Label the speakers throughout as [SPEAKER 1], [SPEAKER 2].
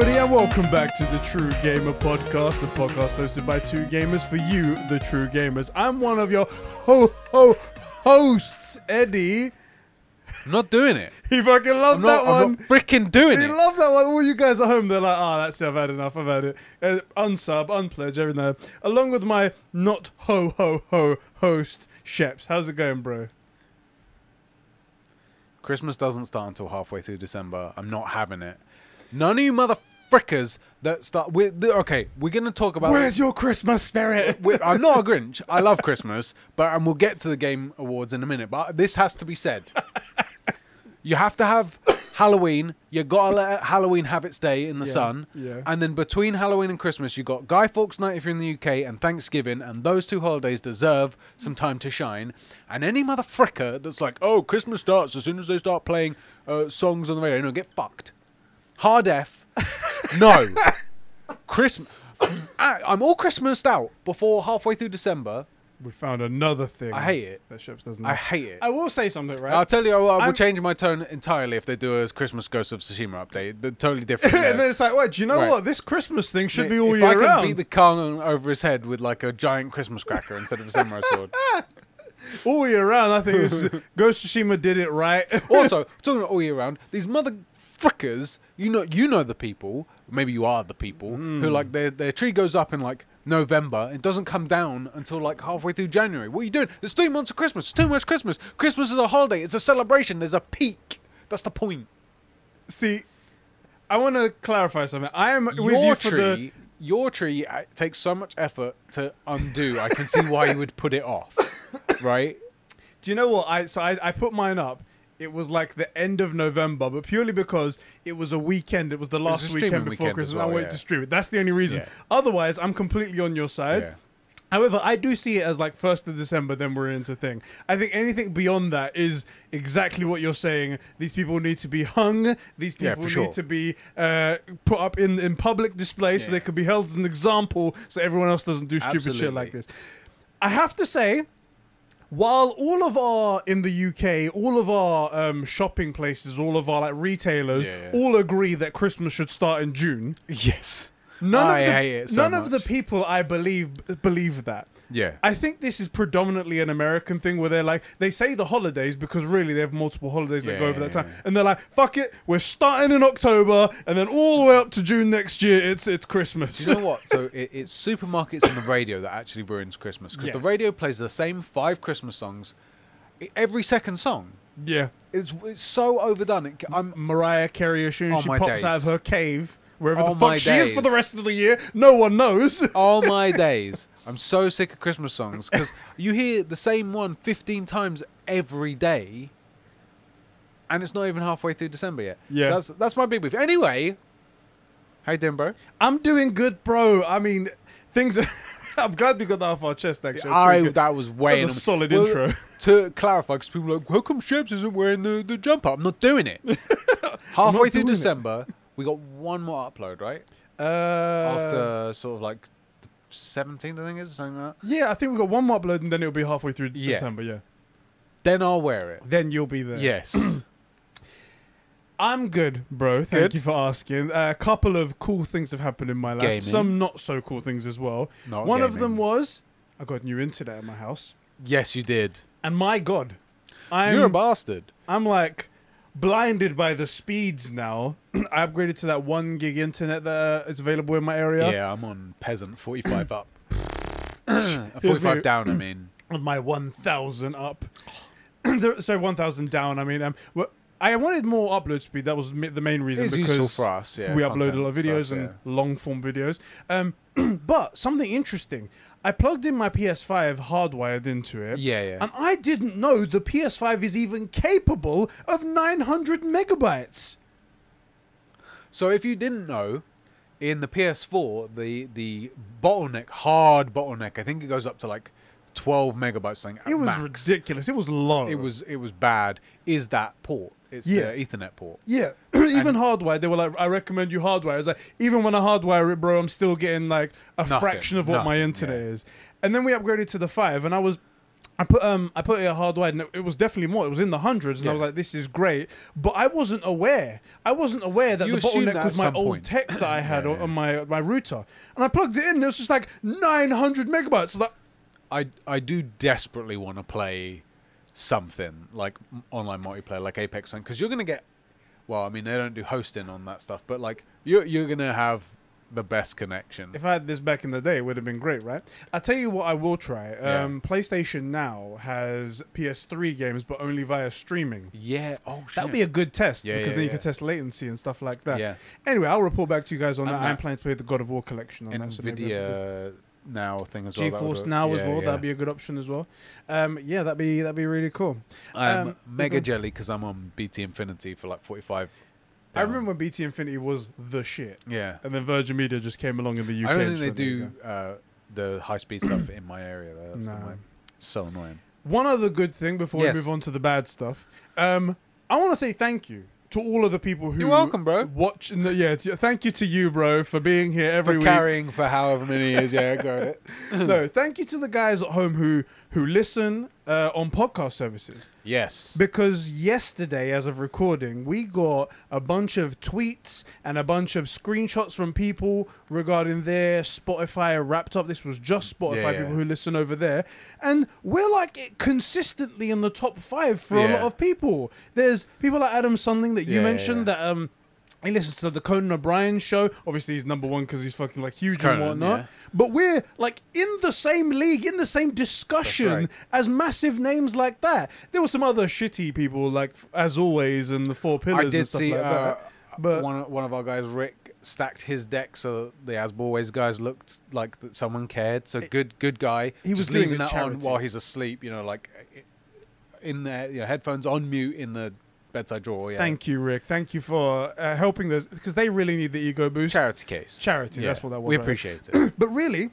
[SPEAKER 1] Welcome back to the True Gamer Podcast, the podcast hosted by two gamers for you, the true gamers. I'm one of your ho ho hosts, Eddie.
[SPEAKER 2] I'm not doing it.
[SPEAKER 1] He fucking loved
[SPEAKER 2] I'm not,
[SPEAKER 1] that one.
[SPEAKER 2] I'm not freaking doing
[SPEAKER 1] They
[SPEAKER 2] it.
[SPEAKER 1] love that one. All you guys at home, they're like, "Ah, that's it. I've had enough. I've had it." Uh, unsub, unpledge, everything. there. Along with my not ho ho ho host Sheps. How's it going, bro?
[SPEAKER 2] Christmas doesn't start until halfway through December. I'm not having it. None of you motherfuckers that start with. Okay, we're going to talk about.
[SPEAKER 1] Where's your Christmas spirit?
[SPEAKER 2] we- I'm not a Grinch. I love Christmas, but and we'll get to the game awards in a minute. But this has to be said. You have to have Halloween. You gotta let Halloween have its day in the
[SPEAKER 1] Yeah,
[SPEAKER 2] sun,
[SPEAKER 1] yeah.
[SPEAKER 2] and then between Halloween and Christmas, you got Guy Fawkes Night if you're in the UK, and Thanksgiving, and those two holidays deserve some time to shine. And any motherfricker that's like, "Oh, Christmas starts as soon as they start playing uh, songs on the radio," no, get fucked. Hard F. No. Christmas. I'm all Christmased out before halfway through December.
[SPEAKER 1] we found another thing.
[SPEAKER 2] I hate it.
[SPEAKER 1] that Sheps doesn't.
[SPEAKER 2] I
[SPEAKER 1] like.
[SPEAKER 2] hate it.
[SPEAKER 1] I will say something, right?
[SPEAKER 2] I'll tell you, I will
[SPEAKER 1] I'm-
[SPEAKER 2] change my tone entirely if they do a Christmas Ghost of Tsushima update. They're totally different.
[SPEAKER 1] and
[SPEAKER 2] there.
[SPEAKER 1] then it's like, wait, do you know
[SPEAKER 2] Right.
[SPEAKER 1] what? This Christmas thing should be all
[SPEAKER 2] if
[SPEAKER 1] year
[SPEAKER 2] I could
[SPEAKER 1] round.
[SPEAKER 2] beat the Kong over his head with like a giant Christmas cracker instead of a samurai sword.
[SPEAKER 1] all year round, I think it's, Ghost of Tsushima did it right.
[SPEAKER 2] also, talking about all year round, these mother frickers, you know, you know the people. Maybe you are the people
[SPEAKER 1] Hmm.
[SPEAKER 2] who like their their tree goes up in like November and doesn't come down until like halfway through January. What are you doing? There's three months of Christmas. It's too much Christmas. Christmas is a holiday. It's a celebration. There's a peak. That's the point.
[SPEAKER 1] See, I want to clarify something. I am with
[SPEAKER 2] your
[SPEAKER 1] you for the.
[SPEAKER 2] tree, your tree uh, takes so much effort to undo. I can see why you would put it off, right?
[SPEAKER 1] Do you know what? I so I, I put mine up. It was like the end of November, but purely because it was a weekend. It was the last
[SPEAKER 2] a streaming
[SPEAKER 1] weekend before
[SPEAKER 2] weekend as
[SPEAKER 1] Christmas. I
[SPEAKER 2] well,
[SPEAKER 1] wanted
[SPEAKER 2] yeah.
[SPEAKER 1] to stream it. That's the only reason.
[SPEAKER 2] Yeah.
[SPEAKER 1] Otherwise, I'm completely on your side.
[SPEAKER 2] Yeah.
[SPEAKER 1] However, I do see it as like first of December, then we're into thing. I think anything beyond that is exactly what you're saying. These people need to be hung. These
[SPEAKER 2] Yeah,
[SPEAKER 1] people
[SPEAKER 2] for sure.
[SPEAKER 1] need to be uh, put up in in public display so
[SPEAKER 2] Yeah.
[SPEAKER 1] they could be held as an example, so everyone else doesn't do stupid shit
[SPEAKER 2] Absolutely.
[SPEAKER 1] like this. I have to say, while all of our in the UK, all of our um, shopping places, all of our like retailers,
[SPEAKER 2] Yeah, yeah.
[SPEAKER 1] all agree that Christmas should start in June.
[SPEAKER 2] Yes.
[SPEAKER 1] None
[SPEAKER 2] I
[SPEAKER 1] of the,
[SPEAKER 2] hate it so
[SPEAKER 1] none of the
[SPEAKER 2] much.
[SPEAKER 1] people I believe b- believe that.
[SPEAKER 2] Yeah.
[SPEAKER 1] I think this is predominantly an American thing where they're like they say the holidays because really they have multiple holidays that
[SPEAKER 2] Yeah,
[SPEAKER 1] go over
[SPEAKER 2] yeah,
[SPEAKER 1] that time,
[SPEAKER 2] yeah.
[SPEAKER 1] and they're like, "Fuck it, we're starting in October, and then all the way up to June next year, it's it's Christmas."
[SPEAKER 2] Do you know what? So it, it's supermarkets and the radio that actually ruins Christmas because
[SPEAKER 1] Yes.
[SPEAKER 2] the radio plays the same five Christmas songs i- every second song.
[SPEAKER 1] yeah,
[SPEAKER 2] It's, it's so overdone. It, I'm
[SPEAKER 1] Mariah Carey as soon as
[SPEAKER 2] Oh,
[SPEAKER 1] she
[SPEAKER 2] my
[SPEAKER 1] pops out of
[SPEAKER 2] days.
[SPEAKER 1] her cave, wherever
[SPEAKER 2] Oh,
[SPEAKER 1] the
[SPEAKER 2] my
[SPEAKER 1] fuck she is for the
[SPEAKER 2] days.
[SPEAKER 1] rest of the year, no one knows.
[SPEAKER 2] all my days. I'm so sick of Christmas songs because you hear the same one 15 times every day, and it's not even halfway through December yet.
[SPEAKER 1] Yeah.
[SPEAKER 2] so that's that's my big beef. Anyway, hey Dimbo.
[SPEAKER 1] I'm doing good, bro. I mean, things. Are I'm glad we got that off our chest. Actually, That's pretty
[SPEAKER 2] I
[SPEAKER 1] good.
[SPEAKER 2] that was way
[SPEAKER 1] That was a solid intro.
[SPEAKER 2] To clarify, because people are like, how come Shebs isn't wearing the, the jumper? I'm not doing it. Halfway through
[SPEAKER 1] doing it.
[SPEAKER 2] December, we got one more upload, right?
[SPEAKER 1] Uh,
[SPEAKER 2] After sort of like the 17th, I think it is something like that.
[SPEAKER 1] Yeah, I think we've got one more upload and then it'll be halfway through
[SPEAKER 2] Yeah.
[SPEAKER 1] December, yeah.
[SPEAKER 2] Then I'll wear it.
[SPEAKER 1] Then you'll be there.
[SPEAKER 2] Yes.
[SPEAKER 1] I'm good, bro. Thank
[SPEAKER 2] Good.
[SPEAKER 1] you for asking. A couple of cool things have happened in my life.
[SPEAKER 2] Gaming.
[SPEAKER 1] Some not so cool things as well.
[SPEAKER 2] Not
[SPEAKER 1] one of
[SPEAKER 2] gaming.
[SPEAKER 1] them was I got new internet at my house.
[SPEAKER 2] yes, you did.
[SPEAKER 1] And my god. I'm
[SPEAKER 2] You're a bastard.
[SPEAKER 1] I'm like blinded by the speeds now. I upgraded to that 1 gig internet that uh, is available in my area.
[SPEAKER 2] Yeah, I'm on peasant 45 up.
[SPEAKER 1] Here's
[SPEAKER 2] 45
[SPEAKER 1] me.
[SPEAKER 2] down, I mean.
[SPEAKER 1] with my 1000 up There- sorry 1000 down i mean um, well, i wanted more upload speed that was mi- the main reason
[SPEAKER 2] It's
[SPEAKER 1] because
[SPEAKER 2] useful for us. Yeah,
[SPEAKER 1] we upload
[SPEAKER 2] content
[SPEAKER 1] a lot of
[SPEAKER 2] stuff,
[SPEAKER 1] videos and long form videos um, but something interesting i plugged in my ps5 hardwired into it
[SPEAKER 2] Yeah, yeah.
[SPEAKER 1] and i didn't know the ps5 is even capable of 900 megabytes
[SPEAKER 2] So if you didn't know, in the PS4, the the bottleneck, hard bottleneck, I think it goes up to like 12 megabytes. Something at
[SPEAKER 1] it was
[SPEAKER 2] max.
[SPEAKER 1] ridiculous it was low
[SPEAKER 2] It was it was bad. Is that port? It's
[SPEAKER 1] Yeah.
[SPEAKER 2] the Ethernet port.
[SPEAKER 1] Yeah, even hardwire. They were like, "I recommend you hardwire." It's like, even when I hardwire it, bro, I'm still getting like a
[SPEAKER 2] Nothing,
[SPEAKER 1] fraction of what my
[SPEAKER 2] nothing,
[SPEAKER 1] internet
[SPEAKER 2] yeah.
[SPEAKER 1] is. And then we upgraded to the five, and I was, I put um I put it a hard wide and it, it was definitely more. It was in the hundreds and I was
[SPEAKER 2] Yeah.
[SPEAKER 1] like, this is great. But I wasn't aware. I wasn't aware that
[SPEAKER 2] You
[SPEAKER 1] the
[SPEAKER 2] assumed
[SPEAKER 1] bottleneck
[SPEAKER 2] that
[SPEAKER 1] was
[SPEAKER 2] at
[SPEAKER 1] my
[SPEAKER 2] some
[SPEAKER 1] old
[SPEAKER 2] point.
[SPEAKER 1] tech that I had on- on my my router. And I plugged it in and it was just like nine hundred megabytes. Like,
[SPEAKER 2] I I do desperately want to play something like m- online multiplayer, like Apex, because you're gonna get. Well, I mean, they don't do hosting on that stuff, but like you're you're gonna have the best connection.
[SPEAKER 1] if I had this back in the day, it would have been great, right? I tell you what, I will try.
[SPEAKER 2] Yeah.
[SPEAKER 1] Um, PlayStation Now has PS3 games, but only via streaming.
[SPEAKER 2] yeah. Oh shit.
[SPEAKER 1] That would be a good test
[SPEAKER 2] Yeah,
[SPEAKER 1] because
[SPEAKER 2] yeah,
[SPEAKER 1] then you
[SPEAKER 2] yeah.
[SPEAKER 1] can test latency and stuff like that.
[SPEAKER 2] Yeah.
[SPEAKER 1] Anyway, I'll report back to you guys on
[SPEAKER 2] And
[SPEAKER 1] that. I'm
[SPEAKER 2] that-
[SPEAKER 1] planning to play the God of War collection on that. so maybe I'll do-
[SPEAKER 2] Nvidia now thing as well. that would
[SPEAKER 1] GeForce
[SPEAKER 2] work.
[SPEAKER 1] Now as
[SPEAKER 2] Yeah,
[SPEAKER 1] well.
[SPEAKER 2] yeah.
[SPEAKER 1] That'd be a good option as well. Um, yeah, that'd be that'd be really cool.
[SPEAKER 2] I'm
[SPEAKER 1] um,
[SPEAKER 2] mega jelly because I'm on BT Infinity for like 45.
[SPEAKER 1] I
[SPEAKER 2] down.
[SPEAKER 1] remember when BT Infinity was the shit,
[SPEAKER 2] Yeah.
[SPEAKER 1] and then Virgin Media just came along in the UK.
[SPEAKER 2] I don't
[SPEAKER 1] and
[SPEAKER 2] think they
[SPEAKER 1] just went, "There you
[SPEAKER 2] do uh, the high speed stuff in my area. Though. That's
[SPEAKER 1] No.
[SPEAKER 2] no. so annoying.
[SPEAKER 1] go." One other good thing before
[SPEAKER 2] Yes.
[SPEAKER 1] we move on to the bad stuff. Um, I want to say thank you to all of the people who
[SPEAKER 2] You're welcome, bro.
[SPEAKER 1] Watch and the, yeah, t- thank you to you, bro, for being here every
[SPEAKER 2] For
[SPEAKER 1] week.
[SPEAKER 2] carrying for however many years. Yeah, I got it.
[SPEAKER 1] no, thank you to the guys at home who who listen uh, on podcast services.
[SPEAKER 2] Yes.
[SPEAKER 1] Because yesterday, as of recording, we got a bunch of tweets and a bunch of screenshots from people regarding their Spotify wrapped up. This was just Spotify
[SPEAKER 2] Yeah, yeah.
[SPEAKER 1] people who listen over there. And we're like consistently in the top five for a lot
[SPEAKER 2] Yeah.
[SPEAKER 1] of people. There's people like Adam Sundling that you
[SPEAKER 2] Yeah, yeah,
[SPEAKER 1] mentioned
[SPEAKER 2] yeah.
[SPEAKER 1] that. um he listens to the Conan O'Brien show. Obviously, he's number one because he's fucking like huge
[SPEAKER 2] Conan,
[SPEAKER 1] and whatnot.
[SPEAKER 2] yeah.
[SPEAKER 1] But we're like in the same league, in the same discussion
[SPEAKER 2] right.
[SPEAKER 1] as massive names like that. There were some other shitty people, like as always, and the four pillars
[SPEAKER 2] I did
[SPEAKER 1] and stuff
[SPEAKER 2] see
[SPEAKER 1] like
[SPEAKER 2] uh,
[SPEAKER 1] that. But
[SPEAKER 2] one one of our guys, Rick, stacked his deck so that the As Always guys looked like that someone cared. So good, good guy.
[SPEAKER 1] He was
[SPEAKER 2] just
[SPEAKER 1] doing
[SPEAKER 2] leaving
[SPEAKER 1] the
[SPEAKER 2] that on
[SPEAKER 1] charity.
[SPEAKER 2] while he's asleep. You know, like in the you know, headphones on mute in the bedside drawer. Yeah.
[SPEAKER 1] thank you, Rick. Thank you for uh, helping those because they really need the ego boost.
[SPEAKER 2] Charity case.
[SPEAKER 1] Charity, that's what that was,
[SPEAKER 2] We
[SPEAKER 1] right.
[SPEAKER 2] appreciate it.
[SPEAKER 1] But really,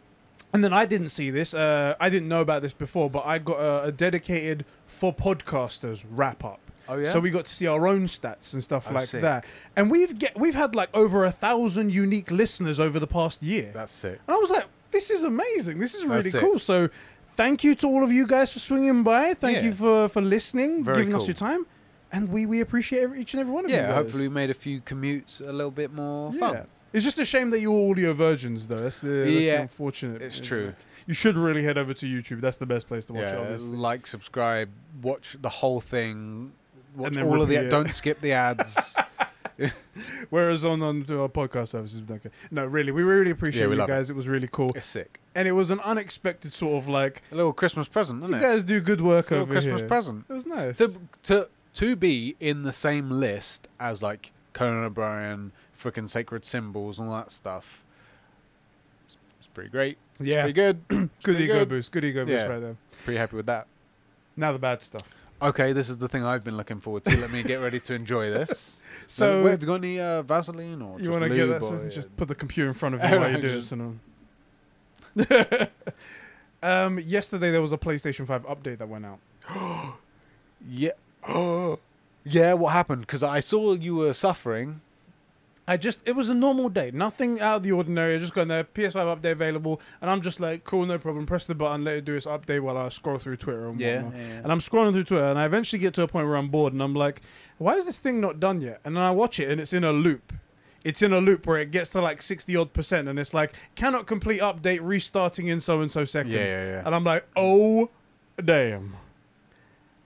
[SPEAKER 1] and then I didn't see this. Uh, I didn't know about this before, but I got a, a dedicated for podcasters wrap up.
[SPEAKER 2] Oh, yeah?
[SPEAKER 1] So we got to see our own stats and stuff
[SPEAKER 2] Oh,
[SPEAKER 1] like
[SPEAKER 2] sick.
[SPEAKER 1] that. And we've get we've had like over a thousand unique listeners over the past year.
[SPEAKER 2] That's sick.
[SPEAKER 1] And I was like, this is amazing. This is really
[SPEAKER 2] That's it.
[SPEAKER 1] cool. So thank you to all of you guys for swinging by. Thank
[SPEAKER 2] Yeah.
[SPEAKER 1] you for, for listening,
[SPEAKER 2] Very
[SPEAKER 1] giving us
[SPEAKER 2] cool.
[SPEAKER 1] your time. And we, we appreciate every, each and every one of you.
[SPEAKER 2] Yeah,
[SPEAKER 1] guys.
[SPEAKER 2] hopefully we made a few commutes a little bit more
[SPEAKER 1] Yeah.
[SPEAKER 2] fun.
[SPEAKER 1] It's just a shame that you're all audio virgins, though. That's the, that's the
[SPEAKER 2] Yeah,
[SPEAKER 1] unfortunate.
[SPEAKER 2] it's
[SPEAKER 1] thing.
[SPEAKER 2] true.
[SPEAKER 1] You should really head over to YouTube. That's the best place to watch it,
[SPEAKER 2] Yeah,
[SPEAKER 1] obviously.
[SPEAKER 2] like, subscribe, watch the whole thing, watch
[SPEAKER 1] then
[SPEAKER 2] all of the.
[SPEAKER 1] repeat it.
[SPEAKER 2] Don't skip the ads.
[SPEAKER 1] Whereas on, on our podcast services, we don't care. No, really, we really appreciate
[SPEAKER 2] we
[SPEAKER 1] you
[SPEAKER 2] love it.
[SPEAKER 1] guys. It. was really cool.
[SPEAKER 2] it's sick.
[SPEAKER 1] And it was an unexpected sort of like,
[SPEAKER 2] A little Christmas present, isn't
[SPEAKER 1] you
[SPEAKER 2] it?
[SPEAKER 1] guys do good work
[SPEAKER 2] It's a little
[SPEAKER 1] over
[SPEAKER 2] Christmas
[SPEAKER 1] here.
[SPEAKER 2] present.
[SPEAKER 1] It was nice.
[SPEAKER 2] To to to be in the same list as like Conan O'Brien, freaking sacred symbols, and all that stuff. It's, it's pretty great. It's
[SPEAKER 1] yeah,
[SPEAKER 2] pretty good. It's
[SPEAKER 1] good
[SPEAKER 2] pretty
[SPEAKER 1] ego
[SPEAKER 2] good.
[SPEAKER 1] boost. Good ego boost
[SPEAKER 2] Yeah.
[SPEAKER 1] right there.
[SPEAKER 2] Pretty happy with that.
[SPEAKER 1] Now the bad stuff.
[SPEAKER 2] Okay, this is the thing I've been looking forward to. Let me get ready to enjoy this.
[SPEAKER 1] So-
[SPEAKER 2] So, wait, have you got any uh, Vaseline or
[SPEAKER 1] You
[SPEAKER 2] just
[SPEAKER 1] want to
[SPEAKER 2] lube?
[SPEAKER 1] get that?
[SPEAKER 2] or,
[SPEAKER 1] so
[SPEAKER 2] yeah.
[SPEAKER 1] Just put the computer in front of you while you do it.
[SPEAKER 2] Just-
[SPEAKER 1] So no. um, yesterday there was a PlayStation 5 update that went out.
[SPEAKER 2] Yeah. Oh. yeah, what happened? Because I saw you were suffering.
[SPEAKER 1] I just it was a normal day, nothing out of the ordinary. I just got in there, PS5 update available, and I'm just like, cool, no problem. Press the button, let it do its update while I scroll through Twitter and
[SPEAKER 2] Yeah.
[SPEAKER 1] whatnot.
[SPEAKER 2] Yeah, yeah.
[SPEAKER 1] And I'm scrolling through Twitter, and I eventually get to a point where I'm bored, and I'm like, why is this thing not done yet? And then I watch it, and it's in a loop. It's in a loop where it gets to like sixty odd percent, and it's like cannot complete update, restarting in so and so seconds.
[SPEAKER 2] Yeah, yeah, yeah.
[SPEAKER 1] And I'm like, oh, damn.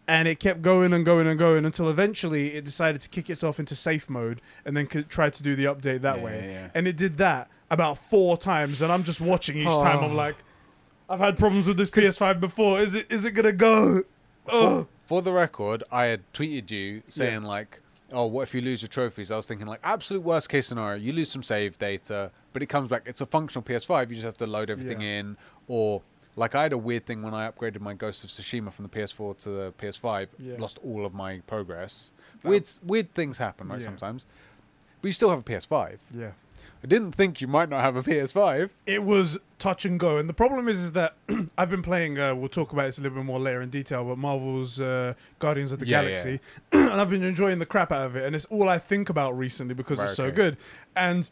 [SPEAKER 1] And it kept going and going and going until eventually it decided to kick itself into safe mode and then could try to do the update that
[SPEAKER 2] Yeah,
[SPEAKER 1] way.
[SPEAKER 2] yeah, yeah.
[SPEAKER 1] And it did that about four times, and I'm just watching each time. I'm
[SPEAKER 2] Oh.
[SPEAKER 1] like, I've had problems with this PS5 before. Is it is it gonna go? Oh,
[SPEAKER 2] For the record, I had tweeted you saying like, "Oh, what if you lose your trophies?" I was thinking like, absolute worst case scenario, you lose some save data, but it comes back. It's a functional PS5. You just have to load everything
[SPEAKER 1] Yeah.
[SPEAKER 2] in, or like I had a weird thing when I upgraded my Ghost of Tsushima from the PS4 to the PS5,
[SPEAKER 1] Yeah.
[SPEAKER 2] lost all of my progress. Weird, weird things happen right
[SPEAKER 1] Yeah.
[SPEAKER 2] sometimes, but you still have a PS5.
[SPEAKER 1] yeah.
[SPEAKER 2] I didn't think you might not have a PS5.
[SPEAKER 1] it was touch and go. And the problem is, is that I've been playing. Uh, we'll talk about this a little bit more later in detail. But Marvel's uh, Guardians of the
[SPEAKER 2] Yeah, yeah.
[SPEAKER 1] Galaxy, and I've been enjoying the crap out of it. And it's all I think about recently because
[SPEAKER 2] Right,
[SPEAKER 1] it's so
[SPEAKER 2] okay.
[SPEAKER 1] good. And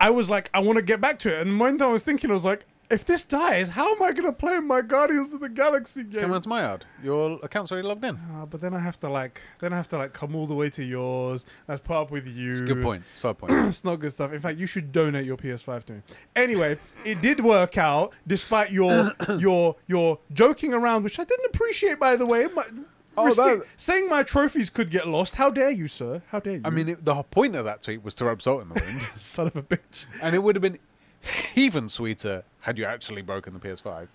[SPEAKER 1] I was like, I want to get back to it. And when I was thinking, I was like, if this dies, how am I gonna play my Guardians of the Galaxy game?
[SPEAKER 2] Come round to my yard. Your account's already logged in.
[SPEAKER 1] Ah, but then I have to like, then I have to like come all the way to yours. I have to put up with you.
[SPEAKER 2] It's a good point. Side point.
[SPEAKER 1] It's not good stuff. In fact, you should donate your PS5 to me. Anyway, it did work out despite your your your joking around, which I didn't appreciate, by the way. My,
[SPEAKER 2] Oh,
[SPEAKER 1] risking-
[SPEAKER 2] that-
[SPEAKER 1] saying my trophies could get lost. How dare you, sir? How dare you?
[SPEAKER 2] I mean, it, the whole point of that tweet was to rub salt in the wound,
[SPEAKER 1] son of a bitch.
[SPEAKER 2] and it would have been even sweeter had you actually broken the PS5.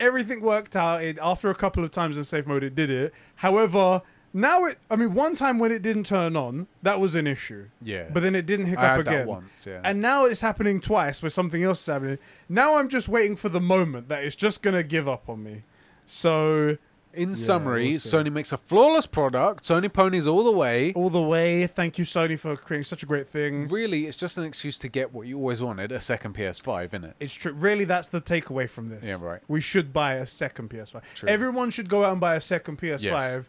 [SPEAKER 1] everything worked out. It, after a couple of times in safe mode, it did it. However, now it. I mean, one time when it didn't turn on, that was an issue.
[SPEAKER 2] Yeah.
[SPEAKER 1] But then it didn't hiccup
[SPEAKER 2] had that
[SPEAKER 1] again.
[SPEAKER 2] once, yeah.
[SPEAKER 1] And now it's happening twice, where something else is happening. Now I'm just waiting for the moment that it's just gonna give up on me. So
[SPEAKER 2] In summary,
[SPEAKER 1] we'll see.
[SPEAKER 2] Sony makes a flawless product. Sony ponies all the way.
[SPEAKER 1] all the way, thank you Sony for creating such a great thing.
[SPEAKER 2] Really, it's just an excuse to get what you always wanted—a second PS5, innit?
[SPEAKER 1] It's true. Really, that's the takeaway from this.
[SPEAKER 2] Yeah, right.
[SPEAKER 1] We should buy a second PS5.
[SPEAKER 2] True.
[SPEAKER 1] Everyone should go out and buy a second PS5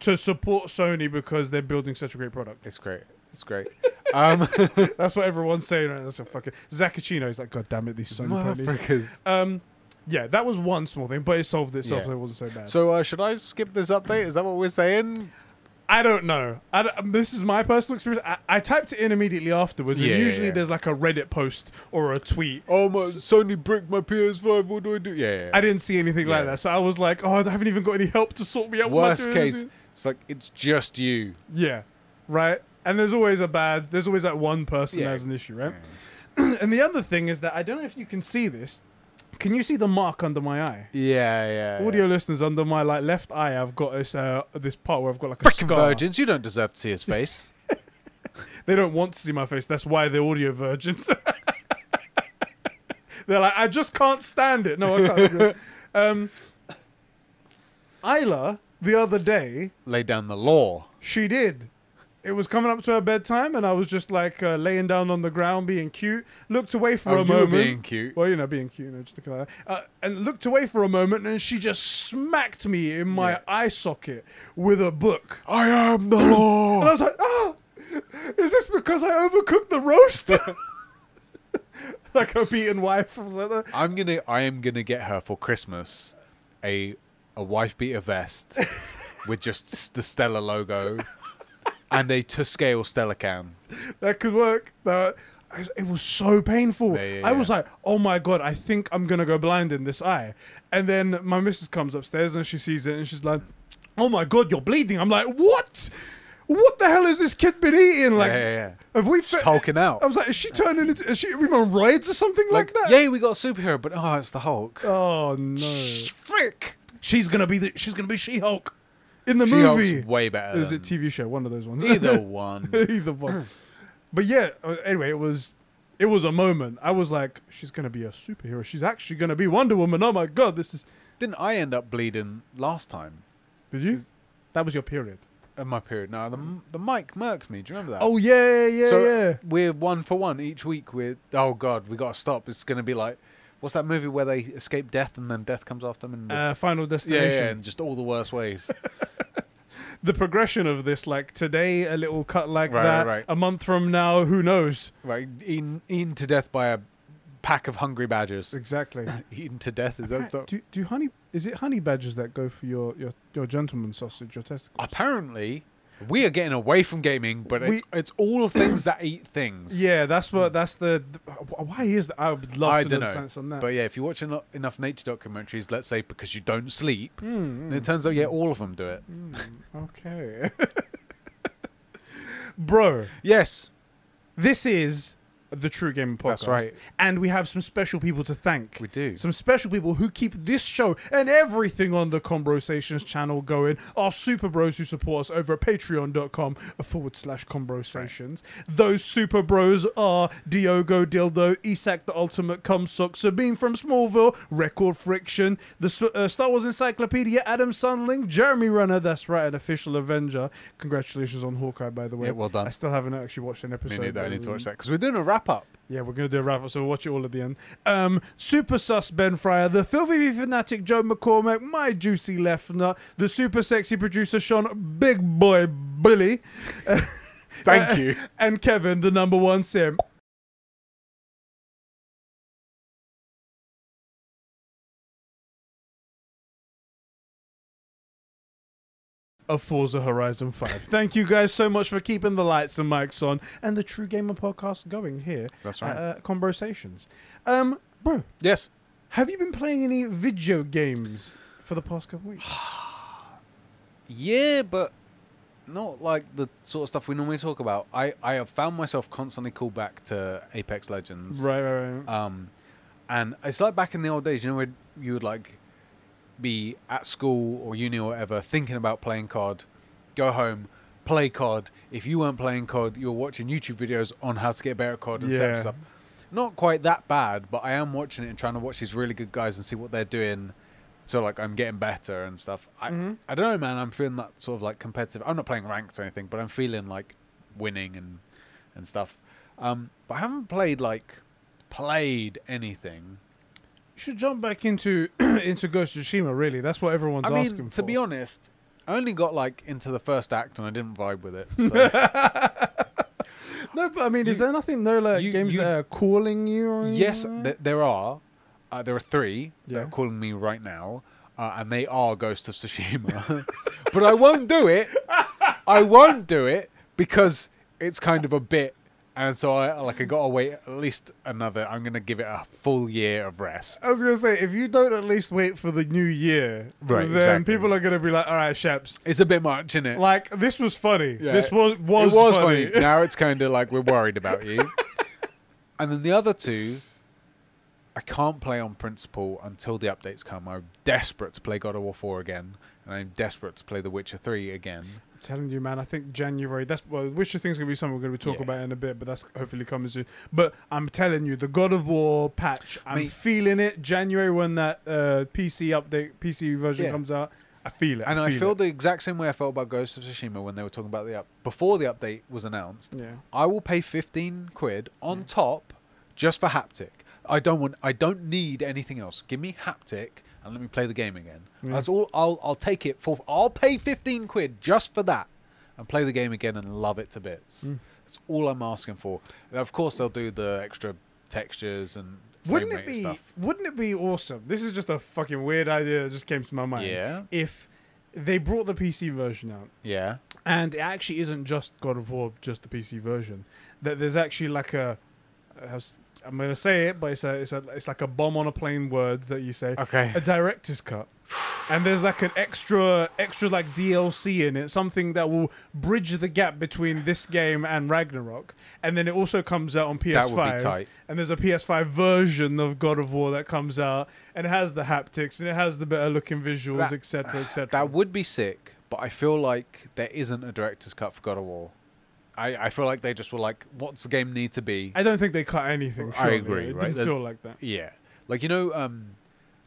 [SPEAKER 1] to support Sony because they're building such a great product.
[SPEAKER 2] It's great. It's great. Um,
[SPEAKER 1] That's what everyone's saying. Right? That's a fucking Zacchino is like, God damn it, these Sony ponies.
[SPEAKER 2] motherfuckers.
[SPEAKER 1] Um, yeah, that was one small thing, but it solved itself,
[SPEAKER 2] Yeah.
[SPEAKER 1] so it wasn't so bad.
[SPEAKER 2] So uh, should I skip this update? Is that what we're saying?
[SPEAKER 1] I don't know. I don't- um, this is my personal experience. I, I typed it in immediately afterwards,
[SPEAKER 2] Yeah,
[SPEAKER 1] and
[SPEAKER 2] yeah,
[SPEAKER 1] usually
[SPEAKER 2] yeah.
[SPEAKER 1] there's like a Reddit post or a tweet.
[SPEAKER 2] Oh my! Sony bricked my PS5. What do I do? Yeah. yeah,
[SPEAKER 1] I didn't see anything like
[SPEAKER 2] Yeah.
[SPEAKER 1] that, so I was like, "Oh, I haven't even got any help to sort me out." What am I
[SPEAKER 2] Worst
[SPEAKER 1] doing?
[SPEAKER 2] case, it's like it's just you.
[SPEAKER 1] Yeah, right. And there's always a bad. There's always that one person
[SPEAKER 2] Yeah.
[SPEAKER 1] that has an issue, right? and the other thing is that I don't know if you can see this. Can you see the mark under my eye?
[SPEAKER 2] Yeah, yeah.
[SPEAKER 1] Audio listeners, under my like left eye, I've got this uh, this part where I've got like a
[SPEAKER 2] Frickin'
[SPEAKER 1] scar.
[SPEAKER 2] virgins, you don't deserve to see his face.
[SPEAKER 1] They don't want to see my face. That's why they're audio virgins. they're like, I just can't stand it. No, I can't. um, Isla the other day
[SPEAKER 2] Lay down the law.
[SPEAKER 1] She did. It was coming up to her bedtime, and I was just like uh, laying down on the ground, being cute. Looked away for
[SPEAKER 2] Oh,
[SPEAKER 1] a
[SPEAKER 2] you were
[SPEAKER 1] moment.
[SPEAKER 2] being cute.
[SPEAKER 1] Well, you know, being cute, you know, just looking like that. Uh, and looked away for a moment, and she just smacked me in my
[SPEAKER 2] Yeah.
[SPEAKER 1] eye socket with a book.
[SPEAKER 2] I am the
[SPEAKER 1] And I
[SPEAKER 2] law.
[SPEAKER 1] was like, ah, is this because I overcooked the roast? like a beaten wife or something.
[SPEAKER 2] I'm gonna. I am gonna get her for Christmas a a wife beater vest with just s- the Stella logo and a to scale Stella can.
[SPEAKER 1] that could work. That it was so painful.
[SPEAKER 2] Yeah, yeah,
[SPEAKER 1] I was
[SPEAKER 2] yeah.
[SPEAKER 1] like, oh my god, I think I'm gonna go blind in this eye. And then my missus comes upstairs and she sees it and she's like, oh my god, you're bleeding. I'm like, what? What the hell has this kid been eating? Like,
[SPEAKER 2] yeah, yeah, yeah.
[SPEAKER 1] have we?
[SPEAKER 2] Just
[SPEAKER 1] Fi-
[SPEAKER 2] hulking out.
[SPEAKER 1] I was like, is she turning into? Is she we on roids or something like, that?
[SPEAKER 2] Yay, we got a superhero, but oh, it's the Hulk.
[SPEAKER 1] Oh no.
[SPEAKER 2] Frick.
[SPEAKER 1] She's gonna be the. She's gonna be She-Hulk in the
[SPEAKER 2] She-Hulk's
[SPEAKER 1] movie.
[SPEAKER 2] way better.
[SPEAKER 1] Is it
[SPEAKER 2] than
[SPEAKER 1] TV show? One of those ones.
[SPEAKER 2] Either one.
[SPEAKER 1] either one. But yeah, uh, anyway, it was it was a moment. I was like, she's gonna be a superhero. She's actually gonna be Wonder Woman. Oh my god, this is.
[SPEAKER 2] Didn't I end up bleeding last time?
[SPEAKER 1] Did you? That was your period.
[SPEAKER 2] At my period. No, the the mic murked me. Do you remember that?
[SPEAKER 1] Oh yeah, yeah,
[SPEAKER 2] so
[SPEAKER 1] yeah.
[SPEAKER 2] we're one for one each week. We're oh god, we got to stop. It's gonna be like, what's that movie where they escape death and then death comes after them? And
[SPEAKER 1] Uh, Final
[SPEAKER 2] yeah,
[SPEAKER 1] Destination.
[SPEAKER 2] yeah, and just all the worst ways.
[SPEAKER 1] The progression of this, like today, a little cut like
[SPEAKER 2] Right,
[SPEAKER 1] that.
[SPEAKER 2] right, right.
[SPEAKER 1] A month from now, who knows?
[SPEAKER 2] right, eaten, eaten to death by a pack of hungry badgers.
[SPEAKER 1] Exactly.
[SPEAKER 2] Eaten to death is that stuff?
[SPEAKER 1] do, do honey? Is it honey badgers that go for your your your gentleman sausage, your testicle?
[SPEAKER 2] Apparently, we are getting away from gaming, but
[SPEAKER 1] We-
[SPEAKER 2] it's it's all things that eat things.
[SPEAKER 1] Yeah, that's what. That's the. the- why is that? Hmm. I would love
[SPEAKER 2] I
[SPEAKER 1] to
[SPEAKER 2] don't
[SPEAKER 1] know
[SPEAKER 2] know,
[SPEAKER 1] the science on that.
[SPEAKER 2] But yeah, if you watch eno- enough nature documentaries, let's say because you don't sleep,
[SPEAKER 1] Mm,
[SPEAKER 2] then it turns out yeah, all of them do it.
[SPEAKER 1] Hmm, Okay. Bro,
[SPEAKER 2] Yes,
[SPEAKER 1] this is the True Gamer Podcast.
[SPEAKER 2] That's right.
[SPEAKER 1] And we have some special people to thank.
[SPEAKER 2] we do.
[SPEAKER 1] Some special people who keep this show and everything on the Conversations channel going. Our super bros who support us over at patreon.com forward slash conversations. Those super bros are Diogo Dildo, Isak the Ultimate Cumsock, Sabine from Smallville, Record Friction, the S- uh, Star Wars Encyclopedia, Adam Sunling, Jeremy Renner, that's right, an official Avenger. Congratulations on Hawkeye, by the way.
[SPEAKER 2] Yeah, well done.
[SPEAKER 1] I still haven't actually watched an episode.
[SPEAKER 2] Me neither. I
[SPEAKER 1] but,
[SPEAKER 2] need to
[SPEAKER 1] um,
[SPEAKER 2] watch that because we're doing a wrap up.
[SPEAKER 1] yeah, we're gonna do a wrap up, so we'll watch it all at the end. Um, Super Sus Ben Fryer, the Filthy Fanatic Joe McCormack, my juicy left nut, the super sexy producer Sean Big Boy Billy, Uh,
[SPEAKER 2] Thank you.
[SPEAKER 1] and Kevin, the number one sim. of Forza Horizon 5. Thank you guys so much for keeping the lights and mics on and the True Gamer podcast going here.
[SPEAKER 2] That's
[SPEAKER 1] at,
[SPEAKER 2] right.
[SPEAKER 1] uh, conversations. Um, bro,
[SPEAKER 2] yes.
[SPEAKER 1] have you been playing any video games for the past couple weeks?
[SPEAKER 2] Yeah, but not like the sort of stuff we normally talk about. I, I have found myself constantly called back to Apex Legends.
[SPEAKER 1] right, right, right.
[SPEAKER 2] Um, and it's like back in the old days, you know, where you would like be at school or uni or whatever, thinking about playing COD, go home, play COD. If you weren't playing COD, you were watching YouTube videos on how to get better at COD and such
[SPEAKER 1] Yeah.
[SPEAKER 2] stuff. Not quite that bad, but I am watching it and trying to watch these really good guys and see what they're doing. So like I'm getting better and stuff. I
[SPEAKER 1] Mhm.
[SPEAKER 2] I don't know, man. I'm feeling that sort of like competitive. I'm not playing ranked or anything, but I'm feeling like winning and and stuff. Um, but I haven't played like played anything.
[SPEAKER 1] you should jump back into into Ghost of Tsushima. Really, that's what everyone's
[SPEAKER 2] I
[SPEAKER 1] asking
[SPEAKER 2] mean,
[SPEAKER 1] for.
[SPEAKER 2] to be honest, I only got like into the first act and I didn't vibe with it. So.
[SPEAKER 1] no, but I mean, is
[SPEAKER 2] you-
[SPEAKER 1] there nothing no like
[SPEAKER 2] you-
[SPEAKER 1] games
[SPEAKER 2] you-
[SPEAKER 1] that are calling you? Or
[SPEAKER 2] yes,
[SPEAKER 1] anything like
[SPEAKER 2] th- there are. Uh, there are three that
[SPEAKER 1] Yeah.
[SPEAKER 2] are calling me right now, uh, and they are Ghost of Tsushima. but I won't do it. I won't do it because it's kind of a bit, and so I like I gotta wait at least another. I'm gonna give it a full year of rest.
[SPEAKER 1] that? I was gonna say, if you don't at least wait for the new year,
[SPEAKER 2] Right,
[SPEAKER 1] then
[SPEAKER 2] exactly.
[SPEAKER 1] people are gonna be like, "All right, Shaps,
[SPEAKER 2] It's a bit much, isn't it?
[SPEAKER 1] like this was funny.
[SPEAKER 2] Yeah.
[SPEAKER 1] This was was,
[SPEAKER 2] it was
[SPEAKER 1] funny.
[SPEAKER 2] funny. Now it's kind of like we're worried about you. and then the other two, I can't play on principle until the updates come. I'm desperate to play God of War 4 again, and I'm desperate to play The Witcher 3 again.
[SPEAKER 1] I'm telling you, man, I think January. That's well, Witcher thing's gonna be something we're gonna be talking
[SPEAKER 2] Yeah.
[SPEAKER 1] about in a bit, but that's hopefully coming soon. But I'm telling you, the God of War patch, I'm
[SPEAKER 2] Mate.
[SPEAKER 1] feeling it. January when that uh, PC update, PC version
[SPEAKER 2] Yeah.
[SPEAKER 1] comes out, I feel it.
[SPEAKER 2] And I feel
[SPEAKER 1] it.
[SPEAKER 2] the exact same way I felt about Ghost of Tsushima when they were talking about the up before the update was announced.
[SPEAKER 1] yeah.
[SPEAKER 2] I will pay 15 quid on top just for haptic. I don't want I don't need anything else. Give me haptic and let me play the game again.
[SPEAKER 1] Yeah.
[SPEAKER 2] That's all I'll I'll take it for I'll pay 15 quid just for that and play the game again and love it to bits.
[SPEAKER 1] Mm.
[SPEAKER 2] That's all I'm asking for. And of course they'll do the extra textures and frame
[SPEAKER 1] Wouldn't
[SPEAKER 2] rate
[SPEAKER 1] it
[SPEAKER 2] and
[SPEAKER 1] be?
[SPEAKER 2] stuff.
[SPEAKER 1] Wouldn't it be awesome? This is just a fucking weird idea that just came to my mind.
[SPEAKER 2] Yeah.
[SPEAKER 1] If they brought the PC version out,
[SPEAKER 2] Yeah.
[SPEAKER 1] and it actually isn't just God of War, just the PC version. That there's actually like a, I'm gonna say it, but it's a, it's a, it's like a bomb on a plane word that you say.
[SPEAKER 2] Okay.
[SPEAKER 1] A director's cut. And there's like an extra, extra like DLC in it, something that will bridge the gap between this game and Ragnarok. And then it also comes out on PS5.
[SPEAKER 2] That would be tight.
[SPEAKER 1] And there's a PS5 version of God of War that comes out, and it has the haptics, and it has the better looking visuals,
[SPEAKER 2] That-
[SPEAKER 1] etc., etc.
[SPEAKER 2] That would be sick, but I feel like there isn't a director's cut for God of War. I, I feel like they just were like, what's the game need to be?
[SPEAKER 1] I don't think they cut anything.
[SPEAKER 2] I
[SPEAKER 1] Surely.
[SPEAKER 2] agree,
[SPEAKER 1] It
[SPEAKER 2] right?
[SPEAKER 1] didn't
[SPEAKER 2] There's-
[SPEAKER 1] feel like that.
[SPEAKER 2] Yeah, like you know, um,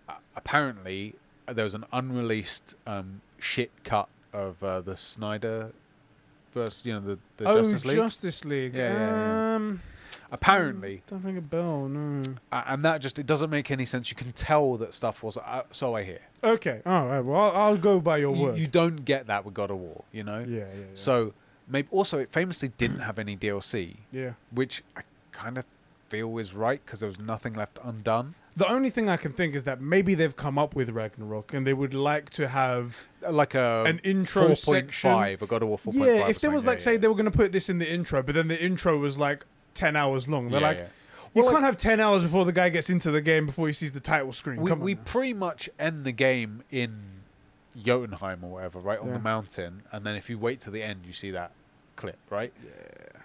[SPEAKER 2] a- apparently uh, there was an unreleased um, shit cut of uh, the Snyder versus you know the, the
[SPEAKER 1] oh,
[SPEAKER 2] Justice League.
[SPEAKER 1] Justice League.
[SPEAKER 2] Yeah, yeah,
[SPEAKER 1] Um,
[SPEAKER 2] apparently,
[SPEAKER 1] don't ring a bell. No.
[SPEAKER 2] a- and that just it doesn't make any sense. You can tell that stuff was uh, so I hear.
[SPEAKER 1] Okay. All right. Well, I'll, I'll go by your
[SPEAKER 2] You,
[SPEAKER 1] word.
[SPEAKER 2] you don't get that with God of War, you know.
[SPEAKER 1] yeah, yeah, yeah.
[SPEAKER 2] So maybe also it famously didn't have any DLC,
[SPEAKER 1] yeah.
[SPEAKER 2] which I kind of feel is right because there was nothing left undone.
[SPEAKER 1] The only thing I can think is that maybe they've come up with Ragnarok and they would like to have
[SPEAKER 2] Uh, Like a
[SPEAKER 1] an intro section.
[SPEAKER 2] 4.5, a God of War 4.5.
[SPEAKER 1] Yeah,
[SPEAKER 2] or
[SPEAKER 1] if there was like,
[SPEAKER 2] something, yeah,
[SPEAKER 1] say,
[SPEAKER 2] yeah.
[SPEAKER 1] they were going to put this in the intro, but then the intro was like 10 hours long. They're
[SPEAKER 2] Yeah,
[SPEAKER 1] like,
[SPEAKER 2] yeah.
[SPEAKER 1] you
[SPEAKER 2] Well, like-
[SPEAKER 1] can't have 10 hours before the guy gets into the game before he sees the title screen.
[SPEAKER 2] we,
[SPEAKER 1] Come on
[SPEAKER 2] we
[SPEAKER 1] now.
[SPEAKER 2] pretty much end the game in Jotunheim or whatever, right on
[SPEAKER 1] Yeah.
[SPEAKER 2] the mountain, and then if you wait to the end, you see that clip, right? Yeah.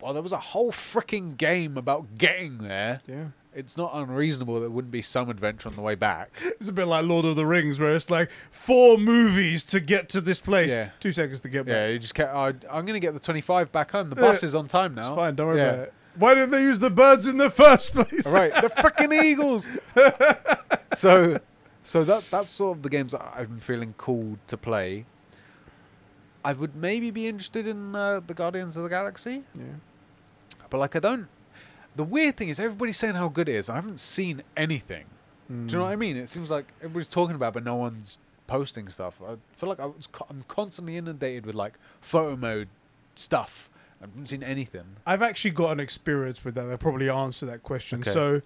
[SPEAKER 2] Well, there was a whole freaking game about getting there.
[SPEAKER 1] yeah.
[SPEAKER 2] It's not unreasonable there wouldn't be some adventure on the way back.
[SPEAKER 1] It's a bit like Lord of the Rings, where it's like four movies to get to this place.
[SPEAKER 2] Yeah.
[SPEAKER 1] Two seconds to get back.
[SPEAKER 2] yeah, you just kept. I I'm gonna get the 25 back home. The bus
[SPEAKER 1] Yeah.
[SPEAKER 2] is on time now.
[SPEAKER 1] It's fine. Don't worry
[SPEAKER 2] Yeah.
[SPEAKER 1] about it. Why didn't they use the birds in the first place?
[SPEAKER 2] All right, the freaking Eagles. so, so that that's sort of the games that I've been feeling called to play. I would maybe be interested in uh, the Guardians of the Galaxy,
[SPEAKER 1] Yeah.
[SPEAKER 2] but like I don't. The weird thing is everybody's saying how good it is. I haven't seen anything. Do you know what
[SPEAKER 1] Hmm.
[SPEAKER 2] I mean? It seems like everybody's talking about, it, but no one's posting stuff. I feel like I was co- I'm constantly inundated with like photo mode stuff. I haven't seen anything.
[SPEAKER 1] I've actually got an experience with that. They'll probably answer that question.
[SPEAKER 2] Okay.
[SPEAKER 1] So,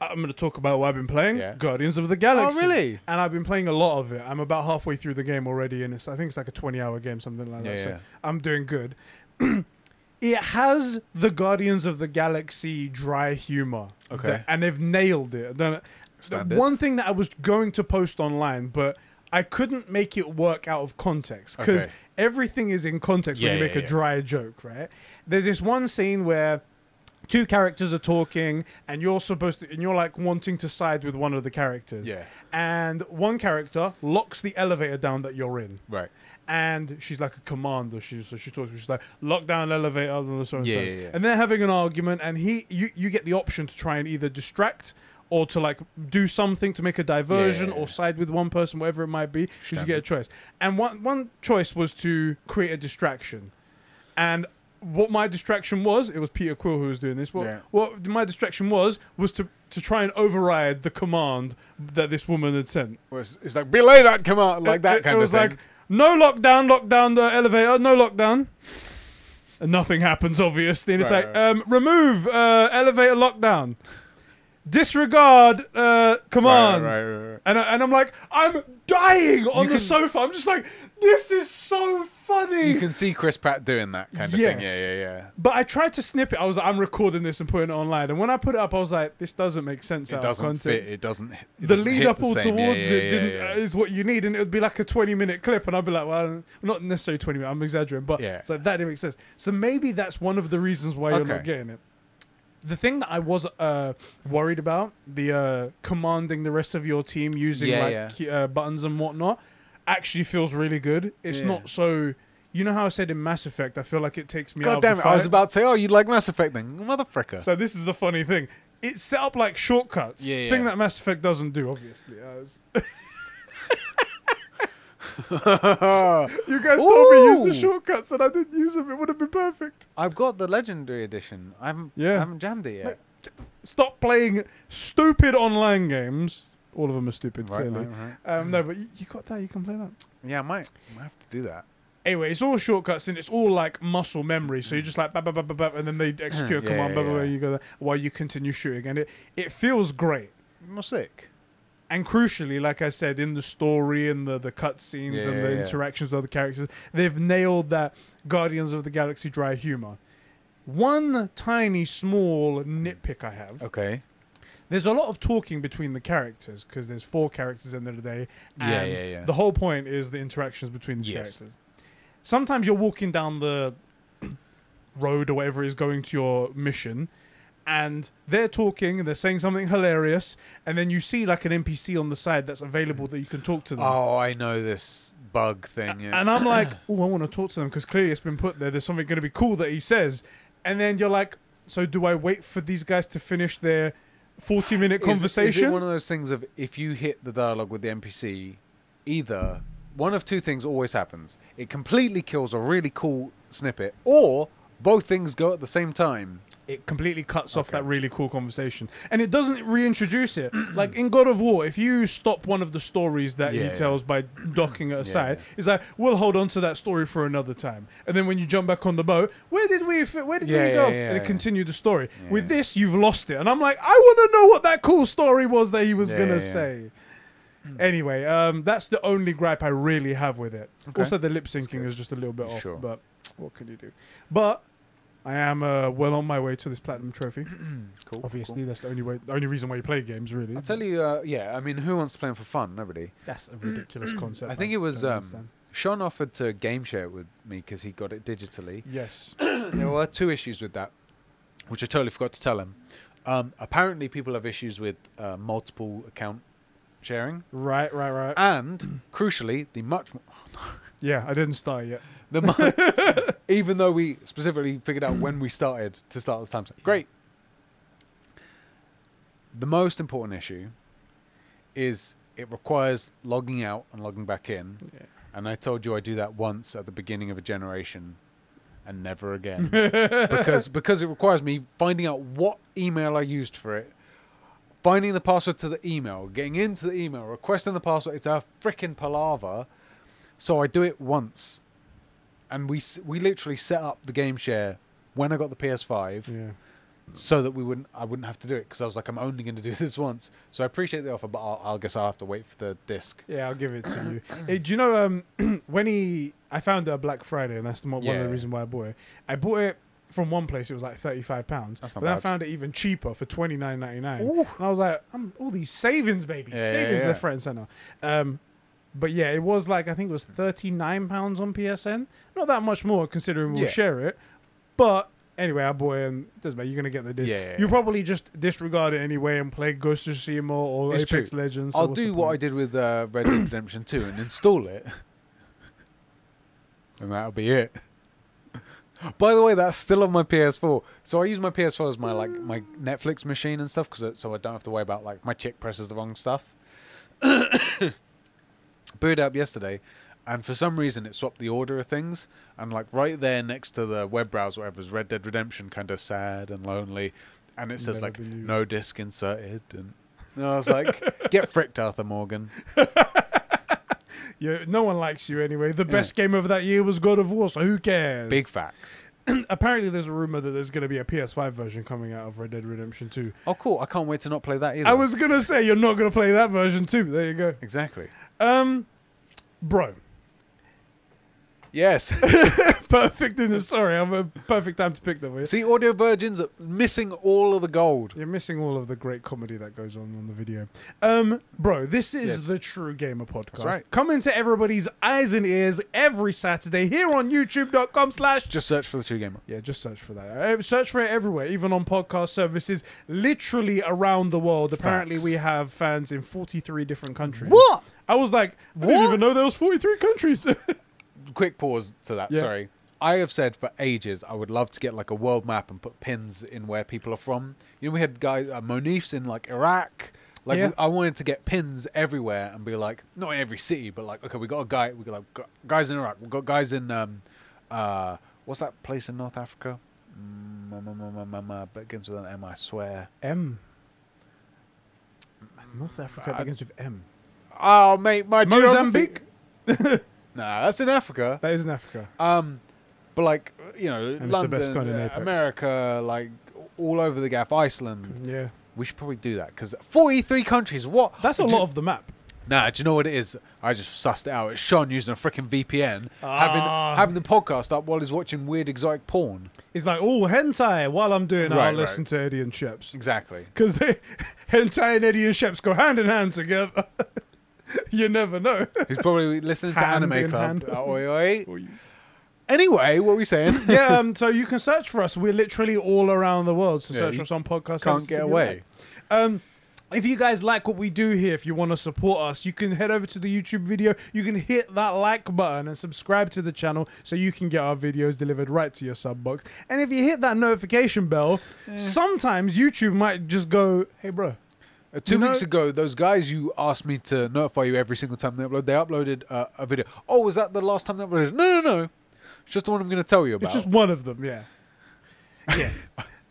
[SPEAKER 1] I'm going to talk about what I've been playing.
[SPEAKER 2] Yeah.
[SPEAKER 1] Guardians of the Galaxy.
[SPEAKER 2] really?
[SPEAKER 1] And I've been playing a lot of it. I'm about halfway through the game already, and it's I think it's like a 20 hour game, something like that.
[SPEAKER 2] Yeah,
[SPEAKER 1] So
[SPEAKER 2] yeah.
[SPEAKER 1] I'm doing good. it has the Guardians of the Galaxy dry humor.
[SPEAKER 2] Okay.
[SPEAKER 1] that- and they've nailed it. The, the
[SPEAKER 2] Standard.
[SPEAKER 1] one thing that I was going to post online, but I couldn't make it work out of context because
[SPEAKER 2] Okay.
[SPEAKER 1] everything is in context
[SPEAKER 2] Yeah,
[SPEAKER 1] when you
[SPEAKER 2] yeah,
[SPEAKER 1] make
[SPEAKER 2] yeah.
[SPEAKER 1] a dry joke, right? There's this one scene where two characters are talking and you're supposed to and you're like wanting to side with one of the characters.
[SPEAKER 2] Yeah.
[SPEAKER 1] And one character locks the elevator down that you're in.
[SPEAKER 2] Right.
[SPEAKER 1] And she's like a commander. She so she talks. She's like lock down elevator. blah, blah, so and
[SPEAKER 2] Yeah,
[SPEAKER 1] so.
[SPEAKER 2] yeah, yeah.
[SPEAKER 1] And they're having an argument, and he you you get the option to try and either distract or to like do something to make a diversion
[SPEAKER 2] Yeah.
[SPEAKER 1] or side with one person, whatever it might be. Because you get a choice. And one one choice was to create a distraction, and. What my distraction was, it was Peter Quill who was doing this. What,
[SPEAKER 2] Yeah.
[SPEAKER 1] what my distraction was was to, to try and override the command that this woman had sent
[SPEAKER 2] Well, it's, it's like belay that come out like that
[SPEAKER 1] it,
[SPEAKER 2] kind
[SPEAKER 1] it was
[SPEAKER 2] of thing.
[SPEAKER 1] like no lockdown lockdown the elevator no lockdown and nothing happens obviously and it's
[SPEAKER 2] Right,
[SPEAKER 1] like
[SPEAKER 2] right.
[SPEAKER 1] um, remove uh, elevator lockdown disregard uh, command
[SPEAKER 2] Right, right, right, right.
[SPEAKER 1] And, I, and i'm like i'm dying on the
[SPEAKER 2] can-
[SPEAKER 1] sofa i'm just like this is so funny
[SPEAKER 2] You can see Chris Pratt doing that kind of thing.
[SPEAKER 1] Yes.
[SPEAKER 2] Yeah, yeah, yeah.
[SPEAKER 1] but I tried to snip it. I was like, I'm recording this and putting it online. And when I put it up, I was like, this doesn't make sense.
[SPEAKER 2] It
[SPEAKER 1] out
[SPEAKER 2] doesn't
[SPEAKER 1] of context
[SPEAKER 2] fit. It doesn't. It
[SPEAKER 1] the
[SPEAKER 2] doesn't
[SPEAKER 1] lead
[SPEAKER 2] hit
[SPEAKER 1] up
[SPEAKER 2] the
[SPEAKER 1] all
[SPEAKER 2] same. Yeah,
[SPEAKER 1] towards
[SPEAKER 2] yeah,
[SPEAKER 1] it
[SPEAKER 2] yeah,
[SPEAKER 1] didn't,
[SPEAKER 2] yeah.
[SPEAKER 1] Uh, is what you need, and it would be like a 20 minute clip, and I'd be like, well, not necessarily 20 minutes, I'm exaggerating, but
[SPEAKER 2] Yeah.
[SPEAKER 1] it's like that didn't make sense. So maybe that's one of the reasons why you're not
[SPEAKER 2] Okay.
[SPEAKER 1] getting it. The thing that I was uh, worried about, the uh, commanding the rest of your team using
[SPEAKER 2] Yeah,
[SPEAKER 1] like
[SPEAKER 2] yeah.
[SPEAKER 1] key- uh, buttons and whatnot, actually feels really good. It's
[SPEAKER 2] Yeah.
[SPEAKER 1] not so. You know how I said in Mass Effect, I feel like it takes me out
[SPEAKER 2] God
[SPEAKER 1] of the
[SPEAKER 2] damn it! I was
[SPEAKER 1] fight?
[SPEAKER 2] about to say, oh, you'd like Mass Effect then, motherfucker.
[SPEAKER 1] So this is the funny thing. It's set up like shortcuts.
[SPEAKER 2] Yeah, yeah.
[SPEAKER 1] Thing that Mass Effect doesn't do, obviously. Uh, I was- You guys told me use the
[SPEAKER 2] Ooh.
[SPEAKER 1] shortcuts and I didn't use them. It would have been perfect.
[SPEAKER 2] I've got the Legendary Edition. I haven't.
[SPEAKER 1] Yeah.
[SPEAKER 2] I haven't jammed it yet.
[SPEAKER 1] Stop playing stupid online games. All of them are stupid,
[SPEAKER 2] Right,
[SPEAKER 1] clearly.
[SPEAKER 2] right, right.
[SPEAKER 1] Um, no, but you, you got that. You can play that.
[SPEAKER 2] Yeah, I might. I might have to do that.
[SPEAKER 1] Anyway, it's all shortcuts and it's all like muscle memory. So you're just like, bah, bah, bah, bah, bah, and then they execute a
[SPEAKER 2] Yeah,
[SPEAKER 1] command,
[SPEAKER 2] Mm. yeah,
[SPEAKER 1] blah, blah, blah,
[SPEAKER 2] yeah.
[SPEAKER 1] you go there, while you continue shooting. And it, it feels great.
[SPEAKER 2] More sick.
[SPEAKER 1] and crucially, like I said, in the story and the the cutscenes
[SPEAKER 2] Yeah,
[SPEAKER 1] and
[SPEAKER 2] yeah,
[SPEAKER 1] the
[SPEAKER 2] yeah.
[SPEAKER 1] interactions with other characters, they've nailed that Guardians of the Galaxy dry humor. One tiny small nitpick I have:
[SPEAKER 2] Okay.
[SPEAKER 1] there's a lot of talking between the characters because there's four characters in there today, and
[SPEAKER 2] Yeah, yeah, yeah.
[SPEAKER 1] the whole point is the interactions between these
[SPEAKER 2] Yes.
[SPEAKER 1] characters. Sometimes you're walking down the road or whatever is going to your mission and they're talking and they're saying something hilarious and then you see like an npc on the side that's available that you can talk to them
[SPEAKER 2] Oh, I know this bug thing. Yeah.
[SPEAKER 1] and i'm like oh i want to talk to them because clearly it's been put there there's something going to be cool that he says and then you're like so do i wait for these guys to finish their 40 minute
[SPEAKER 2] Is it- Is,
[SPEAKER 1] conversation
[SPEAKER 2] it one of those things of if you hit the dialogue with the NPC, either one of two things always happens: it completely kills a really cool snippet, or both things go at the same time.
[SPEAKER 1] it completely cuts off
[SPEAKER 2] Okay.
[SPEAKER 1] that really cool conversation and it doesn't reintroduce it like in god of war if you stop one of the stories that
[SPEAKER 2] Yeah,
[SPEAKER 1] he
[SPEAKER 2] yeah.
[SPEAKER 1] tells by docking it aside
[SPEAKER 2] yeah.
[SPEAKER 1] it's like we'll hold on to that story for another time and then when you jump back on the boat where did we fi- where did
[SPEAKER 2] Yeah,
[SPEAKER 1] we
[SPEAKER 2] yeah,
[SPEAKER 1] go
[SPEAKER 2] yeah,
[SPEAKER 1] and they
[SPEAKER 2] yeah.
[SPEAKER 1] continue the story
[SPEAKER 2] Yeah.
[SPEAKER 1] with this you've lost it and i'm like i want to know what that cool story was that he was
[SPEAKER 2] Yeah,
[SPEAKER 1] gonna
[SPEAKER 2] yeah, yeah.
[SPEAKER 1] say anyway um, that's the only gripe i really have with it
[SPEAKER 2] Okay.
[SPEAKER 1] also the lip syncing
[SPEAKER 2] good.
[SPEAKER 1] is just a little bit off
[SPEAKER 2] Sure.
[SPEAKER 1] but what can you do but I am uh, well on my way to this platinum trophy.
[SPEAKER 2] Cool.
[SPEAKER 1] Obviously, that's the only way, the only reason why you play games, really.
[SPEAKER 2] I tell you, uh, yeah. I mean, who wants to play 'em for fun? Nobody.
[SPEAKER 1] that's a ridiculous concept.
[SPEAKER 2] I think
[SPEAKER 1] man.
[SPEAKER 2] it was
[SPEAKER 1] Don't
[SPEAKER 2] um,
[SPEAKER 1] understand.
[SPEAKER 2] Sean offered to game share it with me because he got it digitally.
[SPEAKER 1] yes,
[SPEAKER 2] there were two issues with that, which I totally forgot to tell him. Um, apparently, people have issues with uh, multiple account sharing,
[SPEAKER 1] right, right, right.
[SPEAKER 2] and crucially, the much mo-
[SPEAKER 1] yeah, I didn't start yet.
[SPEAKER 2] the mu- even though we specifically figured out when we started to start this time, so- great. The most important issue is it requires logging out and logging back in, and I told you I do that once at the beginning of a generation and never again. because because it requires me finding out what email I used for it, finding the password to the email, getting into the email, requesting the password. It's a freaking palaver. So I do it once. And we s- we literally set up the game share when I got the PS5
[SPEAKER 1] Yeah,
[SPEAKER 2] so that we wouldn't I wouldn't have to do it because I was like I'm only going to do this once. So I appreciate the offer, but I'll, I'll guess I'll have to wait for the disc.
[SPEAKER 1] Yeah, I'll give it to you. Eh, do you know um, when he? I found it at Black Friday, and that's mo- one of
[SPEAKER 2] Yeah.
[SPEAKER 1] the reasons why I bought it. I bought it from one place; it was like thirty-five pounds.
[SPEAKER 2] That's
[SPEAKER 1] But
[SPEAKER 2] not
[SPEAKER 1] then I
[SPEAKER 2] bad.
[SPEAKER 1] found it even cheaper for twenty-nine ninety-nine,
[SPEAKER 2] Ooh.
[SPEAKER 1] and I was like, "I'm all these savings, baby,
[SPEAKER 2] Yeah, yeah,
[SPEAKER 1] savings
[SPEAKER 2] yeah.
[SPEAKER 1] left, right, and center." Um, but yeah, it was like I think it was thirty-nine pounds on PSN. Not that much more considering we'll
[SPEAKER 2] Yeah.
[SPEAKER 1] share it, but. Anyway, I bought it. and it Doesn't matter. You're gonna get the disc.
[SPEAKER 2] Yeah, yeah,
[SPEAKER 1] you
[SPEAKER 2] yeah.
[SPEAKER 1] probably just disregard it anyway and play Ghost of Tsushima or
[SPEAKER 2] It's
[SPEAKER 1] Apex
[SPEAKER 2] true.
[SPEAKER 1] Legends.
[SPEAKER 2] I'll do what I did with uh, Red Dead Redemption 2 and install it. And that'll be it. By the way, that's still on my PS4. So I use my PS4 as my like my Netflix machine and stuff cuz so I don't have to worry about like my chick presses the wrong stuff. Booted up yesterday and for some reason it swapped the order of things and like right there next to the web browser whatever is Red Dead Redemption kind of sad and lonely and it says
[SPEAKER 1] Never
[SPEAKER 2] like
[SPEAKER 1] been used.
[SPEAKER 2] no disc inserted and and I was like, get fricked, Arthur Morgan.
[SPEAKER 1] Yeah, no one likes you anyway. The best game of that year was God of War, so who cares?
[SPEAKER 2] Big facts.
[SPEAKER 1] Apparently, there's a rumor that there's going to be a PS5 version coming out of Red Dead Redemption 2.
[SPEAKER 2] Oh, cool. I can't wait to not play that either.
[SPEAKER 1] I was going to say, you're not going to play that version too. There you go.
[SPEAKER 2] Exactly.
[SPEAKER 1] Um, bro,
[SPEAKER 2] Yes.
[SPEAKER 1] perfect in the. Sorry, I'm a perfect time to pick that one.
[SPEAKER 2] See, Audio Virgins are missing all of the gold.
[SPEAKER 1] You're missing all of the great comedy that goes on on the video. Um, bro, this is
[SPEAKER 2] Yes.
[SPEAKER 1] the True Gamer podcast.
[SPEAKER 2] right.
[SPEAKER 1] Come into everybody's eyes and ears every Saturday here on youtube.com slash
[SPEAKER 2] Just search for the True Gamer.
[SPEAKER 1] Yeah, just search for that. Uh, Search for it everywhere, even on podcast services, literally around the world. Apparently,
[SPEAKER 2] Facts.
[SPEAKER 1] we have fans in 43 different countries.
[SPEAKER 2] What?
[SPEAKER 1] I was like, I didn't
[SPEAKER 2] What?
[SPEAKER 1] even know there was 43 countries.
[SPEAKER 2] Quick pause to that.
[SPEAKER 1] Yeah.
[SPEAKER 2] Sorry. I have said for ages I would love to get like a world map and put pins in where people are from. You know, we had guys, uh, Monifs in like Iraq. Like,
[SPEAKER 1] Yeah.
[SPEAKER 2] we- I wanted to get pins everywhere and be like, not in every city, but like, okay, we got a guy, we got like gu- guys in Iraq, we got guys in, um, uh, what's that place in North Africa? Mm, mm, mm, mm, mm, mm, but it begins with an M, I swear.
[SPEAKER 1] M. North Africa begins with M.
[SPEAKER 2] Oh, mate, my geography-
[SPEAKER 1] Mozambique?
[SPEAKER 2] Nah, that's in Africa.
[SPEAKER 1] That is in Africa.
[SPEAKER 2] Um, but like you know,
[SPEAKER 1] it's the
[SPEAKER 2] London,
[SPEAKER 1] best kind in
[SPEAKER 2] uh,
[SPEAKER 1] Apex.
[SPEAKER 2] America, like all over the gaff, Iceland.
[SPEAKER 1] Yeah.
[SPEAKER 2] We should probably do that because forty-three countries. What?
[SPEAKER 1] That's a
[SPEAKER 2] Do
[SPEAKER 1] lot
[SPEAKER 2] you-
[SPEAKER 1] of the map.
[SPEAKER 2] Nah, do you know what it is? I just sussed it out. It's Sean using a freaking VPN,
[SPEAKER 1] Ah.
[SPEAKER 2] having having the podcast up while he's watching weird exotic porn.
[SPEAKER 1] It's like, oh, hentai. While I'm doing that,
[SPEAKER 2] Right,
[SPEAKER 1] I'll listen
[SPEAKER 2] right.
[SPEAKER 1] to Eddie and Sheps.
[SPEAKER 2] Exactly.
[SPEAKER 1] Because they, hentai and Eddie and Sheps go hand in hand together. you never know.
[SPEAKER 2] He's probably listening to
[SPEAKER 1] Hand
[SPEAKER 2] Anime
[SPEAKER 1] in
[SPEAKER 2] Club.
[SPEAKER 1] hand.
[SPEAKER 2] Uh, oi, oi. Anyway, what were we saying?
[SPEAKER 1] yeah, um, so you can search for us. We're literally all around the world. So
[SPEAKER 2] Yeah,
[SPEAKER 1] search
[SPEAKER 2] you
[SPEAKER 1] for us on podcast.
[SPEAKER 2] Can't get away.
[SPEAKER 1] Um, if you guys like what we do here, if you want to support us, you can head over to the YouTube video. You can hit that like button and subscribe to the channel so you can get our videos delivered right to your sub box. And if you hit that notification bell, sometimes YouTube might just go, "Hey, bro,
[SPEAKER 2] Uh, Two
[SPEAKER 1] You know-
[SPEAKER 2] weeks ago, those guys you asked me to notify you every single time they upload, they uploaded uh, a video. Oh, was that the last time they uploaded? No, no, no. It's just the one I'm going to tell you about.
[SPEAKER 1] It's just one of them, yeah. Yeah.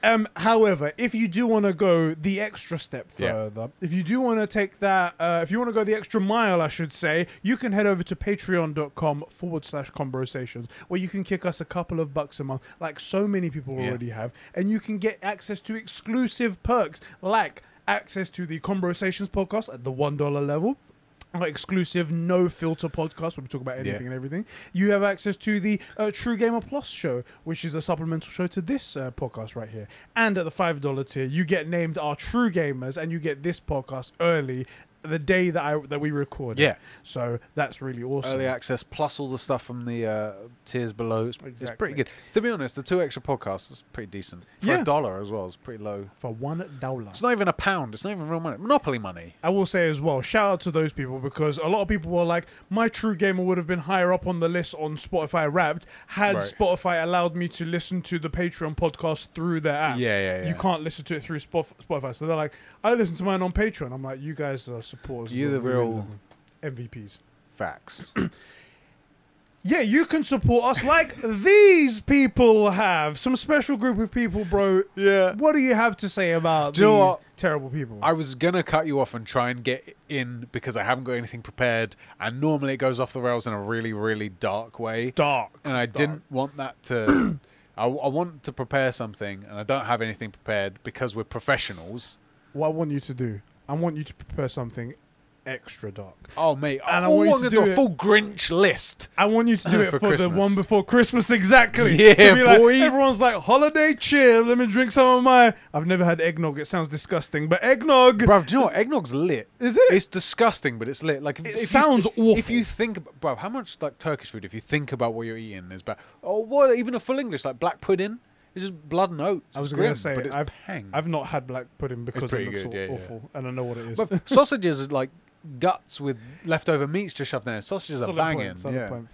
[SPEAKER 1] um, however, if you do want to go the extra step
[SPEAKER 2] Yeah.
[SPEAKER 1] further, if you do want to take that, uh, if you want to go the extra mile, I should say, you can head over to patreon.com forward slash conversations where you can kick us a couple of bucks a month, like so many people
[SPEAKER 2] Yeah.
[SPEAKER 1] already have, and you can get access to exclusive perks like access to the conversations podcast at the $1 level our exclusive no filter podcast where we talk about anything
[SPEAKER 2] Yeah.
[SPEAKER 1] and everything. You have access to the uh, True Gamer Plus show, which is a supplemental show to this uh, podcast right here. And at the five dollar tier, you get named our True Gamers, and you get this podcast early the day that I that we record. it.
[SPEAKER 2] Yeah.
[SPEAKER 1] so that's really awesome.
[SPEAKER 2] Early access plus all the stuff from the uh, tiers below. It's, it's
[SPEAKER 1] Exactly.
[SPEAKER 2] pretty good. To be honest, the two extra podcasts is pretty decent. For
[SPEAKER 1] Yeah.
[SPEAKER 2] a dollar as well, it's pretty low.
[SPEAKER 1] for one dollar.
[SPEAKER 2] It's not even a pound. It's not even real money. Monopoly money.
[SPEAKER 1] I will say as well, shout out to those people because a lot of people were like, my True Gamer would have been higher up on the list on Spotify Wrapped had
[SPEAKER 2] Right.
[SPEAKER 1] Spotify allowed me to listen to the Patreon podcast through their app.
[SPEAKER 2] Yeah, yeah, yeah.
[SPEAKER 1] Ah, You can't listen to it through Spof- Spotify. So they're like, I listen to mine on Patreon. I'm like, you guys are supporters.
[SPEAKER 2] You're the
[SPEAKER 1] We're
[SPEAKER 2] real
[SPEAKER 1] MVPs.
[SPEAKER 2] facts.
[SPEAKER 1] Yeah, you can support us like these people have. Some special group of people, bro.
[SPEAKER 2] yeah.
[SPEAKER 1] What do you have to say about
[SPEAKER 2] Do you know
[SPEAKER 1] these
[SPEAKER 2] what?
[SPEAKER 1] terrible people?
[SPEAKER 2] I was gonna cut you off and try and get in because I haven't got anything prepared, and normally it goes off the rails in a really, really dark way.
[SPEAKER 1] Dark.
[SPEAKER 2] and I
[SPEAKER 1] Dark.
[SPEAKER 2] didn't want that to. I, I want to prepare something, and I don't have anything prepared because we're professionals.
[SPEAKER 1] What I want you to do, I want you to prepare something extra dark.
[SPEAKER 2] Oh, mate,
[SPEAKER 1] And I
[SPEAKER 2] oh,
[SPEAKER 1] want you
[SPEAKER 2] I'm
[SPEAKER 1] to
[SPEAKER 2] gonna
[SPEAKER 1] do
[SPEAKER 2] do a
[SPEAKER 1] it-
[SPEAKER 2] full Grinch list.
[SPEAKER 1] I want you to do it
[SPEAKER 2] For
[SPEAKER 1] for, the
[SPEAKER 2] Christmas.
[SPEAKER 1] one before Christmas, exactly. To
[SPEAKER 2] Yeah,
[SPEAKER 1] be like-
[SPEAKER 2] boy.
[SPEAKER 1] everyone's like, holiday cheer. Let me drink some of my. I've never had eggnog. It sounds disgusting, but eggnog.
[SPEAKER 2] Bruv, do you know what? Eggnog's lit.
[SPEAKER 1] Is it?
[SPEAKER 2] It's disgusting, but it's lit. Like if,
[SPEAKER 1] It
[SPEAKER 2] if you-
[SPEAKER 1] sounds
[SPEAKER 2] If
[SPEAKER 1] awful.
[SPEAKER 2] you think, ab- bruv, how much like Turkish food? If you think about what you're eating, is bad. Oh, what? Even a full English like black pudding. It's just blood and oats.
[SPEAKER 1] I
[SPEAKER 2] It's
[SPEAKER 1] was going
[SPEAKER 2] grim,
[SPEAKER 1] to say,
[SPEAKER 2] but it's
[SPEAKER 1] I've,
[SPEAKER 2] pang.
[SPEAKER 1] I've not had black pudding because
[SPEAKER 2] pretty
[SPEAKER 1] it looks
[SPEAKER 2] good,
[SPEAKER 1] aw-
[SPEAKER 2] yeah, yeah.
[SPEAKER 1] awful, and I know what it is.
[SPEAKER 2] But sausages are like guts with leftover meats just shoved in there. Sausages are
[SPEAKER 1] Solid
[SPEAKER 2] banging.
[SPEAKER 1] point, solid
[SPEAKER 2] yeah.
[SPEAKER 1] point.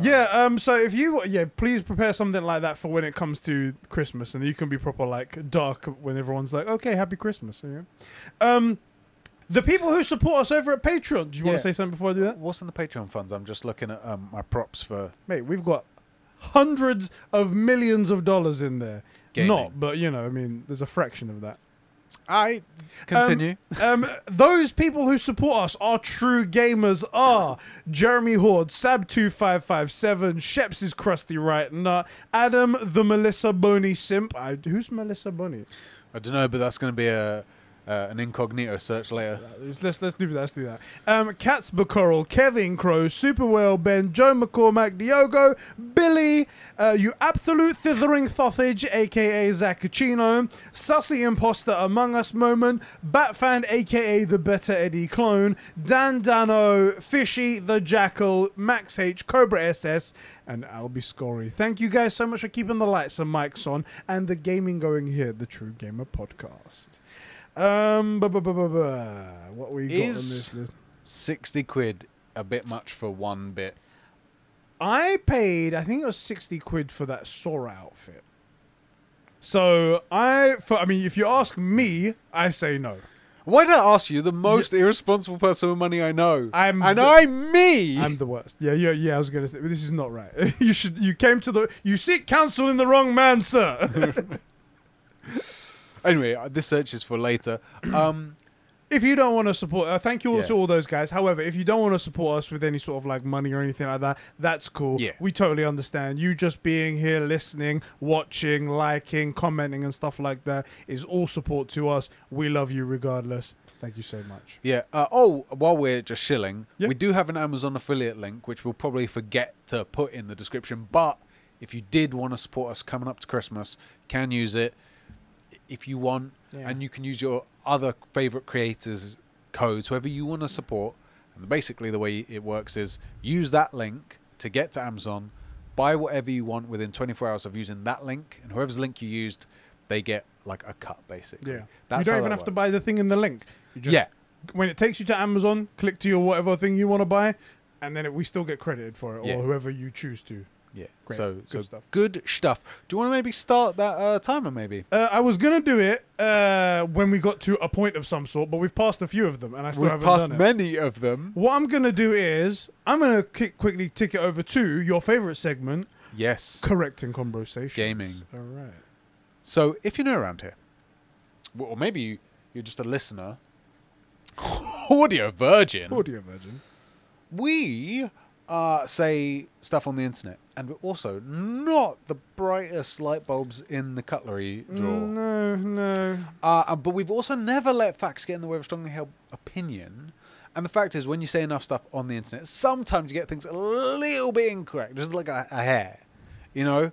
[SPEAKER 1] Yeah, um, so if you yeah, please prepare something like that for when it comes to Christmas, and you can be proper like dark when everyone's like, okay, happy Christmas. you know? Um, the people who support us over at Patreon. Do you want
[SPEAKER 2] Yeah.
[SPEAKER 1] to say something before I do that?
[SPEAKER 2] What's in the Patreon funds? I'm just looking at um, my props for
[SPEAKER 1] mate, we've got hundreds of millions of dollars in there.
[SPEAKER 2] Gaming.
[SPEAKER 1] Not, but you know, I mean, there's a fraction of that.
[SPEAKER 2] I continue.
[SPEAKER 1] Um, those people who support us, our true gamers, are Jeremy Horde, Sab2557, Sheps is Krusty Right Nut, Adam the Melissa Boney Simp. I, who's Melissa Boney?
[SPEAKER 2] I don't know, but that's going to be a uh, an incognito search later.
[SPEAKER 1] Let's let's, let's do that. Let's do that. Um, Cats Bacoral, Kevin Crow, Super Whale Ben, Joe McCormack, Diogo, Billy, uh, you absolute thithering sausage, aka Zaccuccino, Sussy Imposter Among Us Moment, Batfan, aka the Better Eddie Clone, Dan Dano, Fishy the Jackal, Max H, Cobra SS, and Albie Scory. Thank you guys so much for keeping the lights and mics on and the gaming going here, at the True Gamer Podcast. Um, bu- bu- bu- bu- bu- what we got on
[SPEAKER 2] Is-
[SPEAKER 1] this list?
[SPEAKER 2] Sixty quid, a bit much for one bit.
[SPEAKER 1] I paid, I think it was sixty quid for that Sora outfit. So I, for, I mean, if you ask me, I say no.
[SPEAKER 2] Why did I ask you? The most irresponsible person with money I know.
[SPEAKER 1] I'm
[SPEAKER 2] and
[SPEAKER 1] the-
[SPEAKER 2] I'm me.
[SPEAKER 1] I'm the worst. Yeah, yeah, yeah. I was gonna say this is not right. you should, you came to the, you seek counsel in the wrong man, sir.
[SPEAKER 2] anyway, uh, this search is for later. Um,
[SPEAKER 1] if you don't want to support, uh, thank you all
[SPEAKER 2] Yeah.
[SPEAKER 1] to all those guys. However, if you don't want to support us with any sort of like money or anything like that, that's cool.
[SPEAKER 2] Yeah.
[SPEAKER 1] We totally understand. You just being here, listening, watching, liking, commenting, and stuff like that is all support to us. We love you regardless. Thank you so much.
[SPEAKER 2] yeah. Uh, oh, while we're just shilling,
[SPEAKER 1] Yeah.
[SPEAKER 2] we do have an Amazon affiliate link, which we'll probably forget to put in the description. But if you did want to support us coming up to Christmas, you can use it if you want,
[SPEAKER 1] Yeah.
[SPEAKER 2] and you can use your other favorite creators' codes, whoever you want to support. And basically, the way it works is use that link to get to Amazon, buy whatever you want within 24 hours of using that link, and whoever's link you used, they get like a cut basically.
[SPEAKER 1] Yeah.
[SPEAKER 2] That's
[SPEAKER 1] you
[SPEAKER 2] how
[SPEAKER 1] don't even
[SPEAKER 2] that
[SPEAKER 1] have to
[SPEAKER 2] works.
[SPEAKER 1] buy the thing in the link. You just,
[SPEAKER 2] Yeah,
[SPEAKER 1] When it takes you to Amazon, click to your whatever thing you want to buy, and then it, we still get credited for it,
[SPEAKER 2] Yeah.
[SPEAKER 1] or whoever you choose to.
[SPEAKER 2] yeah.
[SPEAKER 1] Great.
[SPEAKER 2] So,
[SPEAKER 1] Good
[SPEAKER 2] so
[SPEAKER 1] stuff.
[SPEAKER 2] good stuff. Do you want to maybe start that uh, timer? Maybe
[SPEAKER 1] Uh, I was gonna do it uh, when we got to a point of some sort, but we've passed a few of them, and I still
[SPEAKER 2] we've
[SPEAKER 1] haven't
[SPEAKER 2] passed
[SPEAKER 1] done it.
[SPEAKER 2] many of them.
[SPEAKER 1] What I'm gonna do is I'm gonna ki- quickly tick it over to your favorite segment,
[SPEAKER 2] Yes.
[SPEAKER 1] correcting conversations.
[SPEAKER 2] Gaming.
[SPEAKER 1] All right.
[SPEAKER 2] So if you're new around here, w- or maybe you, you're just a listener, audio virgin,
[SPEAKER 1] Audio virgin.
[SPEAKER 2] we uh, say stuff on the internet, and we're also not the brightest light bulbs in the cutlery drawer.
[SPEAKER 1] No, no.
[SPEAKER 2] Uh, uh, but we've also never let facts get in the way of strongly held opinion. And the fact is, when you say enough stuff on the internet, sometimes you get things a little bit incorrect, just like a, a hair, you know.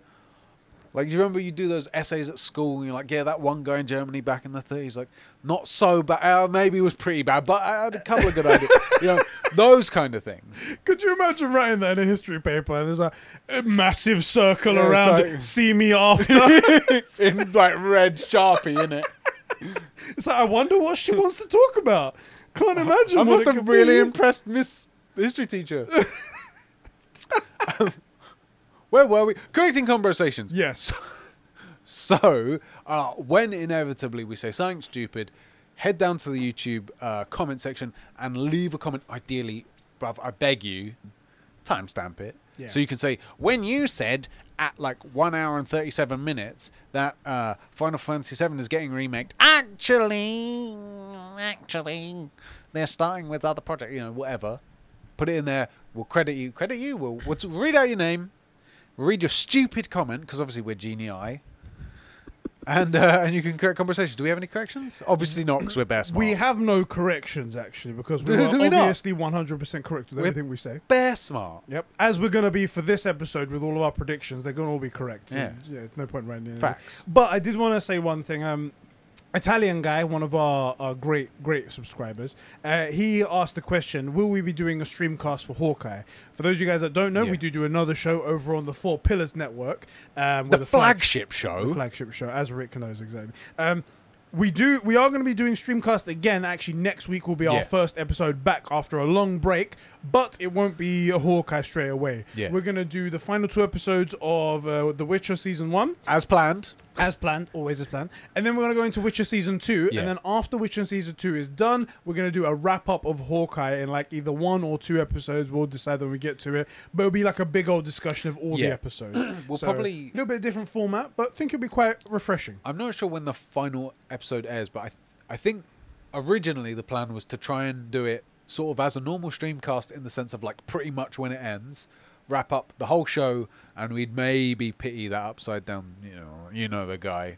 [SPEAKER 2] Like, do you remember you do those essays at school, and you're like, yeah, that one guy in Germany back in the 30s, like, not so bad. Uh, maybe it was pretty bad, but I had a couple of good ideas. You know, those kind of things.
[SPEAKER 1] Could you imagine writing that in a history paper and there's a, a massive circle
[SPEAKER 2] Yeah, it's
[SPEAKER 1] around
[SPEAKER 2] like-
[SPEAKER 1] it? See me after.
[SPEAKER 2] it's in, like, red Sharpie, in it?
[SPEAKER 1] it's like I wonder what she wants to talk about. Can't imagine.
[SPEAKER 2] I
[SPEAKER 1] what
[SPEAKER 2] must
[SPEAKER 1] it
[SPEAKER 2] have
[SPEAKER 1] could
[SPEAKER 2] really
[SPEAKER 1] be.
[SPEAKER 2] impressed Miss History Teacher. Where were we? Correcting conversations.
[SPEAKER 1] Yes.
[SPEAKER 2] So, uh, when inevitably we say something stupid, head down to the YouTube uh, comment section and leave a comment. Ideally, bruv, I beg you, timestamp it.
[SPEAKER 1] Yeah.
[SPEAKER 2] So you can say, when you said at like one hour and 37 minutes that uh, Final Fantasy VII is getting remaked, actually, actually, they're starting with other project, you know, whatever. Put it in there. We'll credit you. Credit you. We'll, we'll read out your name We'll read your stupid comment because obviously we're genii. And uh, and you can correct conversations. Do we have any corrections? Obviously not, because we're best.
[SPEAKER 1] We have no corrections actually because we
[SPEAKER 2] Do-
[SPEAKER 1] are
[SPEAKER 2] do we not?
[SPEAKER 1] obviously 100% correct with
[SPEAKER 2] We're-
[SPEAKER 1] everything we say.
[SPEAKER 2] bear smart.
[SPEAKER 1] Yep. As we're going to be for this episode with all of our predictions, they're going to all be correct.
[SPEAKER 2] Yeah.
[SPEAKER 1] Yeah. it's no point writing anything.
[SPEAKER 2] Facts.
[SPEAKER 1] But I did want to say one thing. Um, Italian guy, one of our, our great great subscribers, uh, he asked the question: Will we be doing a streamcast for Hawkeye? For those of you guys that don't know,
[SPEAKER 2] Yeah.
[SPEAKER 1] we do do another show over on the Four Pillars Network. Um,
[SPEAKER 2] The
[SPEAKER 1] with a flag-
[SPEAKER 2] flagship show.
[SPEAKER 1] the flagship show, as Rick knows exactly. Um, we do. We are going to be doing streamcast again. Actually, next week will be our
[SPEAKER 2] Yeah.
[SPEAKER 1] first episode back after a long break, but it won't be a Hawkeye straight away.
[SPEAKER 2] Yeah.
[SPEAKER 1] We're going to do the final two episodes of uh, The Witcher season one,
[SPEAKER 2] as planned.
[SPEAKER 1] as planned, always as planned, and then we're going to go into Witcher season two,
[SPEAKER 2] Yeah.
[SPEAKER 1] and then after Witcher season two is done, we're going to do a wrap up of Hawkeye in like either one or two episodes. We'll decide when we get to it, but it'll be like a big old discussion of all
[SPEAKER 2] Yeah.
[SPEAKER 1] the episodes.
[SPEAKER 2] We'll
[SPEAKER 1] So,
[SPEAKER 2] probably-
[SPEAKER 1] a little bit different format, but I think it'll be quite refreshing.
[SPEAKER 2] I'm not sure when the final episode airs, but I, I think originally the plan was to try and do it sort of as a normal streamcast in the sense of like pretty much when it ends, wrap up the whole show, and we'd maybe pity that upside down, you know, you know the guy,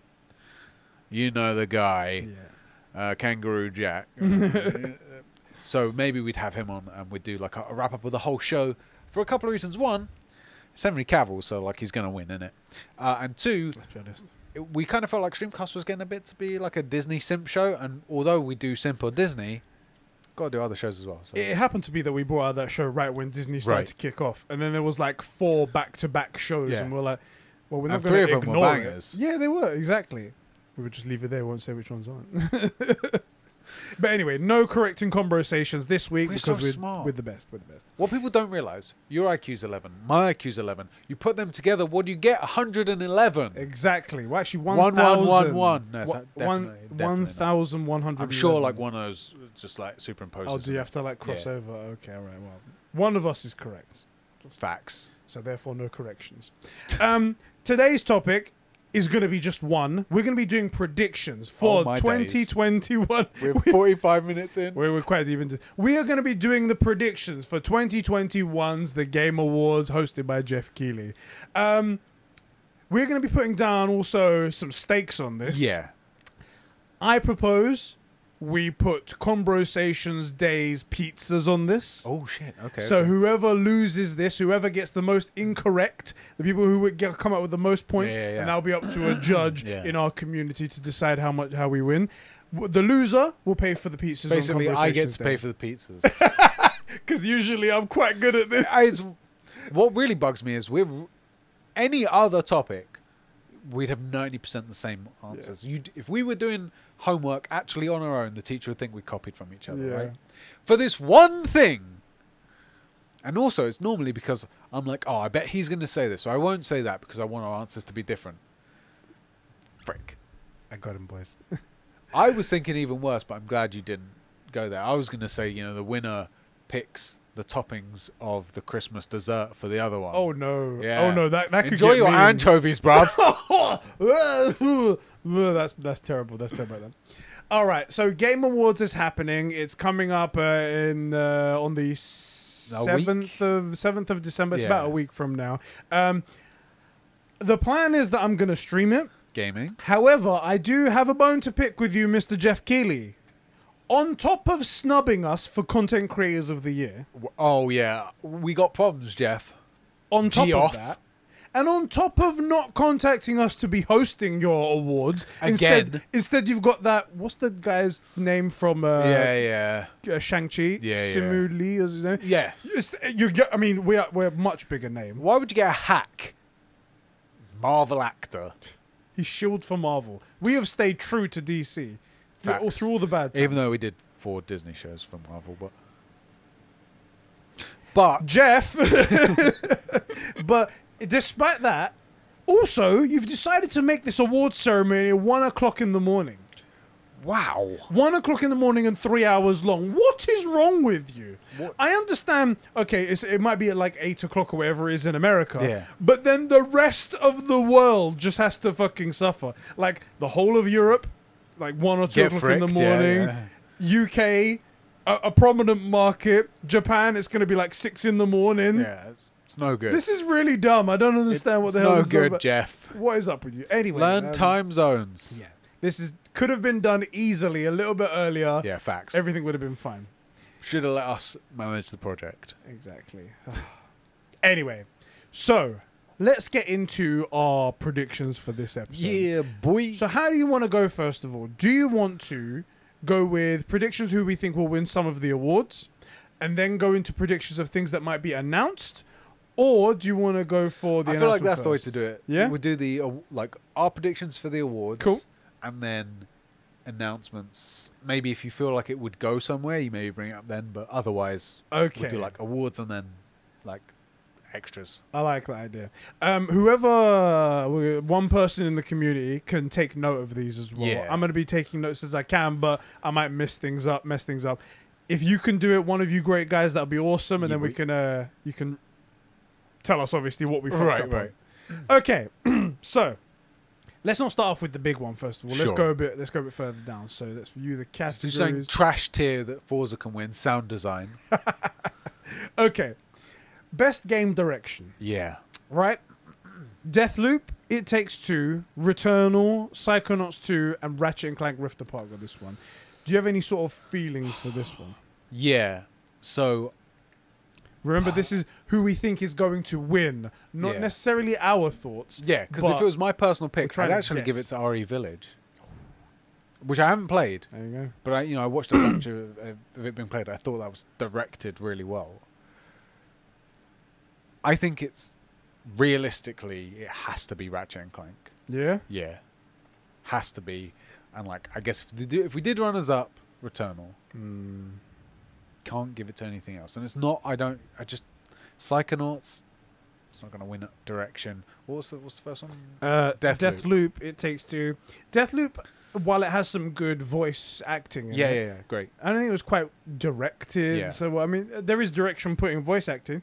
[SPEAKER 2] you know the guy, uh, Kangaroo Jack. so maybe we'd have him on and we'd do like a, a wrap up of the whole show for a couple of reasons. One, it's Henry Cavill, so like he's gonna win, innit? Uh, and two,
[SPEAKER 1] Let's be honest.
[SPEAKER 2] it- we kind of felt like Streamcast was getting a bit to be like a Disney simp show, and although we do simp or Disney, gotta do other shows as well. So.
[SPEAKER 1] It happened to be that we brought out that show right when Disney started
[SPEAKER 2] Right.
[SPEAKER 1] to kick off, and then there was like four back-to-back shows,
[SPEAKER 2] Yeah.
[SPEAKER 1] and we're like, "Well, we're not
[SPEAKER 2] And
[SPEAKER 1] going
[SPEAKER 2] three
[SPEAKER 1] to
[SPEAKER 2] of them were
[SPEAKER 1] ignore it."
[SPEAKER 2] bangers.
[SPEAKER 1] Yeah, they were exactly. We would just leave it there. We won't say which ones aren't. but anyway, no correcting conversations this week
[SPEAKER 2] We're
[SPEAKER 1] because
[SPEAKER 2] so
[SPEAKER 1] we're,
[SPEAKER 2] smart.
[SPEAKER 1] we're the best. We're the best.
[SPEAKER 2] What people don't realize, your IQ's 11, my IQ's 11. You put them together, what do you get? 111.
[SPEAKER 1] Exactly. Well, actually, one
[SPEAKER 2] One, one, one,
[SPEAKER 1] thousand-
[SPEAKER 2] one. No, it's
[SPEAKER 1] wa-
[SPEAKER 2] not-
[SPEAKER 1] one-
[SPEAKER 2] definitely- definitely
[SPEAKER 1] one
[SPEAKER 2] not.
[SPEAKER 1] thousand one hundred.
[SPEAKER 2] I'm sure like one of those just like superimposes.
[SPEAKER 1] Oh, do you have to like cross
[SPEAKER 2] Yeah.
[SPEAKER 1] over? Okay, all right. Well, one of us is correct.
[SPEAKER 2] facts?
[SPEAKER 1] so therefore no corrections. Um, today's topic is going to be just one. We're going to be doing predictions for
[SPEAKER 2] Oh, my days.
[SPEAKER 1] 2021.
[SPEAKER 2] We're 45 minutes in.
[SPEAKER 1] We're, we're quite deep into. We are going to be doing the predictions for 2021's The Game Awards, hosted by Jeff Keighley. Um, we're going to be putting down also some stakes on this.
[SPEAKER 2] Yeah.
[SPEAKER 1] I propose we put Conversations Days pizzas on this.
[SPEAKER 2] Oh, shit. Okay.
[SPEAKER 1] So
[SPEAKER 2] okay.
[SPEAKER 1] whoever loses this, whoever gets the most incorrect, the people who would get, come up with the most points,
[SPEAKER 2] Yeah, yeah, yeah.
[SPEAKER 1] and that'll be up to a judge
[SPEAKER 2] Yeah.
[SPEAKER 1] in our community to decide how much how we win. W- The loser will pay for the pizzas.
[SPEAKER 2] basically,
[SPEAKER 1] on
[SPEAKER 2] I get to pay for the pizzas.
[SPEAKER 1] because usually I'm quite good at this.
[SPEAKER 2] I- it's, what really bugs me is with any other topic, we'd have ninety percent the same answers. You, if we were doing homework actually on our own, the teacher would think we copied from each other,
[SPEAKER 1] Yeah.
[SPEAKER 2] right? For this one thing, and also it's normally because I'm like, oh, I bet he's going to say this, so I won't say that because I want our answers to be different. Frick.
[SPEAKER 1] I got him, boys.
[SPEAKER 2] I was thinking even worse, but I'm glad you didn't go there. I was going to say, you know, the winner picks the toppings of the Christmas dessert for the other one.
[SPEAKER 1] Oh no!
[SPEAKER 2] Yeah.
[SPEAKER 1] Oh no! That that could
[SPEAKER 2] Enjoy
[SPEAKER 1] get
[SPEAKER 2] your
[SPEAKER 1] mean.
[SPEAKER 2] anchovies, bruv.
[SPEAKER 1] Ugh, that's that's terrible. That's terrible. Then. All right. So Game Awards is happening. It's coming up uh, in uh, on the seventh of seventh of December. It's about
[SPEAKER 2] Yeah.
[SPEAKER 1] a week from now. Um, the plan is that I'm going to stream it.
[SPEAKER 2] Gaming.
[SPEAKER 1] However, I do have a bone to pick with you, Mr. Jeff Keighley. On top of snubbing us for Content Creators of the Year,
[SPEAKER 2] W- Oh yeah, we got problems, Jeff.
[SPEAKER 1] on top
[SPEAKER 2] Geoff.
[SPEAKER 1] of that, and on top of not contacting us to be hosting your awards
[SPEAKER 2] Again.
[SPEAKER 1] Instead, instead you've got that. What's the guy's name from uh,
[SPEAKER 2] yeah, yeah,
[SPEAKER 1] uh, Shang Chi?
[SPEAKER 2] Yeah, yeah.
[SPEAKER 1] Simu Lee is his name.
[SPEAKER 2] yeah.
[SPEAKER 1] It's- You get. I mean, we are we're a much bigger name.
[SPEAKER 2] Why would you get a hack? Marvel actor,
[SPEAKER 1] He's shield for Marvel. We have stayed true to DC through, all,
[SPEAKER 2] Facts.
[SPEAKER 1] through all the bad times.
[SPEAKER 2] even though we did four Disney shows for Marvel, but but
[SPEAKER 1] Jeff, but despite that, also you've decided to make this award ceremony at one o'clock in the morning.
[SPEAKER 2] wow,
[SPEAKER 1] one o'clock in the morning and three hours long. What is wrong with you?
[SPEAKER 2] What-
[SPEAKER 1] I understand. Okay, it's, it might be at like eight o'clock or whatever it is in America.
[SPEAKER 2] Yeah.
[SPEAKER 1] But then the rest of the world just has to fucking suffer. Like the whole of Europe, like one or two
[SPEAKER 2] Get
[SPEAKER 1] o'clock in
[SPEAKER 2] fricked,
[SPEAKER 1] the
[SPEAKER 2] yeah,
[SPEAKER 1] morning.
[SPEAKER 2] yeah.
[SPEAKER 1] UK, a, a prominent market. Japan, it's going to be like six in the morning.
[SPEAKER 2] yeah, It's no good.
[SPEAKER 1] This is really dumb. I don't understand what
[SPEAKER 2] it's
[SPEAKER 1] the hell
[SPEAKER 2] no
[SPEAKER 1] this is all
[SPEAKER 2] good,
[SPEAKER 1] about.
[SPEAKER 2] Jeff.
[SPEAKER 1] What is up with you? Anyway,
[SPEAKER 2] Learn
[SPEAKER 1] um,
[SPEAKER 2] time zones.
[SPEAKER 1] Yeah, this is could have been done easily a little bit earlier.
[SPEAKER 2] Yeah, facts.
[SPEAKER 1] everything would have been fine.
[SPEAKER 2] Should have let us manage the project.
[SPEAKER 1] Exactly. anyway, so let's get into our predictions for this episode.
[SPEAKER 2] boy.
[SPEAKER 1] So how do you want to go first of all? Do you want to go with predictions who we think will win some of the awards and then go into predictions of things that might be announced or do you want to go for the
[SPEAKER 2] I feel like that's the way
[SPEAKER 1] announcement
[SPEAKER 2] to do it.
[SPEAKER 1] Yeah?
[SPEAKER 2] We'll do the uh, like our predictions for the awards.
[SPEAKER 1] Cool.
[SPEAKER 2] And then announcements. Maybe if you feel like it would go somewhere, you maybe bring it up then. But otherwise,
[SPEAKER 1] first?
[SPEAKER 2] we'll
[SPEAKER 1] Okay.
[SPEAKER 2] do like awards and then like extras.
[SPEAKER 1] I like that idea. Um, whoever, one person in the community can take note of these as well.
[SPEAKER 2] Yeah.
[SPEAKER 1] I'm going to be taking notes as I can, but I might miss things up, mess things up. If you can do it, one of you great guys, that'll be awesome, and
[SPEAKER 2] Yeah,
[SPEAKER 1] then we
[SPEAKER 2] we-
[SPEAKER 1] can, uh, you can tell us obviously what we fucked
[SPEAKER 2] Right,
[SPEAKER 1] up
[SPEAKER 2] right.
[SPEAKER 1] on. Okay, so let's not start off with the big one first of all. Let's
[SPEAKER 2] Sure.
[SPEAKER 1] go a bit. Let's go a bit further down. So let's view the
[SPEAKER 2] So you're saying
[SPEAKER 1] categories.
[SPEAKER 2] trash tier that Forza can win? Sound design.
[SPEAKER 1] Okay, best game direction.
[SPEAKER 2] yeah.
[SPEAKER 1] right? Deathloop, It Takes Two, Returnal, Psychonauts 2, and Ratchet and Clank Rift Apart with this one. Do you have any sort of feelings for this one?
[SPEAKER 2] Yeah. So
[SPEAKER 1] Remember, this is who we think is going to win, not
[SPEAKER 2] Yeah.
[SPEAKER 1] necessarily our thoughts.
[SPEAKER 2] yeah, because
[SPEAKER 1] But-
[SPEAKER 2] if it was my personal
[SPEAKER 1] We're
[SPEAKER 2] pick,
[SPEAKER 1] trying
[SPEAKER 2] I'd
[SPEAKER 1] to
[SPEAKER 2] actually give it
[SPEAKER 1] guess.
[SPEAKER 2] to RE Village, which I haven't played.
[SPEAKER 1] There you go.
[SPEAKER 2] But I, you know, I watched a bunch of, of it being played. I thought that was directed really well. I think it's realistically it has to be Ratchet and Clank.
[SPEAKER 1] Yeah.
[SPEAKER 2] Yeah, has to be. And like, I guess if, they do, if we did runners up, Returnal Hmm. can't give it to anything else. And it's not. I don't. I just Psychonauts. It's not going to win at direction. What's the What's the first one?
[SPEAKER 1] Uh,
[SPEAKER 2] Deathloop.
[SPEAKER 1] Deathloop. It Takes Two. Deathloop, while it has some good voice acting, in
[SPEAKER 2] Yeah,
[SPEAKER 1] it,
[SPEAKER 2] yeah, yeah. Great.
[SPEAKER 1] I don't think it was quite directed.
[SPEAKER 2] Yeah.
[SPEAKER 1] So I mean, there is direction put in voice acting.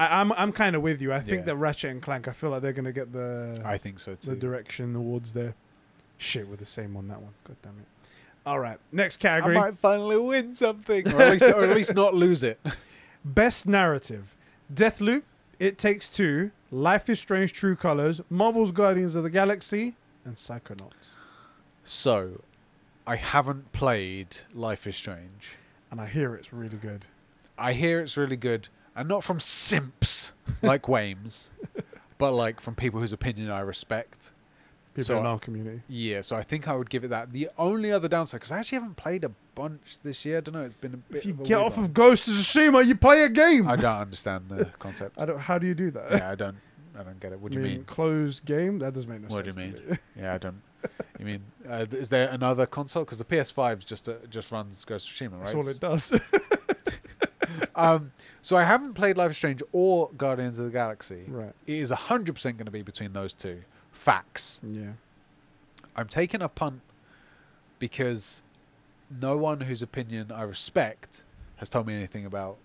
[SPEAKER 1] I, I'm I'm kind of with you. I think
[SPEAKER 2] Yeah.
[SPEAKER 1] that Ratchet and Clank. I feel like they're gonna get the
[SPEAKER 2] I think so too.
[SPEAKER 1] the direction awards there. Shit, we're the same on that one. God damn it. All right, next category:
[SPEAKER 2] I might finally win something, or at least, or at least not lose it.
[SPEAKER 1] best narrative. Deathloop, It Takes Two, Life is Strange: True Colors, Marvel's Guardians of the Galaxy, and Psychonauts.
[SPEAKER 2] So, I haven't played Life is Strange.
[SPEAKER 1] And I hear it's really good.
[SPEAKER 2] I hear it's really good, and not from simps like Wames, but like from people whose opinion I respect.
[SPEAKER 1] People
[SPEAKER 2] So
[SPEAKER 1] in
[SPEAKER 2] I-
[SPEAKER 1] our community.
[SPEAKER 2] Yeah, so I think I would give it that. The only other downside, because I actually haven't played a bunch this year. I don't know. It's been a bit.
[SPEAKER 1] If you
[SPEAKER 2] of a
[SPEAKER 1] get
[SPEAKER 2] weird
[SPEAKER 1] off
[SPEAKER 2] one.
[SPEAKER 1] of Ghost of Tsushima, you play a game.
[SPEAKER 2] I don't understand the concept.
[SPEAKER 1] I don't, how do you do that?
[SPEAKER 2] yeah, I don't. I don't get it. What do you mean?
[SPEAKER 1] Closed game? That doesn't make no
[SPEAKER 2] What do
[SPEAKER 1] sense.
[SPEAKER 2] you
[SPEAKER 1] to
[SPEAKER 2] mean? Yeah, I don't. You mean uh, th- is there another console? Because the PS5 's just uh, just runs Ghost of Tsushima,
[SPEAKER 1] That's
[SPEAKER 2] right?
[SPEAKER 1] all it does.
[SPEAKER 2] um, so I haven't played Life is Strange or Guardians of the Galaxy.
[SPEAKER 1] right.
[SPEAKER 2] It is 100% going to be between those two. Facts.
[SPEAKER 1] Yeah.
[SPEAKER 2] I'm taking a punt because no one whose opinion I respect has told me anything about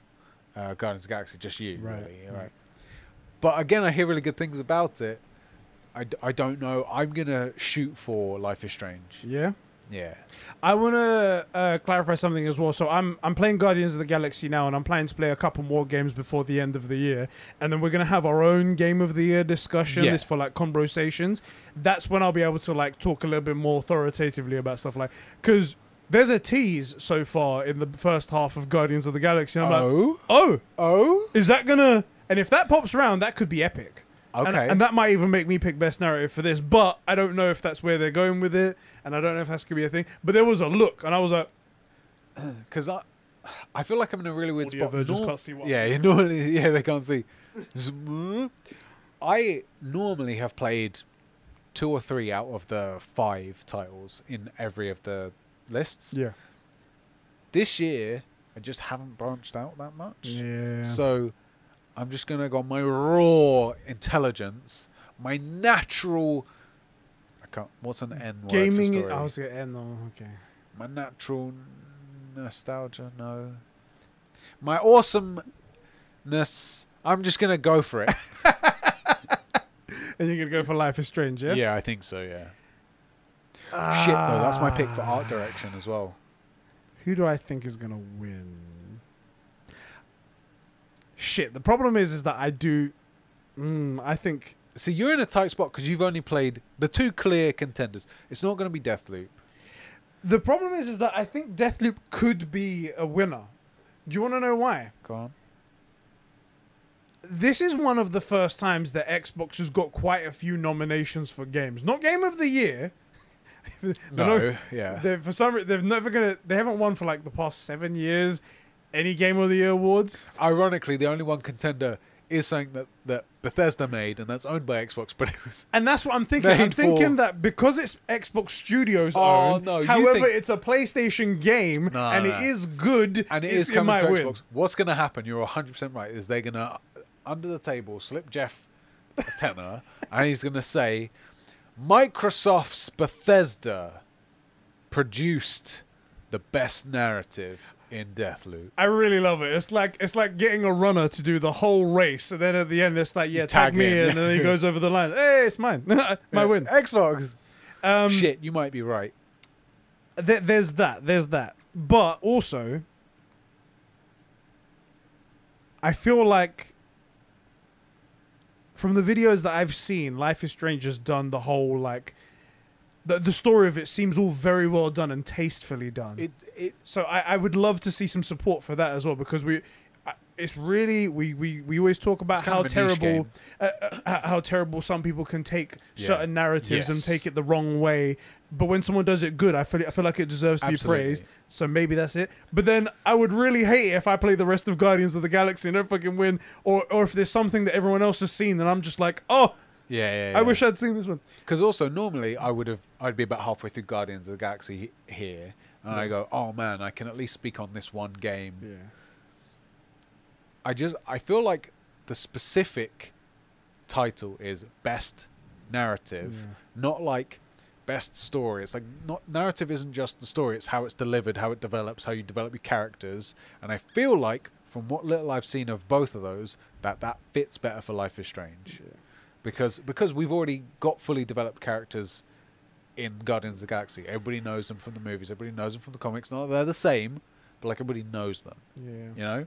[SPEAKER 2] uh, Guardians of the Galaxy, just you,
[SPEAKER 1] Right, Mm.
[SPEAKER 2] really.
[SPEAKER 1] right.
[SPEAKER 2] Right. But again, I hear really good things about it. I, d- I don't know. I'm going to shoot for Life is Strange.
[SPEAKER 1] Yeah.
[SPEAKER 2] Yeah.
[SPEAKER 1] I want to uh, clarify something as well. So I'm I'm playing Guardians of the Galaxy now, and I'm planning to play a couple more games before the end of the year, and then we're gonna have our own game of the year discussion.
[SPEAKER 2] Yeah.
[SPEAKER 1] This for like conversations. That's when I'll be able to like talk a little bit more authoritatively about stuff like because there's a tease so far in the first half of Guardians of the Galaxy. And I'm like,
[SPEAKER 2] Oh?
[SPEAKER 1] oh,
[SPEAKER 2] Oh?
[SPEAKER 1] is that gonna? And if that pops around, that could be epic.
[SPEAKER 2] Okay.
[SPEAKER 1] And, and that might even make me pick best narrative for this, but I don't know if that's where they're going with it, and I don't know if that's gonna be a thing. But there was a look, and I was like,
[SPEAKER 2] because I, I feel like I'm in a really weird
[SPEAKER 1] Audio
[SPEAKER 2] spot.
[SPEAKER 1] versions
[SPEAKER 2] Nor-
[SPEAKER 1] can't see what-
[SPEAKER 2] Yeah, you normally, yeah, they can't see. Zoom. I normally have played two or three out of the five titles in every of the lists.
[SPEAKER 1] yeah,
[SPEAKER 2] This year, I just haven't branched out that much.
[SPEAKER 1] yeah,
[SPEAKER 2] So, I'm just gonna go on my raw intelligence, my natural. I can't. What's an N word? for
[SPEAKER 1] gaming.
[SPEAKER 2] story?
[SPEAKER 1] I was gonna end on okay.
[SPEAKER 2] my natural nostalgia no my awesomeness i'm just gonna go for it
[SPEAKER 1] And you're gonna go for Life is Strange, yeah?
[SPEAKER 2] i think so yeah shit though that's my pick for art
[SPEAKER 1] Ah.
[SPEAKER 2] direction as well
[SPEAKER 1] Who do I think is gonna win? shit. The problem is, is that I do. Mm, I think
[SPEAKER 2] See, you're in a tight spot because you've only played the two clear contenders. It's not going to be Deathloop.
[SPEAKER 1] the problem is, is that I think Deathloop could be a winner. Do you want to know why?
[SPEAKER 2] Go on.
[SPEAKER 1] This is one of the first times that Xbox has got quite a few nominations for games. Not Game of the Year. They're
[SPEAKER 2] No,
[SPEAKER 1] not-
[SPEAKER 2] yeah.
[SPEAKER 1] They're, for some reason, they've never gonna. They haven't won for like the past seven years. Any Game of the Year awards.
[SPEAKER 2] Ironically, the only one contender is something that, that Bethesda made, and that's owned by Xbox, but it was.
[SPEAKER 1] And that's what I'm thinking. I'm
[SPEAKER 2] Made
[SPEAKER 1] thinking
[SPEAKER 2] for-
[SPEAKER 1] that because it's Xbox Studios
[SPEAKER 2] Oh,
[SPEAKER 1] owned,
[SPEAKER 2] no, you
[SPEAKER 1] however,
[SPEAKER 2] think-
[SPEAKER 1] it's a PlayStation game
[SPEAKER 2] No,
[SPEAKER 1] and
[SPEAKER 2] no.
[SPEAKER 1] it is good.
[SPEAKER 2] And it
[SPEAKER 1] it's-
[SPEAKER 2] is coming
[SPEAKER 1] might
[SPEAKER 2] to
[SPEAKER 1] win.
[SPEAKER 2] Xbox. What's going to happen? You're 100% right. Is they're going to, under the table, slip Jeff a tenner, and he's going to say, Microsoft's Bethesda produced the best narrative in Deathloop.
[SPEAKER 1] I really love it. It's like it's like getting a runner to do the whole race, and then at the end, it's like, yeah, tag,
[SPEAKER 2] tag
[SPEAKER 1] me,
[SPEAKER 2] in.
[SPEAKER 1] in. and then he goes over the line. Hey, it's mine, my win.
[SPEAKER 2] Xbox.
[SPEAKER 1] Um,
[SPEAKER 2] Shit, you might be right.
[SPEAKER 1] There, there's that. There's that. But also, I feel like from the videos that I've seen, Life is Strange has done the whole like the the story of it seems all very well done and tastefully done.
[SPEAKER 2] It it
[SPEAKER 1] so I, I would love to see some support for that as well because we. I- It's really we, we, we always talk about
[SPEAKER 2] It's kind
[SPEAKER 1] how
[SPEAKER 2] of a niche game.
[SPEAKER 1] terrible uh, uh, h- how terrible some people can take
[SPEAKER 2] Yeah.
[SPEAKER 1] certain narratives and
[SPEAKER 2] Yes.
[SPEAKER 1] take it the wrong way. But when someone does it good, I feel I feel like it deserves to
[SPEAKER 2] Absolutely.
[SPEAKER 1] be praised. So maybe that's it. But then I would really hate it if I play the rest of Guardians of the Galaxy and don't fucking win, or or if there's something that everyone else has seen and I'm just like, oh,
[SPEAKER 2] yeah, yeah,
[SPEAKER 1] I wish I'd seen this one.
[SPEAKER 2] because also normally I would have I'd be about halfway through Guardians of the Galaxy he- here, and I go, oh man, I can at least speak on this one game.
[SPEAKER 1] Yeah,
[SPEAKER 2] I just I feel like the specific title is best narrative,
[SPEAKER 1] Yeah.
[SPEAKER 2] not like best story. It's like not narrative isn't just the story; it's how it's delivered, how it develops, how you develop your characters. And I feel like from what little I've seen of both of those, that that fits better for Life is Strange, because because we've already got fully developed characters in Guardians of the Galaxy. Everybody knows them from the movies. Everybody knows them from the comics. Not that they're the same, but like everybody knows them.
[SPEAKER 1] yeah.
[SPEAKER 2] You know.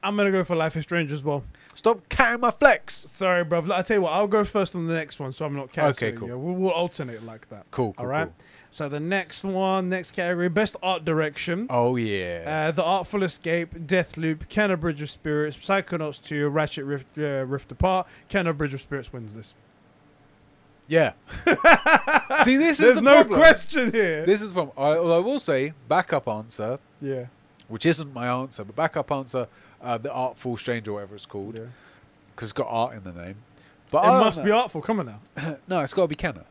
[SPEAKER 1] I'm gonna go for Life is Strange as well.
[SPEAKER 2] Stop carrying my flex.
[SPEAKER 1] Sorry, bruv. I tell you what, I'll go first on the next one, so I'm not canceling.
[SPEAKER 2] cool.
[SPEAKER 1] Yeah, we'll, we'll alternate like that.
[SPEAKER 2] Cool, cool,
[SPEAKER 1] All right.
[SPEAKER 2] cool.
[SPEAKER 1] So the next one, next category, best art direction.
[SPEAKER 2] Oh yeah.
[SPEAKER 1] Uh, the Artful Escape, Deathloop, Can a Bridge of Spirits, Psychonauts 2, Ratchet Rift, uh, Rift Apart. Can a Bridge of Spirits wins this.
[SPEAKER 2] yeah. See, this is
[SPEAKER 1] There's
[SPEAKER 2] the
[SPEAKER 1] no
[SPEAKER 2] problem.
[SPEAKER 1] question here.
[SPEAKER 2] This is the problem. I, although I will say, backup answer,
[SPEAKER 1] yeah.
[SPEAKER 2] which isn't my answer, but backup answer, uh, the artful stranger, whatever it's called,
[SPEAKER 1] yeah.
[SPEAKER 2] because
[SPEAKER 1] It
[SPEAKER 2] it's got art in the name. But other
[SPEAKER 1] must
[SPEAKER 2] than
[SPEAKER 1] be artful. Come on now.
[SPEAKER 2] that- no, it's got to be Kenner,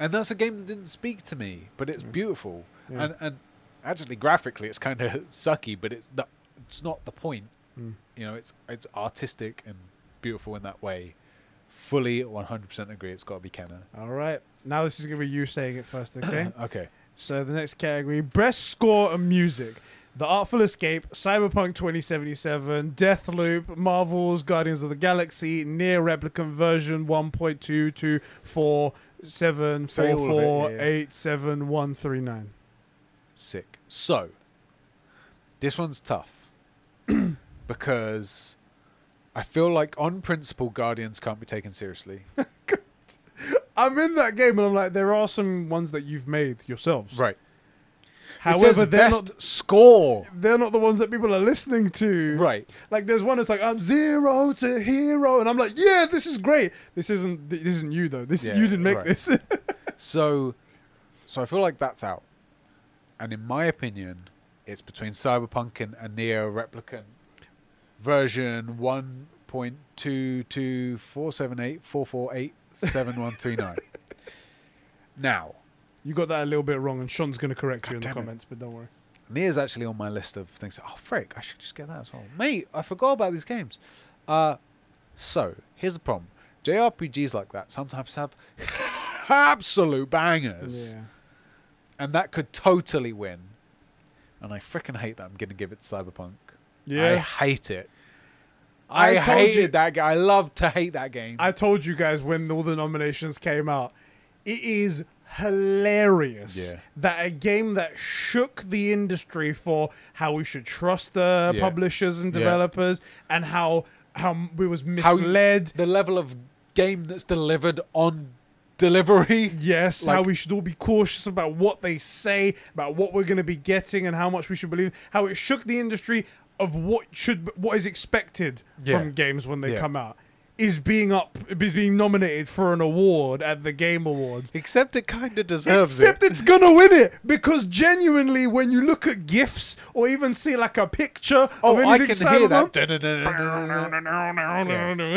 [SPEAKER 2] and that's a game that didn't speak to me, but it's beautiful,
[SPEAKER 1] Mm. Yeah.
[SPEAKER 2] and and actually graphically, it's kind of sucky, but it's the, it's not the point.
[SPEAKER 1] Mm.
[SPEAKER 2] You know, it's it's artistic and beautiful in that way. Fully 100% agree. It's got to be Kenner.
[SPEAKER 1] All right. Now this is going to be you saying it first, okay?
[SPEAKER 2] Okay.
[SPEAKER 1] So the next category: best score and music. The Artful Escape, Cyberpunk 2077, Deathloop, Marvel's Guardians of the Galaxy, Near Replicant version 1.22474487139.
[SPEAKER 2] Say all of it, yeah. Sick. So, this one's tough because I feel like, on principle, Guardians can't be taken seriously.
[SPEAKER 1] I'm in that game and I'm like, there are some ones that you've made yourselves.
[SPEAKER 2] right. it
[SPEAKER 1] However,
[SPEAKER 2] says
[SPEAKER 1] they're
[SPEAKER 2] best
[SPEAKER 1] not,
[SPEAKER 2] score.
[SPEAKER 1] they're not the ones that people are listening to.
[SPEAKER 2] Right.
[SPEAKER 1] Like there's one that's like I'm zero to hero, and I'm like, yeah, this is great. This isn't this isn't you though. This
[SPEAKER 2] Yeah,
[SPEAKER 1] you didn't make
[SPEAKER 2] right.
[SPEAKER 1] this.
[SPEAKER 2] So, so I feel like that's out. And in my opinion, it's between Cyberpunk and a Neo Replicant version 1.2247844871139. now,
[SPEAKER 1] You got that a little bit wrong, and Sean's going to correct you in the
[SPEAKER 2] damn it.
[SPEAKER 1] comments, but don't worry.
[SPEAKER 2] Nia's actually on my list of things. Oh, frick, I should just get that as well. Mate, I forgot about these games. Uh, so, here's the problem JRPGs like that sometimes have absolute bangers, and that could totally win. And I frickin' hate that I'm going to give it to Cyberpunk. I
[SPEAKER 1] Yeah.
[SPEAKER 2] hate it.
[SPEAKER 1] I
[SPEAKER 2] I,
[SPEAKER 1] told
[SPEAKER 2] hated
[SPEAKER 1] you-
[SPEAKER 2] that game. I love to hate that game.
[SPEAKER 1] I, told you guys when all the nominations came out, it is hilarious
[SPEAKER 2] Yeah.
[SPEAKER 1] that a game that shook the industry for how we should trust the
[SPEAKER 2] Yeah.
[SPEAKER 1] publishers and
[SPEAKER 2] Yeah.
[SPEAKER 1] developers and how how m- we was
[SPEAKER 2] How you-
[SPEAKER 1] misled.
[SPEAKER 2] the level of game that's delivered on delivery.
[SPEAKER 1] yes, how
[SPEAKER 2] like-
[SPEAKER 1] we should all be cautious about what they say, about what we're going to be getting, and how much we should believe. How it shook the industry of what should what is expected
[SPEAKER 2] Yeah.
[SPEAKER 1] from games when they
[SPEAKER 2] Yeah.
[SPEAKER 1] come out is being up is being nominated for an award at the Game Awards.
[SPEAKER 2] Except it kind of deserves
[SPEAKER 1] Except
[SPEAKER 2] it.
[SPEAKER 1] it's gonna win it because genuinely, when you look at gifs or even see like a picture
[SPEAKER 2] Oh,
[SPEAKER 1] of anything
[SPEAKER 2] I can hear
[SPEAKER 1] Cyberpunk,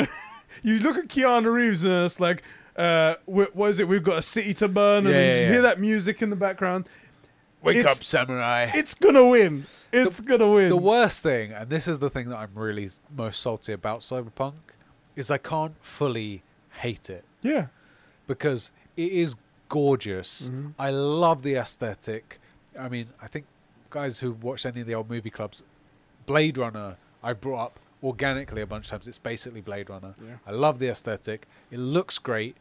[SPEAKER 2] that.
[SPEAKER 1] you look at Keanu Reeves and it's like, uh, wh- what is it? We've got a city to burn, and
[SPEAKER 2] Yeah,
[SPEAKER 1] then
[SPEAKER 2] yeah,
[SPEAKER 1] you
[SPEAKER 2] yeah.
[SPEAKER 1] hear that music in the background.
[SPEAKER 2] Wake
[SPEAKER 1] It's-
[SPEAKER 2] up, samurai.
[SPEAKER 1] It's gonna win. It's gonna win.
[SPEAKER 2] The worst thing, and this is the thing that I'm really s- most salty about Cyberpunk, is I can't fully hate it
[SPEAKER 1] yeah,
[SPEAKER 2] because it is gorgeous. I love the aesthetic. I mean, I think guys who watched any of the old movie clubs, Blade Runner, I brought up organically a bunch of times. It's basically Blade Runner.
[SPEAKER 1] Yeah.
[SPEAKER 2] I love the aesthetic. It looks great.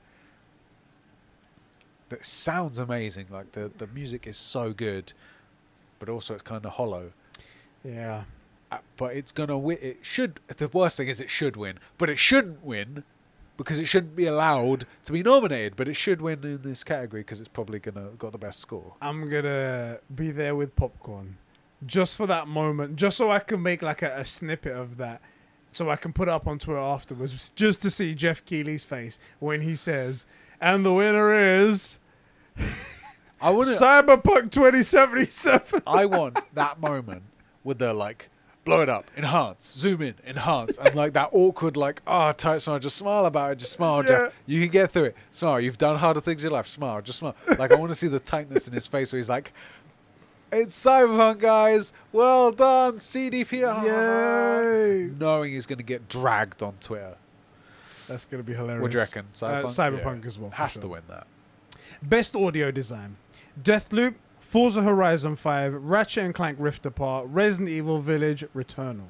[SPEAKER 2] That sounds amazing. Like the, the music is so good, but also it's kind of hollow.
[SPEAKER 1] yeah.
[SPEAKER 2] Uh, but it's gonna win. It should. The worst thing is it should win, but it shouldn't win because it shouldn't be allowed to be nominated. But it should win in this category because it's probably gonna got the best score.
[SPEAKER 1] I'm gonna be there with popcorn, just for that moment, just so I can make like a, a snippet of that, so I can put it up on Twitter afterwards, just to see Jeff Keighley's face when he says, "And the winner is
[SPEAKER 2] I want.
[SPEAKER 1] Cyberpunk 2077."
[SPEAKER 2] I want that moment with the like. Blow it up, enhance, zoom in, enhance, and like that awkward, like, ah, tight smile, just smile about it, just smile,
[SPEAKER 1] Yeah.
[SPEAKER 2] Jeff. You can get through it. Smile. You've done harder things in your life. Smile, just smile. Like, I want to see the tightness in his face where he's like, it's Cyberpunk, guys. Well done, CDPR.
[SPEAKER 1] Yay!
[SPEAKER 2] Ah, knowing he's going to get dragged on Twitter.
[SPEAKER 1] That's gonna be hilarious.
[SPEAKER 2] What do you reckon?
[SPEAKER 1] Uh,
[SPEAKER 2] Cyberpunk,
[SPEAKER 1] Cyberpunk as well. for
[SPEAKER 2] Has
[SPEAKER 1] sure.
[SPEAKER 2] to win that.
[SPEAKER 1] Best audio design: Deathloop, Forza Horizon 5, Ratchet and Clank Rift Apart, Resident Evil Village, Returnal.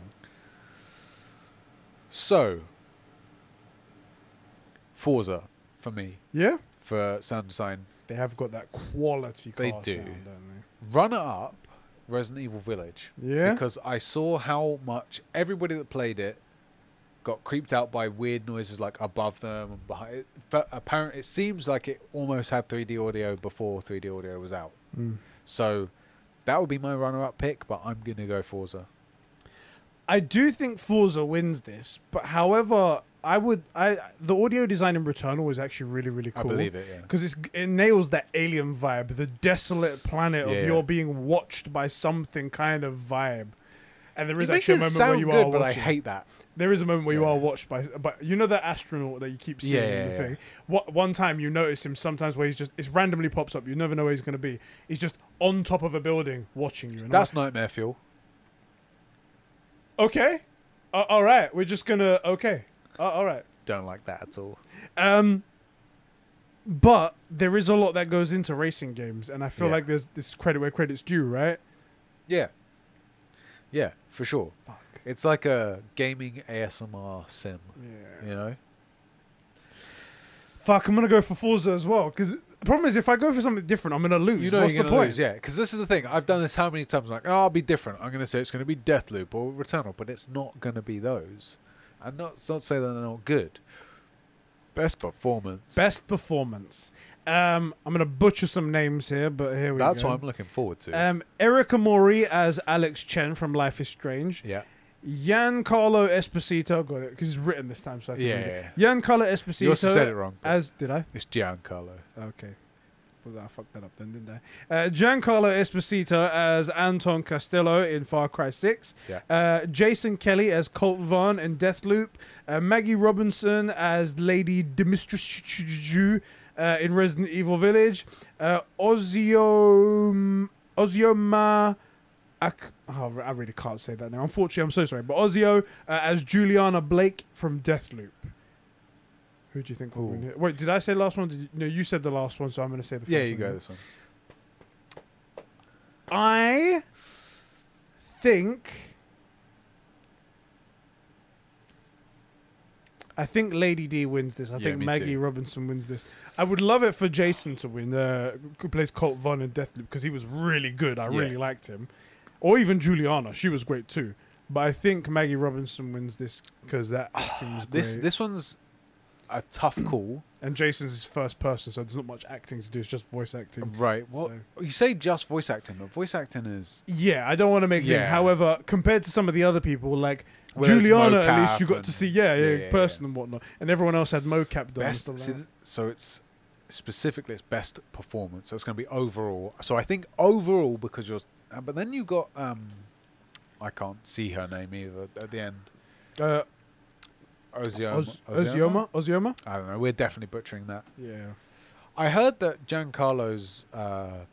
[SPEAKER 2] So, Forza for me
[SPEAKER 1] Yeah,
[SPEAKER 2] for sound design.
[SPEAKER 1] they have got that quality.
[SPEAKER 2] They
[SPEAKER 1] car
[SPEAKER 2] do.
[SPEAKER 1] sound, don't
[SPEAKER 2] Runner up, Resident Evil Village.
[SPEAKER 1] they? Yeah.
[SPEAKER 2] Because I saw how much everybody that played it got creeped out by weird noises like above them and behind. It, fa- apparent, it seems like it almost had 3D audio before 3D audio was out.
[SPEAKER 1] Mm.
[SPEAKER 2] So that would be my runner-up pick, but I'm gonna go Forza.
[SPEAKER 1] I do think Forza wins this, but however, I would I the audio design in Returnal is actually really really cool.
[SPEAKER 2] I believe it. Yeah.
[SPEAKER 1] Because it's it nails that alien vibe, the desolate planet
[SPEAKER 2] Yeah.
[SPEAKER 1] of you're being watched by something kind of vibe. And there is
[SPEAKER 2] It makes
[SPEAKER 1] actually a
[SPEAKER 2] it
[SPEAKER 1] moment where
[SPEAKER 2] sound
[SPEAKER 1] you
[SPEAKER 2] good,
[SPEAKER 1] are
[SPEAKER 2] but I
[SPEAKER 1] watching.
[SPEAKER 2] hate that.
[SPEAKER 1] there is a moment where you
[SPEAKER 2] Yeah.
[SPEAKER 1] are watched by, but you know that astronaut that you keep seeing
[SPEAKER 2] Yeah,
[SPEAKER 1] in the
[SPEAKER 2] yeah,
[SPEAKER 1] thing. What one time you notice him sometimes where he's just it randomly pops up. You never know where he's going to be. He's just on top of a building watching you. And I'm
[SPEAKER 2] That's nightmare fuel.
[SPEAKER 1] Okay. Uh, all right. We're just gonna. Okay. Uh, all right.
[SPEAKER 2] Don't like that at all.
[SPEAKER 1] Um. But there is a lot that goes into racing games, and I feel
[SPEAKER 2] Yeah.
[SPEAKER 1] like there's this is credit where credit's due, right?
[SPEAKER 2] Yeah, yeah, for sure.
[SPEAKER 1] Fuck.
[SPEAKER 2] It's like a gaming ASMR sim.
[SPEAKER 1] Yeah.
[SPEAKER 2] You know,
[SPEAKER 1] Fuck. I'm gonna go for Forza as well, because the problem is if I go for something different, I'm gonna lose.
[SPEAKER 2] you know
[SPEAKER 1] What's
[SPEAKER 2] you're
[SPEAKER 1] the
[SPEAKER 2] gonna
[SPEAKER 1] point?
[SPEAKER 2] lose. Yeah, because this is the thing. I've done this how many times? Like, oh, I'll be different. I'm gonna say it's gonna be Deathloop or Returnal, but it's not gonna be those. And not it's not to say that they're not good. Best performance.
[SPEAKER 1] Best performance. Um, I'm gonna butcher some names here, but here we
[SPEAKER 2] That's
[SPEAKER 1] go.
[SPEAKER 2] what I'm looking forward to.
[SPEAKER 1] Um, Erica Mori as Alex Chen from Life is Strange.
[SPEAKER 2] yeah.
[SPEAKER 1] Giancarlo Esposito got it because it's written this time, so I can
[SPEAKER 2] Yeah,
[SPEAKER 1] read it.
[SPEAKER 2] yeah,
[SPEAKER 1] Giancarlo Esposito.
[SPEAKER 2] You also said it wrong. but
[SPEAKER 1] As did I?
[SPEAKER 2] it's Giancarlo.
[SPEAKER 1] Okay. Well, I fucked that up then, didn't I? Uh, Giancarlo Esposito as Anton Castillo in Far Cry 6.
[SPEAKER 2] Yeah.
[SPEAKER 1] Uh, Jason Kelly as Colt Vaughn in Deathloop. Uh, Maggie Robinson as Lady Dimitrescu uh, in Resident Evil Village. Uh, Ozio... Ozioma... Ak- oh, I really can't say that now. Unfortunately, I'm so sorry. But Ozio uh, as Juliana Blake from Deathloop. Who do you think will win
[SPEAKER 2] Ooh.
[SPEAKER 1] here? Wait, did I say last one? Did you, no, you said the last one, so I'm going to say the first
[SPEAKER 2] Yeah, you
[SPEAKER 1] one
[SPEAKER 2] go
[SPEAKER 1] then.
[SPEAKER 2] this one.
[SPEAKER 1] I think. I think Lady D wins this. I
[SPEAKER 2] Yeah,
[SPEAKER 1] think
[SPEAKER 2] me
[SPEAKER 1] Maggie
[SPEAKER 2] too.
[SPEAKER 1] Robinson wins this. I would love it for Jason to win, uh, who plays Colt Vaughn in Deathloop, because he was really good. I
[SPEAKER 2] Yeah.
[SPEAKER 1] really liked him. Or even Juliana. She was great too. But I think Maggie Robinson wins this because that acting was great.
[SPEAKER 2] This this one's a tough call.
[SPEAKER 1] and Jason's his first person, so there's not much acting to do. It's just voice acting.
[SPEAKER 2] Right. Well, you say just voice acting, but voice acting is
[SPEAKER 1] Yeah, I don't want to make. Yeah.
[SPEAKER 2] Yeah.
[SPEAKER 1] However, compared to some of the other people, like
[SPEAKER 2] Well, there's
[SPEAKER 1] Juliana, at least
[SPEAKER 2] mocap
[SPEAKER 1] you got
[SPEAKER 2] and-
[SPEAKER 1] to see, yeah, yeah,
[SPEAKER 2] yeah, yeah,
[SPEAKER 1] person
[SPEAKER 2] yeah.
[SPEAKER 1] and whatnot, and everyone else had mocap done. and
[SPEAKER 2] best.
[SPEAKER 1] stuff
[SPEAKER 2] see,
[SPEAKER 1] like
[SPEAKER 2] th- so it's specifically it's best performance. That's going to be overall. So I think overall because you're, uh, but then you got um, I can't see her name either at the end.
[SPEAKER 1] that. Uh,
[SPEAKER 2] Ozioma.
[SPEAKER 1] Oz- Ozioma, Ozioma.
[SPEAKER 2] I don't know. We're definitely butchering that.
[SPEAKER 1] Yeah.
[SPEAKER 2] I heard that Giancarlo's uh,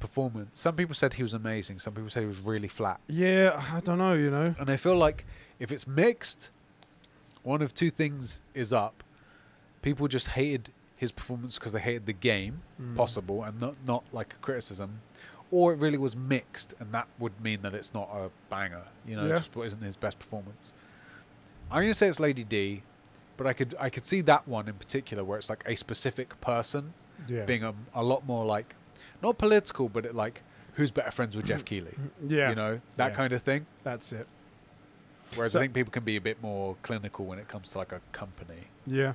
[SPEAKER 2] performance. Some people said he was amazing. Some people said he was really flat.
[SPEAKER 1] Yeah, I don't know. You know.
[SPEAKER 2] And I feel like if it's mixed, one of two things is up. People just hated his performance because they hated the game,
[SPEAKER 1] Mm.
[SPEAKER 2] possible, and not not like a criticism. Or it really was mixed, and that would mean that it's not a banger. You know,
[SPEAKER 1] Yeah.
[SPEAKER 2] just what isn't his best performance. I'm gonna say it's Lady D, but I could I could see that one in particular where it's like a specific person
[SPEAKER 1] Yeah.
[SPEAKER 2] being a, a lot more like not political, but it like who's better friends with Jeff Keighley.
[SPEAKER 1] Mm. yeah.
[SPEAKER 2] You know that
[SPEAKER 1] Yeah.
[SPEAKER 2] kind of thing.
[SPEAKER 1] That's it.
[SPEAKER 2] Whereas
[SPEAKER 1] So-
[SPEAKER 2] I think people can be a bit more clinical when it comes to like a company.
[SPEAKER 1] Yeah.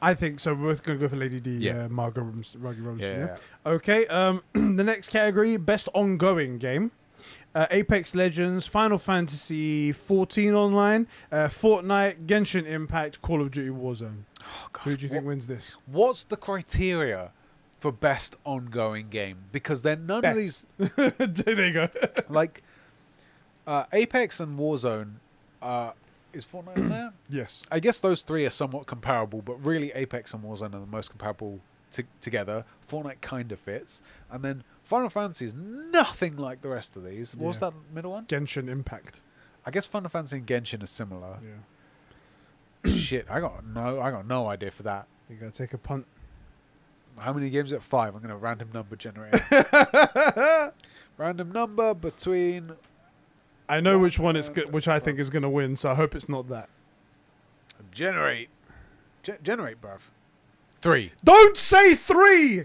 [SPEAKER 1] I think so. We're both gonna go for Lady D,
[SPEAKER 2] Yeah.
[SPEAKER 1] uh, Margot Robinson. Margot Robinson yeah. Okay. Um, the next category: best ongoing game. Uh, Apex Legends, Final Fantasy 14 Online, uh, Fortnite, Genshin Impact, Call of Duty Warzone.
[SPEAKER 2] Oh, God.
[SPEAKER 1] Who do you think
[SPEAKER 2] What-
[SPEAKER 1] wins this?
[SPEAKER 2] what's the criteria for best ongoing game? Because then none of these
[SPEAKER 1] there you go.
[SPEAKER 2] like uh, Apex and Warzone uh, is Fortnite in there.
[SPEAKER 1] yes.
[SPEAKER 2] I guess those three are somewhat comparable, but really Apex and Warzone are the most comparable to- together. Fortnite kind of fits, and then Final Fantasy is nothing like the rest of these. What was
[SPEAKER 1] Yeah.
[SPEAKER 2] that middle one?
[SPEAKER 1] Genshin Impact.
[SPEAKER 2] I guess Final Fantasy and Genshin are similar.
[SPEAKER 1] Yeah.
[SPEAKER 2] Shit, I got no, I got no idea for that.
[SPEAKER 1] You gotta take a punt.
[SPEAKER 2] How many games at five? I'm gonna random number generate. random number between.
[SPEAKER 1] I know which one it's good, which I think is gonna win, so I hope it's not that.
[SPEAKER 2] Generate. Ge- generate, bruv. Oh Three.
[SPEAKER 1] Don't say three.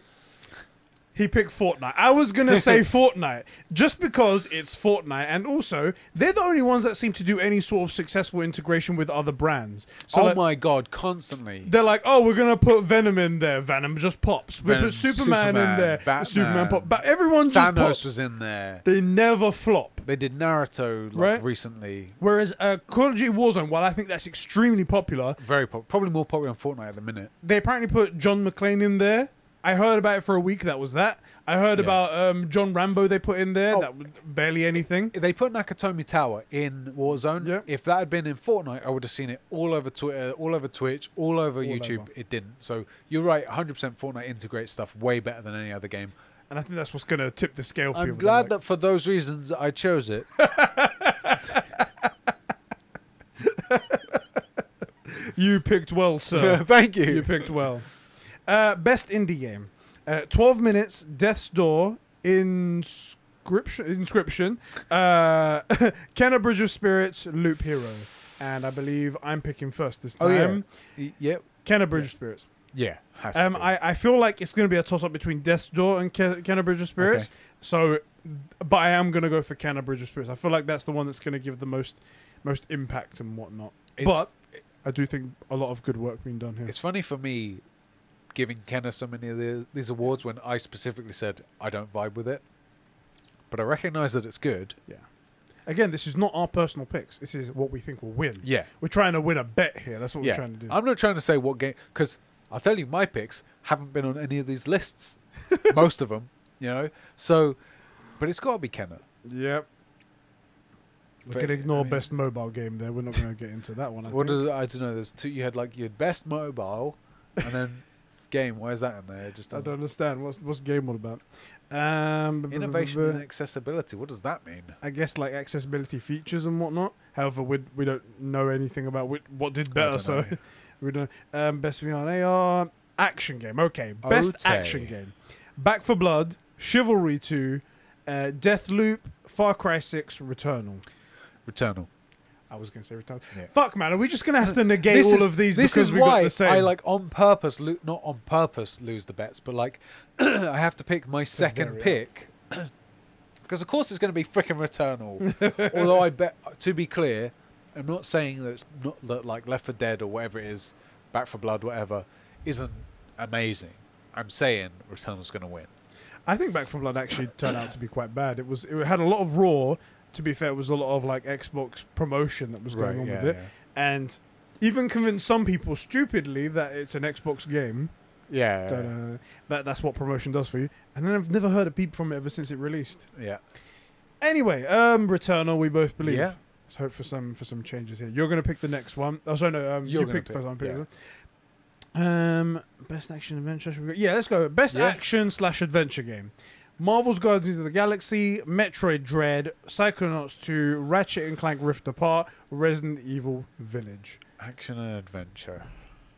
[SPEAKER 1] He picked Fortnite. I was gonna say Fortnite just because it's Fortnite, and also they're the only ones that seem to do any sort of successful integration with other brands. So
[SPEAKER 2] oh
[SPEAKER 1] like,
[SPEAKER 2] my god! Constantly.
[SPEAKER 1] they're like, oh, we're gonna put Venom in there. Venom just pops. We
[SPEAKER 2] Venom,
[SPEAKER 1] put Superman, in
[SPEAKER 2] Superman,
[SPEAKER 1] there.
[SPEAKER 2] Batman.
[SPEAKER 1] Superman pop. But everyone just
[SPEAKER 2] Thanos
[SPEAKER 1] pops.
[SPEAKER 2] was in there.
[SPEAKER 1] they never flop.
[SPEAKER 2] They did Naruto like,
[SPEAKER 1] Right.
[SPEAKER 2] recently.
[SPEAKER 1] Whereas uh, Call of Duty Warzone, while I think that's extremely popular,
[SPEAKER 2] Very pop- probably more popular on Fortnite at the minute.
[SPEAKER 1] they apparently put John McClane in there. I heard about it for a week. That was that. I heard
[SPEAKER 2] Yeah.
[SPEAKER 1] about um, John Rambo. They put in there.
[SPEAKER 2] Oh.
[SPEAKER 1] That was barely anything.
[SPEAKER 2] They put Nakatomi Tower in Warzone.
[SPEAKER 1] Yeah.
[SPEAKER 2] If that had been in Fortnite, I would have seen it all over Twitter, all over Twitch, all over YouTube.
[SPEAKER 1] over.
[SPEAKER 2] It didn't. So you're right. 100% Fortnite integrates stuff way better than any other game.
[SPEAKER 1] And I think that's what's gonna tip the scale. For
[SPEAKER 2] I'm
[SPEAKER 1] people.
[SPEAKER 2] glad
[SPEAKER 1] They're
[SPEAKER 2] that for those reasons I chose it.
[SPEAKER 1] like, you picked well, sir.
[SPEAKER 2] Thank
[SPEAKER 1] you picked well. Uh, best indie game. Uh, Twelve minutes. Death's Door. Inscription. Inscription. Uh, Kenna Bridge of Spirits. Loop Hero. And I believe I'm picking first this time.
[SPEAKER 2] Oh, yeah. Y- Yep.
[SPEAKER 1] Kenna Bridge of Spirits.
[SPEAKER 2] Yeah. Has to
[SPEAKER 1] Um,
[SPEAKER 2] be.
[SPEAKER 1] I, I feel like it's going to be a toss up between Death's Door and Ke- Canterbridge of Spirits.
[SPEAKER 2] Okay.
[SPEAKER 1] So, but I am going to go for Canterbridge of Spirits. I feel like that's the one that's going to give the most most impact and whatnot.
[SPEAKER 2] It's-
[SPEAKER 1] but I do think a lot of good work being done here.
[SPEAKER 2] It's funny for me giving Kenna so many of the, these awards when I specifically said I don't vibe with it. But I recognize that it's good.
[SPEAKER 1] Again, this is not our personal picks. This is what we think will win.
[SPEAKER 2] Yeah.
[SPEAKER 1] We're trying to win a bet here. That's what we're trying to do.
[SPEAKER 2] I'm not trying to say what game because I'll tell you my picks haven't been on any of these lists. Most of them, you know. So, but it's got to be Kenna.
[SPEAKER 1] yep. We
[SPEAKER 2] But,
[SPEAKER 1] can
[SPEAKER 2] I
[SPEAKER 1] ignore
[SPEAKER 2] mean-
[SPEAKER 1] best mobile game there. We're not going to get into that one. I
[SPEAKER 2] What
[SPEAKER 1] think.
[SPEAKER 2] did I don't know? There's two. You had like your best mobile, and then game. Where's that in there? It Just
[SPEAKER 1] I
[SPEAKER 2] doesn't-
[SPEAKER 1] don't understand. What's what's game all about? Um,
[SPEAKER 2] innovation and accessibility. What does that mean?
[SPEAKER 1] I guess like accessibility features and whatnot. However, we we don't know anything about whi- what did better,
[SPEAKER 2] don't
[SPEAKER 1] so
[SPEAKER 2] know.
[SPEAKER 1] we don't. Um, best VR and AR action game. Okay, best
[SPEAKER 2] Okay.
[SPEAKER 1] action game. Back for Blood, Chivalry Two, uh, Death Loop, Far Cry Six, Returnal.
[SPEAKER 2] Returnal.
[SPEAKER 1] I was gonna say Returnal.
[SPEAKER 2] Yeah.
[SPEAKER 1] Fuck man, are we just gonna have to negate all
[SPEAKER 2] is,
[SPEAKER 1] of these
[SPEAKER 2] this
[SPEAKER 1] because
[SPEAKER 2] is
[SPEAKER 1] we
[SPEAKER 2] why
[SPEAKER 1] got the same?
[SPEAKER 2] I like on purpose, lo- not on purpose, lose the bets, but like I have to pick my second
[SPEAKER 1] vary up.
[SPEAKER 2] pick because of course it's going to be freaking Returnal. Although I bet, to be clear, I'm not saying that it's not that like Left for Dead or whatever it is, Back for Blood, whatever, isn't amazing. I'm saying Returnal's going to win.
[SPEAKER 1] I think Back for Blood actually turned out to be quite bad. It was it had a lot of raw. To be fair, it was a lot of like Xbox promotion that was going
[SPEAKER 2] Right,
[SPEAKER 1] on
[SPEAKER 2] yeah,
[SPEAKER 1] with it,
[SPEAKER 2] yeah.
[SPEAKER 1] and even convinced some people stupidly that it's an Xbox game.
[SPEAKER 2] Yeah,
[SPEAKER 1] Don't know. That that's what promotion does for you. And then I've never heard a peep from it ever since it released.
[SPEAKER 2] yeah.
[SPEAKER 1] Anyway, um, Returnal, we both believe.
[SPEAKER 2] Yeah.
[SPEAKER 1] Let's hope for some for some changes here. You're gonna pick the next one. Oh, sorry, no. Um,
[SPEAKER 2] You're
[SPEAKER 1] you
[SPEAKER 2] gonna
[SPEAKER 1] picked the
[SPEAKER 2] pick,
[SPEAKER 1] first one. I'm picking
[SPEAKER 2] yeah.
[SPEAKER 1] the- Um, best action adventure. should we go- Yeah, let's go. Best
[SPEAKER 2] Yeah.
[SPEAKER 1] action slash adventure game. Marvel's Guardians of the Galaxy, Metroid Dread, Psychonauts 2, Ratchet and Clank Rift Apart, Resident Evil Village.
[SPEAKER 2] Action and adventure.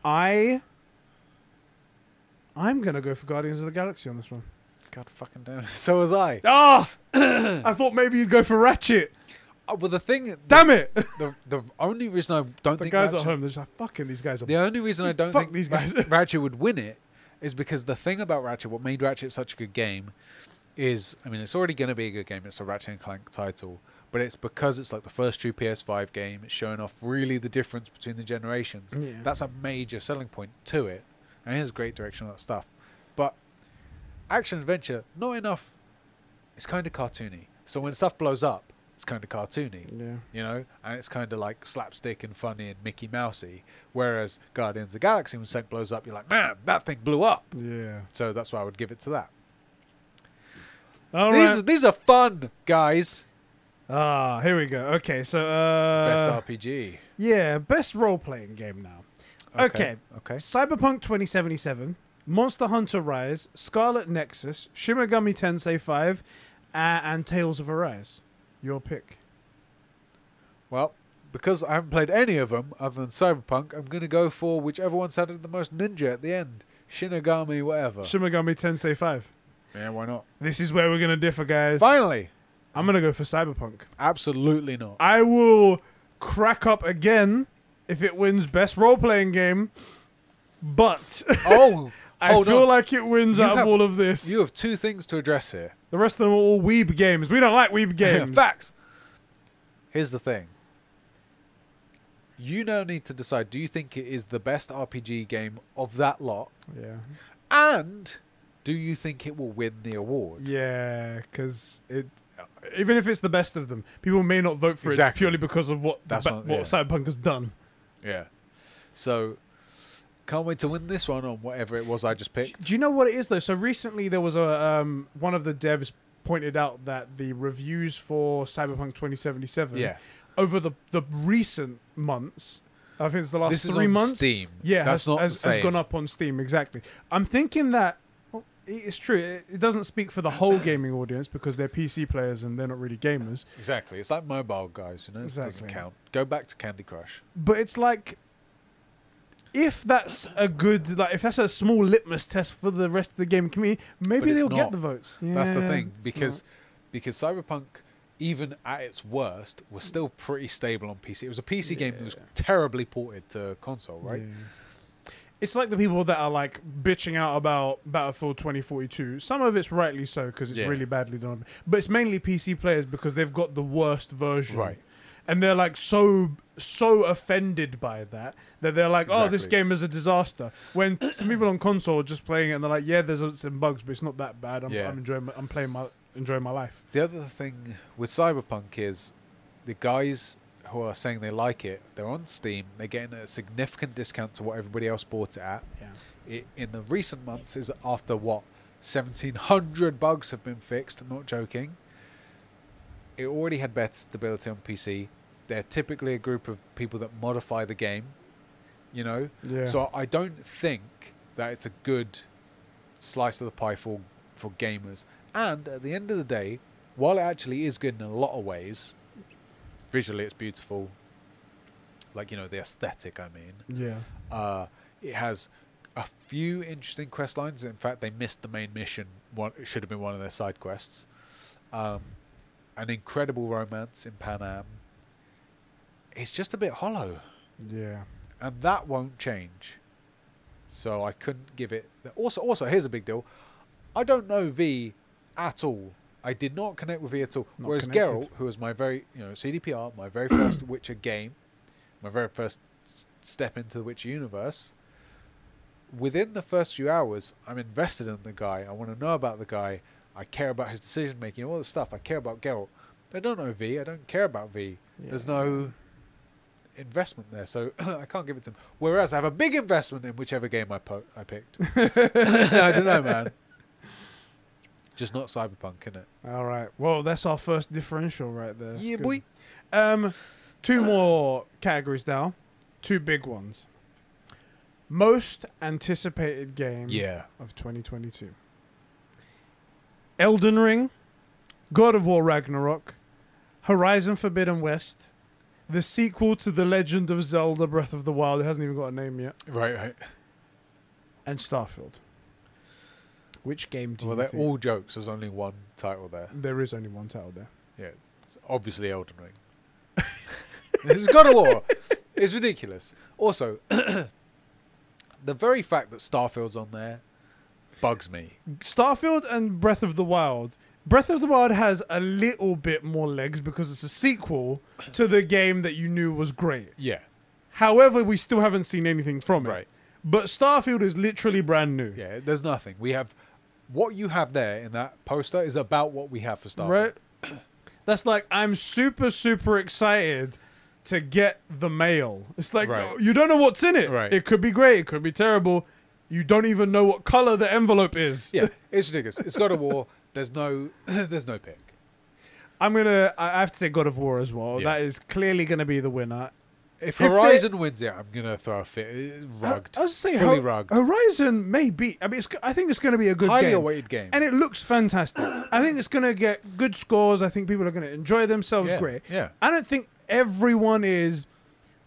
[SPEAKER 1] I, I'm gonna go for Guardians of the Galaxy on this one.
[SPEAKER 2] God fucking damn it. So was I.
[SPEAKER 1] Ah, I thought maybe you'd go for Ratchet.
[SPEAKER 2] Oh, well, the thing, the,
[SPEAKER 1] Damn it!
[SPEAKER 2] the the only reason I don't
[SPEAKER 1] The
[SPEAKER 2] think
[SPEAKER 1] guys
[SPEAKER 2] Ratchet,
[SPEAKER 1] at home, they're just like, "Fucking these guys are."
[SPEAKER 2] the only reason I don't
[SPEAKER 1] Fuck
[SPEAKER 2] think
[SPEAKER 1] these
[SPEAKER 2] Ra-
[SPEAKER 1] guys.
[SPEAKER 2] Ratchet would win it is because the thing about Ratchet, what made Ratchet such a good game, is I mean it's already going to be a good game. It's a Ratchet and Clank title, but it's because it's like the first true PS5 game. It's showing off really the difference between the generations.
[SPEAKER 1] Yeah.
[SPEAKER 2] That's a major selling point to it, and it has great direction on that stuff. But action adventure, not enough. It's kind of cartoony. So when stuff blows up, it's kind of cartoony
[SPEAKER 1] Yeah.
[SPEAKER 2] you know, and it's kind of like slapstick and funny and Mickey Mousey. Whereas Guardians of the Galaxy, when something blows up, you're like, man, that thing blew up.
[SPEAKER 1] Yeah.
[SPEAKER 2] So that's why I would give it to that.
[SPEAKER 1] All
[SPEAKER 2] these
[SPEAKER 1] right.
[SPEAKER 2] are, these are fun guys.
[SPEAKER 1] ah, here we go. Okay, so uh,
[SPEAKER 2] Best RPG.
[SPEAKER 1] yeah, best role-playing game now. Okay.
[SPEAKER 2] Okay.
[SPEAKER 1] Cyberpunk 2077, Monster Hunter Rise, Scarlet Nexus, Shimigami Tensei 5, uh, and Tales of Arise. Your pick.
[SPEAKER 2] Well, because I haven't played any of them other than Cyberpunk, I'm gonna go for whichever one sounded the most ninja at the end. Shinigami,
[SPEAKER 1] Uh.
[SPEAKER 2] whatever.
[SPEAKER 1] Shimigami Tensei 5.
[SPEAKER 2] yeah, why not?
[SPEAKER 1] This is where we're gonna differ, guys.
[SPEAKER 2] Finally,
[SPEAKER 1] I'm gonna go for Cyberpunk.
[SPEAKER 2] absolutely not.
[SPEAKER 1] I will crack up again if it wins best role playing game, but
[SPEAKER 2] oh,
[SPEAKER 1] I
[SPEAKER 2] hold
[SPEAKER 1] feel
[SPEAKER 2] on.
[SPEAKER 1] like it wins
[SPEAKER 2] You
[SPEAKER 1] out of
[SPEAKER 2] have-
[SPEAKER 1] all of this.
[SPEAKER 2] you have two things to address here.
[SPEAKER 1] the rest of them are all weeb games. We don't like weeb games.
[SPEAKER 2] Facts. Here's the thing. You now need to decide do you think it is the best RPG game of that lot?
[SPEAKER 1] yeah,
[SPEAKER 2] And do you think it will win the award?
[SPEAKER 1] yeah, because it. Even if it's the best of them, people may not vote for it
[SPEAKER 2] Exactly.
[SPEAKER 1] purely because of what
[SPEAKER 2] That's
[SPEAKER 1] ba-
[SPEAKER 2] what-
[SPEAKER 1] what,
[SPEAKER 2] yeah.
[SPEAKER 1] Cyberpunk has done.
[SPEAKER 2] Yeah. So can't wait to win this one on whatever it was I just
[SPEAKER 1] Do,
[SPEAKER 2] picked.
[SPEAKER 1] do you know what it is though? So recently there was a um, one of the devs pointed out that the reviews for Cyberpunk 2077
[SPEAKER 2] Yeah.
[SPEAKER 1] over the the recent months. I think it's the last
[SPEAKER 2] This is
[SPEAKER 1] three
[SPEAKER 2] on
[SPEAKER 1] months.
[SPEAKER 2] Steam.
[SPEAKER 1] Yeah,
[SPEAKER 2] That's
[SPEAKER 1] has,
[SPEAKER 2] not
[SPEAKER 1] has,
[SPEAKER 2] the
[SPEAKER 1] has
[SPEAKER 2] same.
[SPEAKER 1] gone up on Steam exactly. I'm thinking that well, it's true. It, it doesn't speak for the whole gaming audience because they're PC players and they're not really gamers.
[SPEAKER 2] Exactly. It's like mobile guys, you know? It doesn't
[SPEAKER 1] Exactly.
[SPEAKER 2] count. Go back to Candy Crush.
[SPEAKER 1] But it's like if that's a good like if that's a small litmus test for the rest of the gaming community, maybe
[SPEAKER 2] it's
[SPEAKER 1] they'll
[SPEAKER 2] not.
[SPEAKER 1] get the votes.
[SPEAKER 2] That's the
[SPEAKER 1] Yeah,
[SPEAKER 2] thing
[SPEAKER 1] it's
[SPEAKER 2] because because Cyberpunk, even at its worst, was still pretty stable on PC. It was a PC game that was
[SPEAKER 1] Yeah.
[SPEAKER 2] terribly ported to console,
[SPEAKER 1] not.
[SPEAKER 2] right?
[SPEAKER 1] Yeah. It's like the people that are like bitching out about Battlefield 2042. Some of it's rightly so because it's
[SPEAKER 2] Yeah.
[SPEAKER 1] really badly done, but it's mainly PC players because they've got the worst version,
[SPEAKER 2] Right.
[SPEAKER 1] And they're like so so offended by that that they're like, "Oh, this
[SPEAKER 2] Exactly.
[SPEAKER 1] game is a disaster." When some people on console are just playing it and they're like, "Yeah, there's some bugs, but it's not that bad. I'm,
[SPEAKER 2] Yeah.
[SPEAKER 1] I'm enjoying, my, I'm playing my enjoying my life."
[SPEAKER 2] The other thing with Cyberpunk is the guys who are saying they like it, they're on Steam, they're getting a significant discount to what everybody else bought it at.
[SPEAKER 1] Yeah.
[SPEAKER 2] It, in the recent months, is after what 1700 bugs have been fixed, I'm not joking. It already had better stability on PC. They're typically a group of people that modify the game, you know?
[SPEAKER 1] Yeah.
[SPEAKER 2] So I don't think that it's a good slice of the pie for for gamers. And at the end of the day, while it actually is good in a lot of ways, visually it's beautiful. Like you know the aesthetic, I mean.
[SPEAKER 1] yeah.
[SPEAKER 2] Uh, it has a few interesting quest lines. In fact, they missed the main mission. One it should have been one of their side quests. Um, an incredible romance in Pan Am. It's just a bit hollow
[SPEAKER 1] Yeah.
[SPEAKER 2] and that won't change. So I couldn't give it. Also, also here's a big deal. I don't know V at all, I did not connect with it at all.
[SPEAKER 1] Not
[SPEAKER 2] Whereas
[SPEAKER 1] connected.
[SPEAKER 2] Geralt, who was my very, you know, CDPR, my very first Witcher game, my very first s- step into the Witcher universe, within the first few hours, I'm invested in the guy. I want to know about the guy. I care about his decision making, all this stuff. I care about Geralt. I don't know V. I don't care about V. There's no investment there, so I can't give it to him. Whereas I have a big investment in whichever game I po- I picked. I don't know, man. Just not Cyberpunk, innit?
[SPEAKER 1] All right. Well, that's our first differential right there. That's
[SPEAKER 2] Yeah,
[SPEAKER 1] good.
[SPEAKER 2] boy.
[SPEAKER 1] Um, two more categories now. Two big ones. Most anticipated game
[SPEAKER 2] Yeah.
[SPEAKER 1] of 2022. Elden Ring, God of War Ragnarok, Horizon Forbidden West, the sequel to The Legend of Zelda Breath of the Wild, it hasn't even got a name yet,
[SPEAKER 2] Right, right.
[SPEAKER 1] and Starfield. Which game do
[SPEAKER 2] Well,
[SPEAKER 1] you
[SPEAKER 2] they're
[SPEAKER 1] think?
[SPEAKER 2] all jokes. There's only one title there.
[SPEAKER 1] there is only one title there.
[SPEAKER 2] Yeah. It's obviously Elden Ring. this is God of War. It's ridiculous. Also, the very fact that Starfield's on there bugs me.
[SPEAKER 1] Starfield and Breath of the Wild. Breath of the Wild has a little bit more legs because it's a sequel to the game that you knew was great.
[SPEAKER 2] Yeah.
[SPEAKER 1] However, we still haven't seen anything from it.
[SPEAKER 2] Right.
[SPEAKER 1] But Starfield is literally brand new.
[SPEAKER 2] Yeah, there's nothing. We have what you have there in that poster is about what we have for Starfield.
[SPEAKER 1] Right? That's like I'm super super excited to get the mail. It's like
[SPEAKER 2] Right.
[SPEAKER 1] you don't know what's in it.
[SPEAKER 2] Right.
[SPEAKER 1] It could be great, it could be terrible. You don't even know what color the envelope is.
[SPEAKER 2] Yeah, it's ridiculous. It's God of War. There's no, there's no pick.
[SPEAKER 1] I'm gonna. I have to say God of War as well.
[SPEAKER 2] Yeah.
[SPEAKER 1] That is clearly gonna be the winner.
[SPEAKER 2] If
[SPEAKER 1] they-
[SPEAKER 2] Horizon wins it, I'm gonna throw a fit. It's Rugged,
[SPEAKER 1] I was saying
[SPEAKER 2] fully
[SPEAKER 1] Ho-
[SPEAKER 2] rugged,
[SPEAKER 1] Horizon may be. I mean, it's, I think it's going to be a good
[SPEAKER 2] highly
[SPEAKER 1] game,
[SPEAKER 2] awaited game.
[SPEAKER 1] and it looks fantastic. I think it's going to get good scores. I think people are going to enjoy themselves.
[SPEAKER 2] yeah,
[SPEAKER 1] Great.
[SPEAKER 2] Yeah,
[SPEAKER 1] I don't think everyone is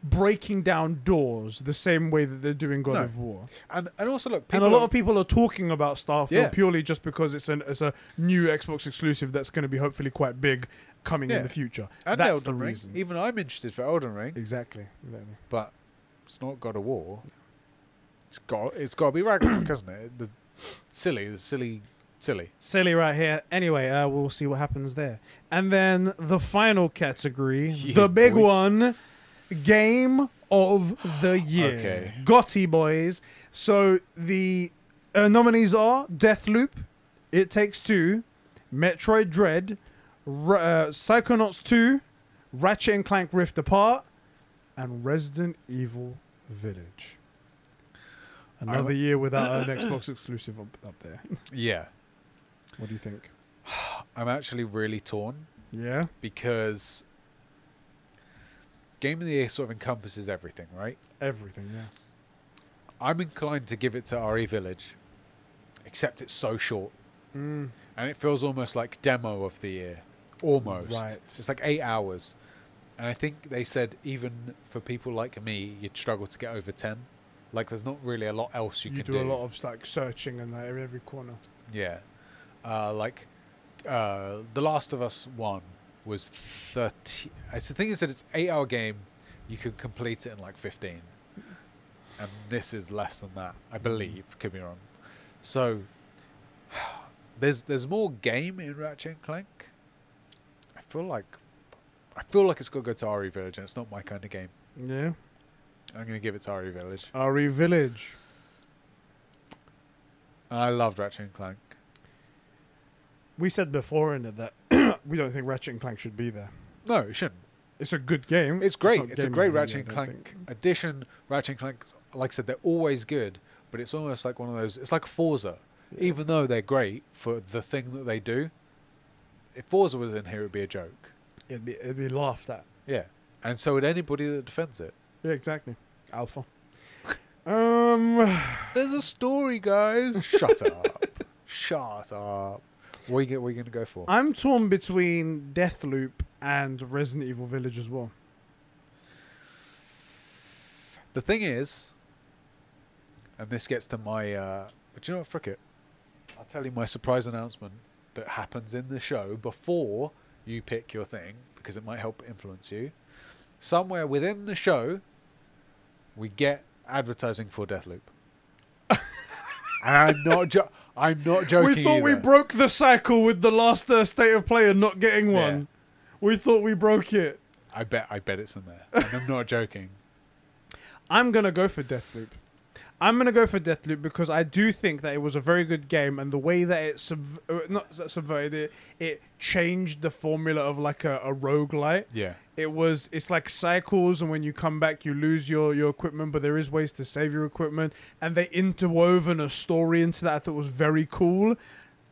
[SPEAKER 1] breaking down doors the same way that they're doing God
[SPEAKER 2] No.
[SPEAKER 1] of War,
[SPEAKER 2] and and also look, people
[SPEAKER 1] and a lot
[SPEAKER 2] are-
[SPEAKER 1] of people are talking about Starfield
[SPEAKER 2] Yeah.
[SPEAKER 1] purely just because it's an it's a new Xbox exclusive that's going to be hopefully quite big coming
[SPEAKER 2] Yeah.
[SPEAKER 1] in the future.
[SPEAKER 2] and
[SPEAKER 1] that's
[SPEAKER 2] Elden
[SPEAKER 1] the
[SPEAKER 2] Ring.
[SPEAKER 1] reason.
[SPEAKER 2] Even I'm interested for Elden Ring,
[SPEAKER 1] Exactly. exactly.
[SPEAKER 2] but it's not God of War. It's got it's got to be Ragnarok, hasn't it? The silly, the silly, silly.
[SPEAKER 1] Silly right here. Anyway, uh, we'll see what happens there. And then the final category,
[SPEAKER 2] Yeah,
[SPEAKER 1] the big
[SPEAKER 2] boy.
[SPEAKER 1] one, game of the year.
[SPEAKER 2] Okay.
[SPEAKER 1] Gotti boys. So the uh, nominees are Deathloop, It Takes Two, Metroid Dread, R- uh, Psychonauts 2, Ratchet and Clank Rift Apart, and Resident Evil Village. Another year without an Xbox exclusive up, up there.
[SPEAKER 2] Yeah,
[SPEAKER 1] What do you think?
[SPEAKER 2] I'm actually really torn
[SPEAKER 1] Yeah.
[SPEAKER 2] because Game of the Year sort of encompasses everything, right?
[SPEAKER 1] Everything, yeah.
[SPEAKER 2] I'm inclined to give it to RE Village, except it's so short.
[SPEAKER 1] Mm.
[SPEAKER 2] and it feels almost like demo of the year almost
[SPEAKER 1] Right.
[SPEAKER 2] it's like eight hours and i think they said even for people like me you'd struggle to get over 10 like there's not really a lot else you,
[SPEAKER 1] You,
[SPEAKER 2] can
[SPEAKER 1] do, a lot of like searching and like, every, every corner.
[SPEAKER 2] yeah uh, like uh, the last of us one was 30 i s- think it said it's eight hour game you can complete it in like 15 and this is less than that i believe could be wrong so there's there's more game in ratchet and clank i feel like i feel like it's got to go to re village and it's not my kind of game
[SPEAKER 1] Yeah.
[SPEAKER 2] i'm going to give it to re village
[SPEAKER 1] RE Village.
[SPEAKER 2] and i loved ratchet and clank
[SPEAKER 1] We said before in it that we don't think Ratchet and Clank should be there.
[SPEAKER 2] no it shouldn't
[SPEAKER 1] It's a good game.
[SPEAKER 2] It's great.
[SPEAKER 1] not
[SPEAKER 2] It's, a
[SPEAKER 1] game
[SPEAKER 2] great
[SPEAKER 1] of the year,
[SPEAKER 2] Ratchet and
[SPEAKER 1] I don't
[SPEAKER 2] Clank
[SPEAKER 1] think.
[SPEAKER 2] addition. Ratchet and Clank, like I said, they're always good, but it's almost like one of those. It's like Forza,
[SPEAKER 1] Yeah.
[SPEAKER 2] even though they're great for the thing that they do. If Forza was in here, it'd be a joke.
[SPEAKER 1] It'd be, it'd be laughed at.
[SPEAKER 2] Yeah, and so would anybody that defends it.
[SPEAKER 1] Yeah, exactly. Alpha. um,
[SPEAKER 2] There's a story, guys. Shut up. Shut up. What are you, go- what are you going to go for?
[SPEAKER 1] I'm torn between Deathloop and Resident Evil Village as well.
[SPEAKER 2] The thing is, and this gets to my. Uh, do you know what? Frick it. I'll tell you my surprise announcement that happens in the show before you pick your thing because it might help influence you. Somewhere within the show, we get advertising for Deathloop. and I'm not. Jo- I'm not joking.
[SPEAKER 1] we thought we
[SPEAKER 2] either.
[SPEAKER 1] broke the cycle with the last uh, state of play and not getting
[SPEAKER 2] Yeah.
[SPEAKER 1] one. We thought we broke it.
[SPEAKER 2] I bet. I bet it's in there. And I'm not joking.
[SPEAKER 1] I'm gonna go for Deathloop. I'm gonna go for Deathloop because I do think that it was a very good game, and the way that it sub- uh, not s- subverted it, it changed the formula of like a, a roguelite.
[SPEAKER 2] Yeah.
[SPEAKER 1] It was it's like cycles, and when you come back, you lose your your equipment, but there is ways to save your equipment, and they interwoven a story into that I thought was very cool.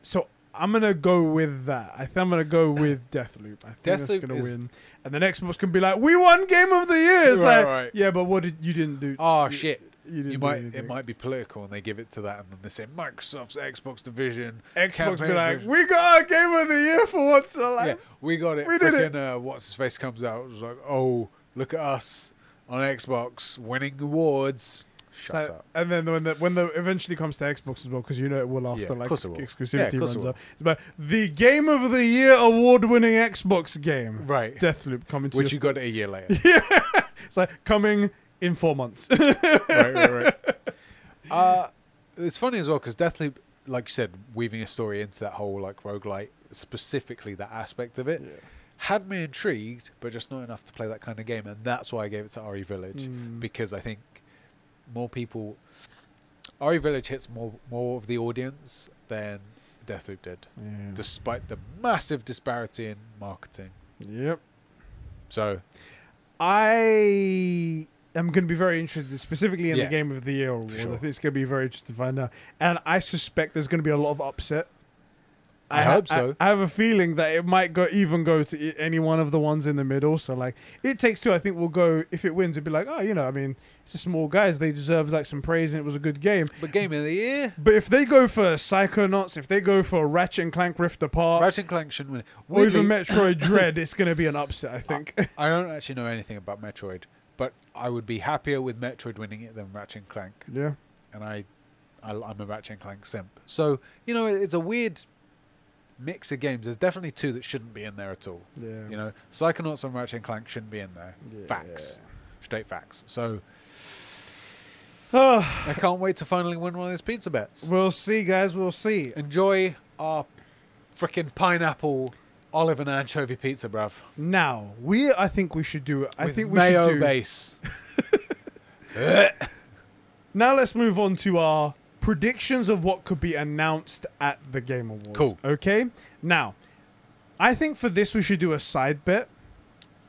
[SPEAKER 1] So. I'm gonna go with that. I think I'm gonna go with Deathloop. I think that's
[SPEAKER 2] Deathloop
[SPEAKER 1] gonna
[SPEAKER 2] is-
[SPEAKER 1] win. And the next one's gonna be like, "We won Game of the Year." It's
[SPEAKER 2] Right,
[SPEAKER 1] like,
[SPEAKER 2] right.
[SPEAKER 1] yeah, but what did you didn't do?
[SPEAKER 2] Oh shit.
[SPEAKER 1] You didn't
[SPEAKER 2] You
[SPEAKER 1] do
[SPEAKER 2] might
[SPEAKER 1] anything.
[SPEAKER 2] it might be political and they give it to that and then they say Microsoft's Xbox division.
[SPEAKER 1] Xbox be
[SPEAKER 2] campaign
[SPEAKER 1] like,
[SPEAKER 2] division."
[SPEAKER 1] we got our game of the year for once in our
[SPEAKER 2] yeah,
[SPEAKER 1] lives.
[SPEAKER 2] we got it.
[SPEAKER 1] We did it.
[SPEAKER 2] Frickin', Uh, what's his face comes out it's like, oh, look at us on Xbox winning awards. Shut
[SPEAKER 1] So-
[SPEAKER 2] up.
[SPEAKER 1] And then when the when the eventually comes to Xbox as well, because you know it will after
[SPEAKER 2] Yeah, of
[SPEAKER 1] like
[SPEAKER 2] course it will. Yeah, of
[SPEAKER 1] exclusivity
[SPEAKER 2] course
[SPEAKER 1] runs
[SPEAKER 2] it will.
[SPEAKER 1] out. It's about the game of the year award-winning Xbox game,
[SPEAKER 2] Right.
[SPEAKER 1] Deathloop coming to
[SPEAKER 2] Which you
[SPEAKER 1] your-
[SPEAKER 2] got it a year later.
[SPEAKER 1] It's like coming in four months.
[SPEAKER 2] right, right, right. Uh, it's funny as well because Deathloop, like you said, weaving a story into that whole like roguelite, specifically that aspect of it, had me intrigued, but just not enough to play that kind of game. And that's why I gave it to RE Village
[SPEAKER 1] Mm.
[SPEAKER 2] because I think more people. RE Village hits more, more of the audience than Deathloop did,
[SPEAKER 1] Yeah.
[SPEAKER 2] despite the massive disparity in marketing.
[SPEAKER 1] Yep.
[SPEAKER 2] So,
[SPEAKER 1] I am going to be very interested, specifically in
[SPEAKER 2] Yeah.
[SPEAKER 1] the Game of the Year award.
[SPEAKER 2] sure.
[SPEAKER 1] I think it's going to be very interesting to find out. And I suspect there's going to be a lot of upset.
[SPEAKER 2] I
[SPEAKER 1] ha-
[SPEAKER 2] hope so.
[SPEAKER 1] I, have a feeling that it might go even go to i- any one of the ones in the middle. So like, it takes two. I think we'll go if it wins. It'd be like, oh, you know, I mean, it's the small guys. They deserve like some praise, and it was a good game.
[SPEAKER 2] but game of the year,
[SPEAKER 1] But if they go for Psychonauts, if they go for Ratchet and Clank Rift Apart,
[SPEAKER 2] Ratchet and Clank should win.
[SPEAKER 1] or even
[SPEAKER 2] Weirdly-
[SPEAKER 1] Metroid Dread, it's going to be an upset. I think.
[SPEAKER 2] I don't actually know anything about Metroid, but I would be happier with Metroid winning it than Ratchet and Clank,
[SPEAKER 1] yeah.
[SPEAKER 2] and I, I I'm a Ratchet and Clank simp. So you know, it's a weird mix of games. There's definitely two that shouldn't be in there at all.
[SPEAKER 1] Yeah.
[SPEAKER 2] You know, Psychonauts and Ratchet and Clank shouldn't be in there.
[SPEAKER 1] Yeah.
[SPEAKER 2] Facts, straight facts. So
[SPEAKER 1] Ah.
[SPEAKER 2] I can't wait to finally win one of these pizza bets.
[SPEAKER 1] We'll see, guys. We'll see.
[SPEAKER 2] Enjoy our freaking pineapple olive and anchovy pizza, bruv.
[SPEAKER 1] Now, we. I think we should do. I
[SPEAKER 2] with
[SPEAKER 1] think we
[SPEAKER 2] mayo
[SPEAKER 1] should do.
[SPEAKER 2] base.
[SPEAKER 1] Now let's move on to our predictions of what could be announced at the Game Awards.
[SPEAKER 2] Cool.
[SPEAKER 1] Okay. Now, I think for this we should do a side bet.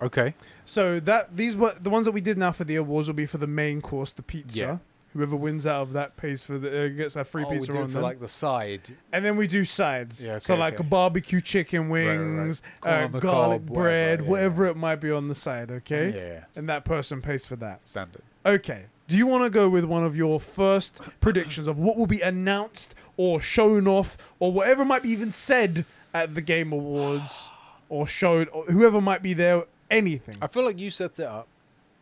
[SPEAKER 2] Okay.
[SPEAKER 1] So that these were the ones that we did now for the awards will be for the main course, the pizza.
[SPEAKER 2] Yeah.
[SPEAKER 1] Whoever wins out of that pays for the uh, gets that free
[SPEAKER 2] oh, we
[SPEAKER 1] pizza
[SPEAKER 2] do it
[SPEAKER 1] on
[SPEAKER 2] for
[SPEAKER 1] them.
[SPEAKER 2] like the side.
[SPEAKER 1] and then we do sides.
[SPEAKER 2] Yeah,
[SPEAKER 1] so
[SPEAKER 2] okay,
[SPEAKER 1] like
[SPEAKER 2] okay.
[SPEAKER 1] barbecue chicken
[SPEAKER 2] right, right.
[SPEAKER 1] wings,
[SPEAKER 2] Corn
[SPEAKER 1] uh,
[SPEAKER 2] on the
[SPEAKER 1] garlic
[SPEAKER 2] cob, whatever,
[SPEAKER 1] bread,
[SPEAKER 2] yeah,
[SPEAKER 1] whatever,
[SPEAKER 2] yeah.
[SPEAKER 1] it might be on the side. Okay.
[SPEAKER 2] Yeah,
[SPEAKER 1] and that person pays for that.
[SPEAKER 2] standard.
[SPEAKER 1] Okay. Do you want to go with one of your first predictions of what will be announced or shown off or whatever might be even said at the Game Awards or showed or whoever might be there? Anything.
[SPEAKER 2] I feel like you set it up,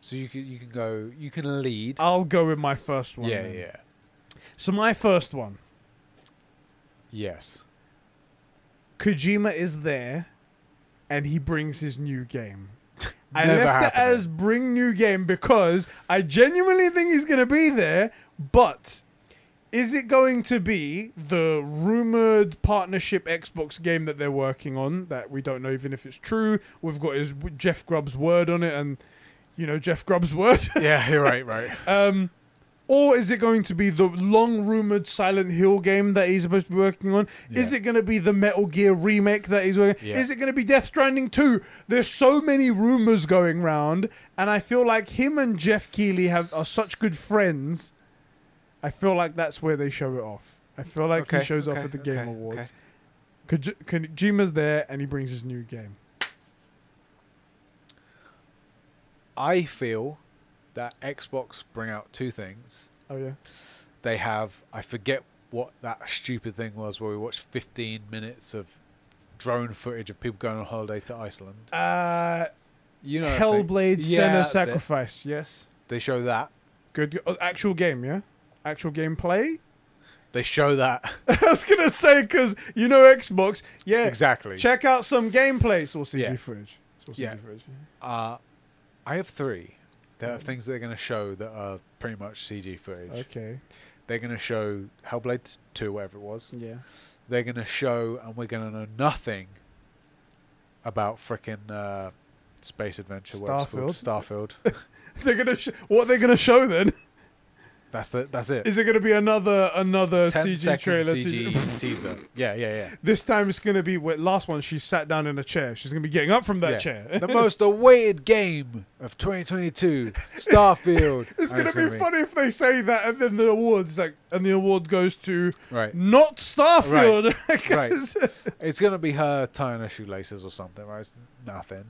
[SPEAKER 2] so you can you can go you can lead.
[SPEAKER 1] I'll go with my first one.
[SPEAKER 2] yeah,
[SPEAKER 1] then.
[SPEAKER 2] yeah,
[SPEAKER 1] So my first one,
[SPEAKER 2] yes.
[SPEAKER 1] Kojima is there, and he brings his new game. I
[SPEAKER 2] Never
[SPEAKER 1] left it
[SPEAKER 2] happening.
[SPEAKER 1] as bring new game because I genuinely think he's going to be there, but is it going to be the rumored partnership Xbox game that they're working on that we don't know even if it's true? We've got his Jeff Grubb's word on it and you know Jeff Grubb's word.
[SPEAKER 2] Yeah, you're right, right.
[SPEAKER 1] Um, or is it going to be the long rumored Silent Hill game that he's supposed to be working on? Is
[SPEAKER 2] Yeah.
[SPEAKER 1] it going to be the Metal Gear remake that he's working?
[SPEAKER 2] Yeah.
[SPEAKER 1] Is it going to be Death Stranding 2? There's so many rumors going round, and I feel like him and Jeff Keighley have are such good friends. I feel like that's where they show it off. I feel like he shows off at the Game Awards. Koji- Kojima's there, and he brings his new game.
[SPEAKER 2] I feel that Xbox bring out two things.
[SPEAKER 1] Oh yeah,
[SPEAKER 2] They have I forget what that stupid thing was where we watched 15 minutes of drone footage of people going on holiday to Iceland.
[SPEAKER 1] uh,
[SPEAKER 2] You know, the thing.
[SPEAKER 1] Hellblade:
[SPEAKER 2] Yeah,
[SPEAKER 1] Senna
[SPEAKER 2] that's it.
[SPEAKER 1] Sacrifice. Yes.
[SPEAKER 2] They show that.
[SPEAKER 1] Good. oh, Actual game, yeah? Actual gameplay?
[SPEAKER 2] They show that
[SPEAKER 1] I was going to say, because you know Xbox. Yeah.
[SPEAKER 2] exactly.
[SPEAKER 1] Check out some gameplay. Sausage
[SPEAKER 2] Yeah.
[SPEAKER 1] yeah. fridge. Sausage
[SPEAKER 2] Yeah.
[SPEAKER 1] fridge.
[SPEAKER 2] Uh, I have three. There are things they're going to show that are pretty much CG footage.
[SPEAKER 1] Okay.
[SPEAKER 2] They're going to show Hellblade 2, whatever it was.
[SPEAKER 1] Yeah.
[SPEAKER 2] They're going to show, and we're going to know nothing about frickin' uh, Space Adventure. whatever it's called. Starfield.
[SPEAKER 1] They're gonna sh- what they're gonna show then
[SPEAKER 2] That's, the, that's it.
[SPEAKER 1] is it gonna be another another
[SPEAKER 2] 10
[SPEAKER 1] CG
[SPEAKER 2] second
[SPEAKER 1] trailer.
[SPEAKER 2] CG
[SPEAKER 1] to-
[SPEAKER 2] teaser. Yeah, yeah, yeah.
[SPEAKER 1] this time it's gonna be wait, last one. She sat down in a chair. She's gonna be getting up from that
[SPEAKER 2] Yeah.
[SPEAKER 1] chair.
[SPEAKER 2] the most awaited game of 2022, Starfield.
[SPEAKER 1] It's
[SPEAKER 2] And
[SPEAKER 1] gonna be funny if they say that, and then the awards like, and the award goes to
[SPEAKER 2] Right.
[SPEAKER 1] not Starfield. 'Cause-
[SPEAKER 2] It's gonna be her tying her shoelaces or something, right? It's nothing.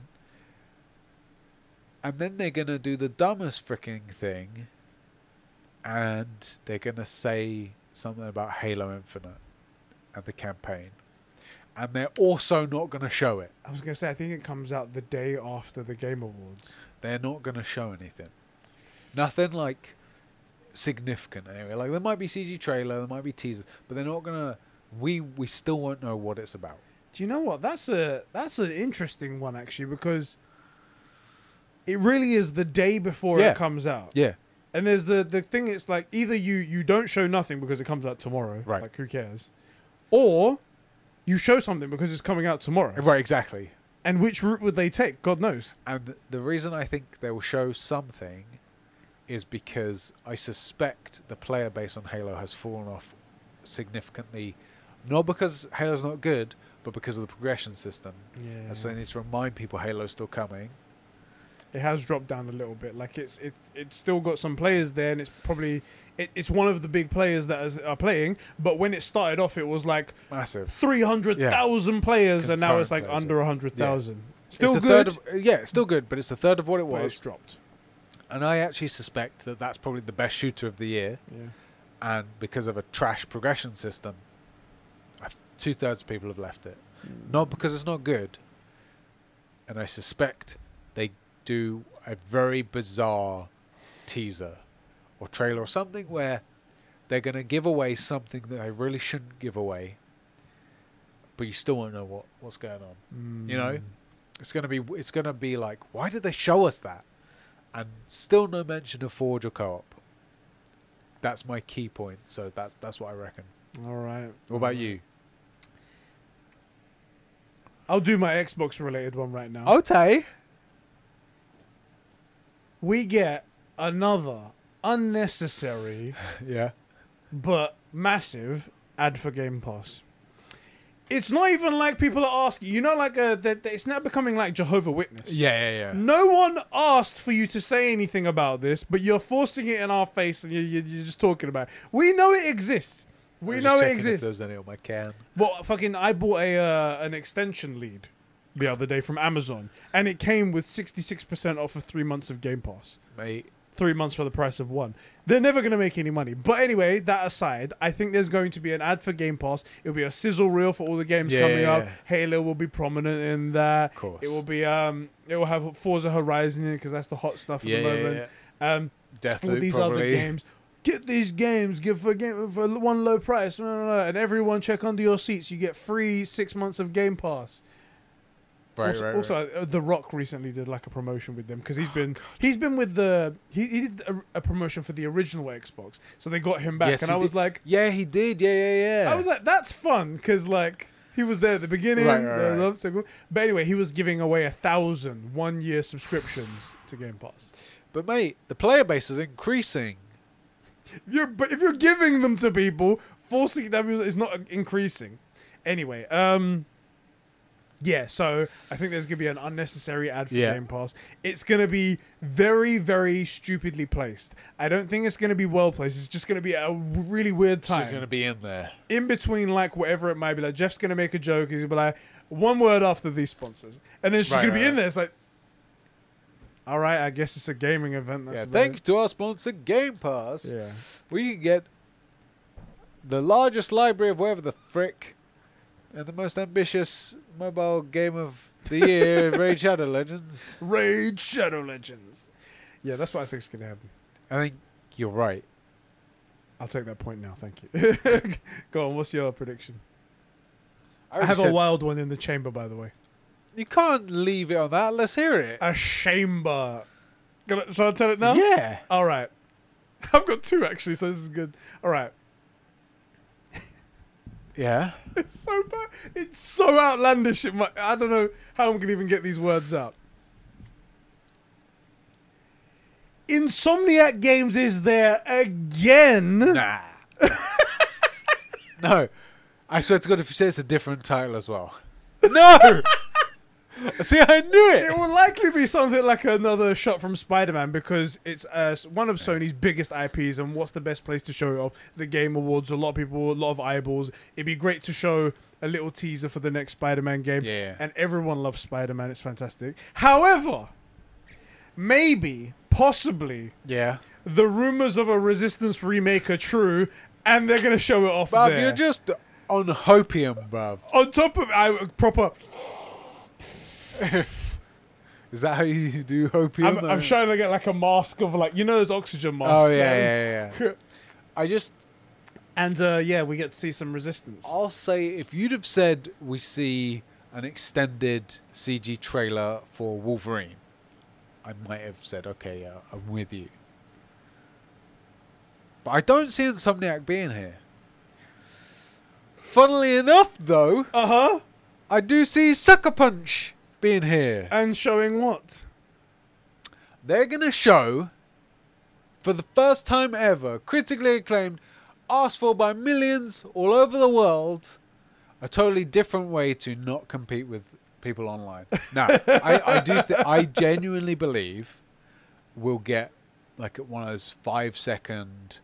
[SPEAKER 2] And then they're gonna do the dumbest freaking thing, and they're gonna say something about Halo Infinite and the campaign, and they're also not gonna show it.
[SPEAKER 1] I was gonna say, I think it comes out the day after the Game Awards.
[SPEAKER 2] They're not gonna show anything. Nothing like significant anyway. Like there might be CG trailer, there might be teasers, but they're not gonna. We we still won't know what it's about.
[SPEAKER 1] Do you know what? That's a that's an interesting one actually because it really is the day before
[SPEAKER 2] Yeah.
[SPEAKER 1] it comes out.
[SPEAKER 2] Yeah.
[SPEAKER 1] And there's the the thing. It's like either you you don't show nothing because it comes out tomorrow.
[SPEAKER 2] Right.
[SPEAKER 1] Like who cares? Or you show something because it's coming out tomorrow.
[SPEAKER 2] Right. Exactly.
[SPEAKER 1] And which route would they take? God knows.
[SPEAKER 2] And the reason I think they will show something is because I suspect the player base on Halo has fallen off significantly. Not because Halo's not good, but because of the progression system.
[SPEAKER 1] Yeah.
[SPEAKER 2] And so they need to remind people Halo's still coming.
[SPEAKER 1] it has dropped down a little bit. Like it's it it's still got some players there, and it's probably it, it's one of the big players that is, are playing. But when it started off, it was like
[SPEAKER 2] Massive.
[SPEAKER 1] three hundred thousand players, and now
[SPEAKER 2] Concurrent
[SPEAKER 1] it's like
[SPEAKER 2] players,
[SPEAKER 1] under hundred thousand.
[SPEAKER 2] It's
[SPEAKER 1] Still
[SPEAKER 2] a
[SPEAKER 1] good,
[SPEAKER 2] Third of, yeah, it's still good, but it's a third of what it
[SPEAKER 1] but it's
[SPEAKER 2] was.
[SPEAKER 1] dropped.
[SPEAKER 2] And I actually suspect that that's probably the best shooter of the year.
[SPEAKER 1] Yeah.
[SPEAKER 2] And because of a trash progression system, two thirds of people have left it. not because it's not good. And I suspect they do a very bizarre teaser or trailer or something where they're going to give away something that they really shouldn't give away, but you still won't know what, what's going on.
[SPEAKER 1] Mm,
[SPEAKER 2] You know, it's going to be it's going to be like, why did they show us that? And still no mention of Forge or co-op. That's my key point. So that's that's what I reckon.
[SPEAKER 1] All right.
[SPEAKER 2] What about you?
[SPEAKER 1] I'll do my Xbox related one right now.
[SPEAKER 2] Okay.
[SPEAKER 1] We get another unnecessary
[SPEAKER 2] Yeah.
[SPEAKER 1] but massive ad for Game Pass. It's not even like people are asking. You know, like uh, that. that It's now becoming like Jehovah Witness.
[SPEAKER 2] Yeah, yeah, yeah.
[SPEAKER 1] No one asked for you to say anything about this, but you're forcing it in our face and you're, you're, you're just talking about it. We know it exists.
[SPEAKER 2] I
[SPEAKER 1] We
[SPEAKER 2] was
[SPEAKER 1] know
[SPEAKER 2] just
[SPEAKER 1] it
[SPEAKER 2] checking If
[SPEAKER 1] exists.
[SPEAKER 2] there's any on my can.
[SPEAKER 1] Well, fucking, I bought a uh, an extension lead the other day from Amazon, and it came with 66% off of three months of Game Pass.
[SPEAKER 2] Mate,
[SPEAKER 1] Three months for the price of one. They're never going to make any money. But anyway, that aside, I think there's going to be an ad for Game Pass. It'll be a sizzle reel for all the games
[SPEAKER 2] Yeah,
[SPEAKER 1] coming
[SPEAKER 2] yeah,
[SPEAKER 1] up.
[SPEAKER 2] yeah.
[SPEAKER 1] Halo will be prominent in that.
[SPEAKER 2] of course.
[SPEAKER 1] It will be um. It will have Forza Horizon in it because that's the hot stuff at
[SPEAKER 2] yeah,
[SPEAKER 1] the
[SPEAKER 2] yeah,
[SPEAKER 1] moment.
[SPEAKER 2] yeah.
[SPEAKER 1] Um, all
[SPEAKER 2] Deathloop
[SPEAKER 1] these
[SPEAKER 2] probably.
[SPEAKER 1] other games. Get these games, give for a game for one low price, blah, blah, blah, and everyone check under your seats. You get free six months of Game Pass.
[SPEAKER 2] Right,
[SPEAKER 1] also,
[SPEAKER 2] right, Oh, right.
[SPEAKER 1] also, uh, The Rock recently did like a promotion with them because he's been he's been with the he, he did a, a promotion for the original Xbox, so they got him back,
[SPEAKER 2] Yes,
[SPEAKER 1] and
[SPEAKER 2] he
[SPEAKER 1] I was
[SPEAKER 2] did.
[SPEAKER 1] like,
[SPEAKER 2] yeah, he did. Yeah, yeah, yeah.
[SPEAKER 1] I was like, that's fun because like he was there at the beginning.
[SPEAKER 2] Right, right,
[SPEAKER 1] the- the
[SPEAKER 2] right.
[SPEAKER 1] obstacle. But anyway, he was giving away a thousand one year subscriptions to Game Pass.
[SPEAKER 2] but mate, the player base is increasing.
[SPEAKER 1] You're, but if you're giving them to people, forcing them is not increasing. Anyway, um, yeah. So I think there's gonna be an unnecessary ad for
[SPEAKER 2] Yeah.
[SPEAKER 1] Game Pass. It's gonna be very, very stupidly placed. I don't think it's gonna be well placed. It's just gonna be at a really weird
[SPEAKER 2] She's
[SPEAKER 1] time.
[SPEAKER 2] going to be in there.
[SPEAKER 1] in between like whatever it might be like jeff's gonna make a joke he's gonna be like one word after these sponsors and then she's
[SPEAKER 2] Right,
[SPEAKER 1] gonna be
[SPEAKER 2] right,
[SPEAKER 1] in there it's like all right i guess it's a gaming event that's
[SPEAKER 2] Yeah,
[SPEAKER 1] about
[SPEAKER 2] thank you to our sponsor, Game Pass.
[SPEAKER 1] it. yeah
[SPEAKER 2] We can get the largest library of whatever the frick and the most ambitious mobile game of the year, Raid Shadow Legends.
[SPEAKER 1] raid shadow legends yeah that's what i think's gonna happen
[SPEAKER 2] I think you're right.
[SPEAKER 1] i'll take that point now thank you go on what's your prediction i,
[SPEAKER 2] already
[SPEAKER 1] have a
[SPEAKER 2] said-
[SPEAKER 1] wild one in the chamber by the way
[SPEAKER 2] You can't leave it on
[SPEAKER 1] Uh,
[SPEAKER 2] that. Let's hear it.
[SPEAKER 1] a chamber Gonna- shall i tell it now
[SPEAKER 2] Yeah.
[SPEAKER 1] all right I've got two actually, so this is good. All right.
[SPEAKER 2] Yeah.
[SPEAKER 1] It's so bad. It's so outlandish. It might, I don't know how I'm gonna even get these words out. Insomniac Games is there again.
[SPEAKER 2] Nah. no. I swear to God, if you say it's a different title as well. No! See, I knew it!
[SPEAKER 1] It will likely be something like another shot from Spider-Man because it's uh, one of Sony's biggest IPs, and what's the best place to show it off? The Game Awards. A lot of people, a lot of eyeballs. It'd be great to show a little teaser for the next Spider-Man game.
[SPEAKER 2] Yeah.
[SPEAKER 1] And everyone loves Spider-Man. It's fantastic. However, maybe, possibly,
[SPEAKER 2] Yeah.
[SPEAKER 1] the rumors of a Resistance remake are true, and they're gonna show it off
[SPEAKER 2] Bruv,
[SPEAKER 1] there.
[SPEAKER 2] you're just on hopium, bruv.
[SPEAKER 1] On top of I proper,
[SPEAKER 2] Is that how you do hopium?
[SPEAKER 1] I'm, I'm
[SPEAKER 2] Uh,
[SPEAKER 1] trying to get like a mask of like you know those oxygen masks.
[SPEAKER 2] Oh, yeah, yeah, yeah. I just,
[SPEAKER 1] And uh, yeah, we get to see some resistance.
[SPEAKER 2] I'll say if you'd have said we see an extended CG trailer for Wolverine, I might have said, okay, yeah, I'm with you. But I don't see Insomniac being here. Funnily enough, though,
[SPEAKER 1] Uh huh.
[SPEAKER 2] I do see Sucker Punch being here.
[SPEAKER 1] And showing what?
[SPEAKER 2] They're going to show, for the first time ever, critically acclaimed, asked for by millions all over the world, a totally different way to not compete with people online. No, I, I do. Th- I genuinely believe we'll get like one of those five-second,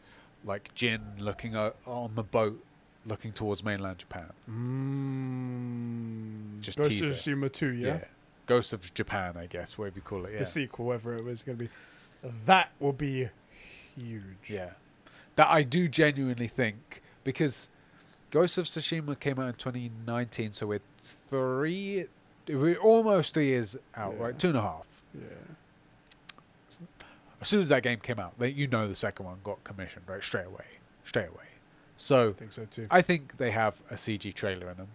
[SPEAKER 2] like Jin looking o- on the boat, looking towards mainland Japan.
[SPEAKER 1] Mm,
[SPEAKER 2] Just
[SPEAKER 1] Ghost
[SPEAKER 2] teaser.
[SPEAKER 1] of Tsushima 2, yeah?
[SPEAKER 2] Ghost of Japan, I guess, whatever you call it. Yeah.
[SPEAKER 1] The sequel, whatever it was going to be. That will be huge.
[SPEAKER 2] Yeah. That I do genuinely think because Ghost of Tsushima came out in 2019, so we're three, we're almost three years out,
[SPEAKER 1] Yeah.
[SPEAKER 2] right? Two and a half.
[SPEAKER 1] Yeah.
[SPEAKER 2] As soon as that game came out, they, you know the second one got commissioned, right? Straight away. Straight away. So
[SPEAKER 1] I think so too.
[SPEAKER 2] I think they have a CG trailer in them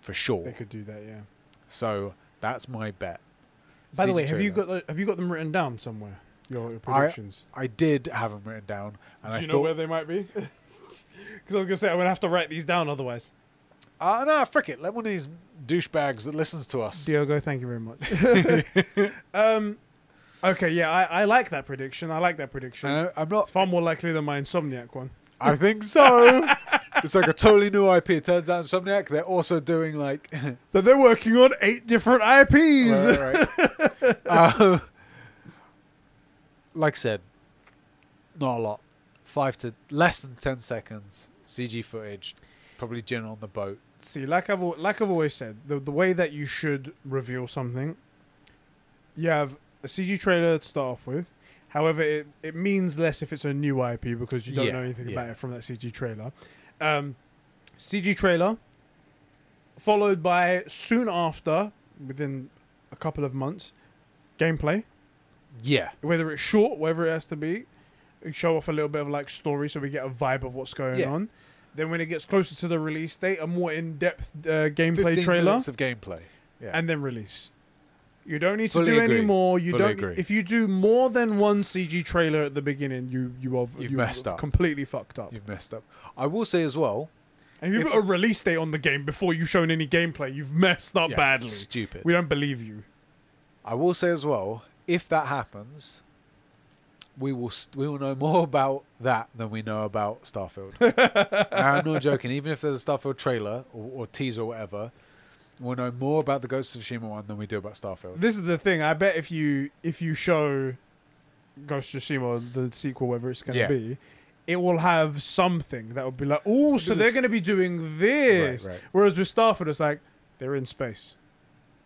[SPEAKER 2] for
[SPEAKER 1] they
[SPEAKER 2] sure.
[SPEAKER 1] could do that, yeah.
[SPEAKER 2] So that's my bet.
[SPEAKER 1] By the
[SPEAKER 2] CG
[SPEAKER 1] way, have you
[SPEAKER 2] trailer.
[SPEAKER 1] got have you got them written down somewhere? Your, your
[SPEAKER 2] I-
[SPEAKER 1] predictions.
[SPEAKER 2] I did have them written down, and
[SPEAKER 1] do
[SPEAKER 2] I
[SPEAKER 1] you know
[SPEAKER 2] thought,
[SPEAKER 1] where they might be? Because I was gonna say I'm gonna have to write these down otherwise.
[SPEAKER 2] ah, no, frick it. Let one of these douchebags that listens to us.
[SPEAKER 1] Diogo, thank you very much. um, okay, yeah, I, I like that prediction. I like that prediction.
[SPEAKER 2] And I- I'm not
[SPEAKER 1] It's far more likely than my Insomniac one.
[SPEAKER 2] I think so. it's like a totally new IP. It turns out Insomniac, they're also doing like. Right,
[SPEAKER 1] So they're working on eight different IPs.
[SPEAKER 2] right, right. Uh, like I said, not a lot. Five to less than 10 seconds CG footage. Probably Jin on the boat.
[SPEAKER 1] See, like I've al- like I've always said, the the way that you should reveal something, you have a CG trailer to start off with. However, it, it means less if it's a new IP because you don't
[SPEAKER 2] Yeah,
[SPEAKER 1] know anything
[SPEAKER 2] yeah.
[SPEAKER 1] about it from that CG trailer. Um, CG trailer, followed by soon after, within a couple of months, gameplay.
[SPEAKER 2] Yeah.
[SPEAKER 1] whether it's short, whether it has to be, we show off a little bit of like story so we get a vibe of what's going
[SPEAKER 2] Yeah.
[SPEAKER 1] on. Then when it gets closer to the release date, a more in-depth uh, gameplay
[SPEAKER 2] 15
[SPEAKER 1] trailer,
[SPEAKER 2] minutes of gameplay. Yeah.
[SPEAKER 1] and then release. You don't need to
[SPEAKER 2] Fully
[SPEAKER 1] do
[SPEAKER 2] agree.
[SPEAKER 1] any more. You
[SPEAKER 2] Fully
[SPEAKER 1] don't.
[SPEAKER 2] agree.
[SPEAKER 1] If you do more than one CG trailer at the beginning, you you are
[SPEAKER 2] You've
[SPEAKER 1] you
[SPEAKER 2] messed up.
[SPEAKER 1] completely fucked up.
[SPEAKER 2] You've messed up. I will say as well.
[SPEAKER 1] and if you
[SPEAKER 2] if-
[SPEAKER 1] put a release date on the game before you've shown any gameplay, you've messed up
[SPEAKER 2] yeah,
[SPEAKER 1] badly.
[SPEAKER 2] Stupid.
[SPEAKER 1] We don't believe you.
[SPEAKER 2] I will say as well, if that happens, we will st- we will know more about that than we know about Starfield. and I'm not joking. Even if there's a Starfield trailer or, or teaser or whatever, we'll know more about the Ghost of Tsushima one than we do about Starfield.
[SPEAKER 1] This is the thing. I bet if you if you show Ghost of Tsushima the sequel, whether it's going to
[SPEAKER 2] Yeah.
[SPEAKER 1] be, it will have something that would be like, oh, so they're
[SPEAKER 2] This-
[SPEAKER 1] going to be doing this.
[SPEAKER 2] Right, right.
[SPEAKER 1] Whereas with Starfield, it's like they're in space.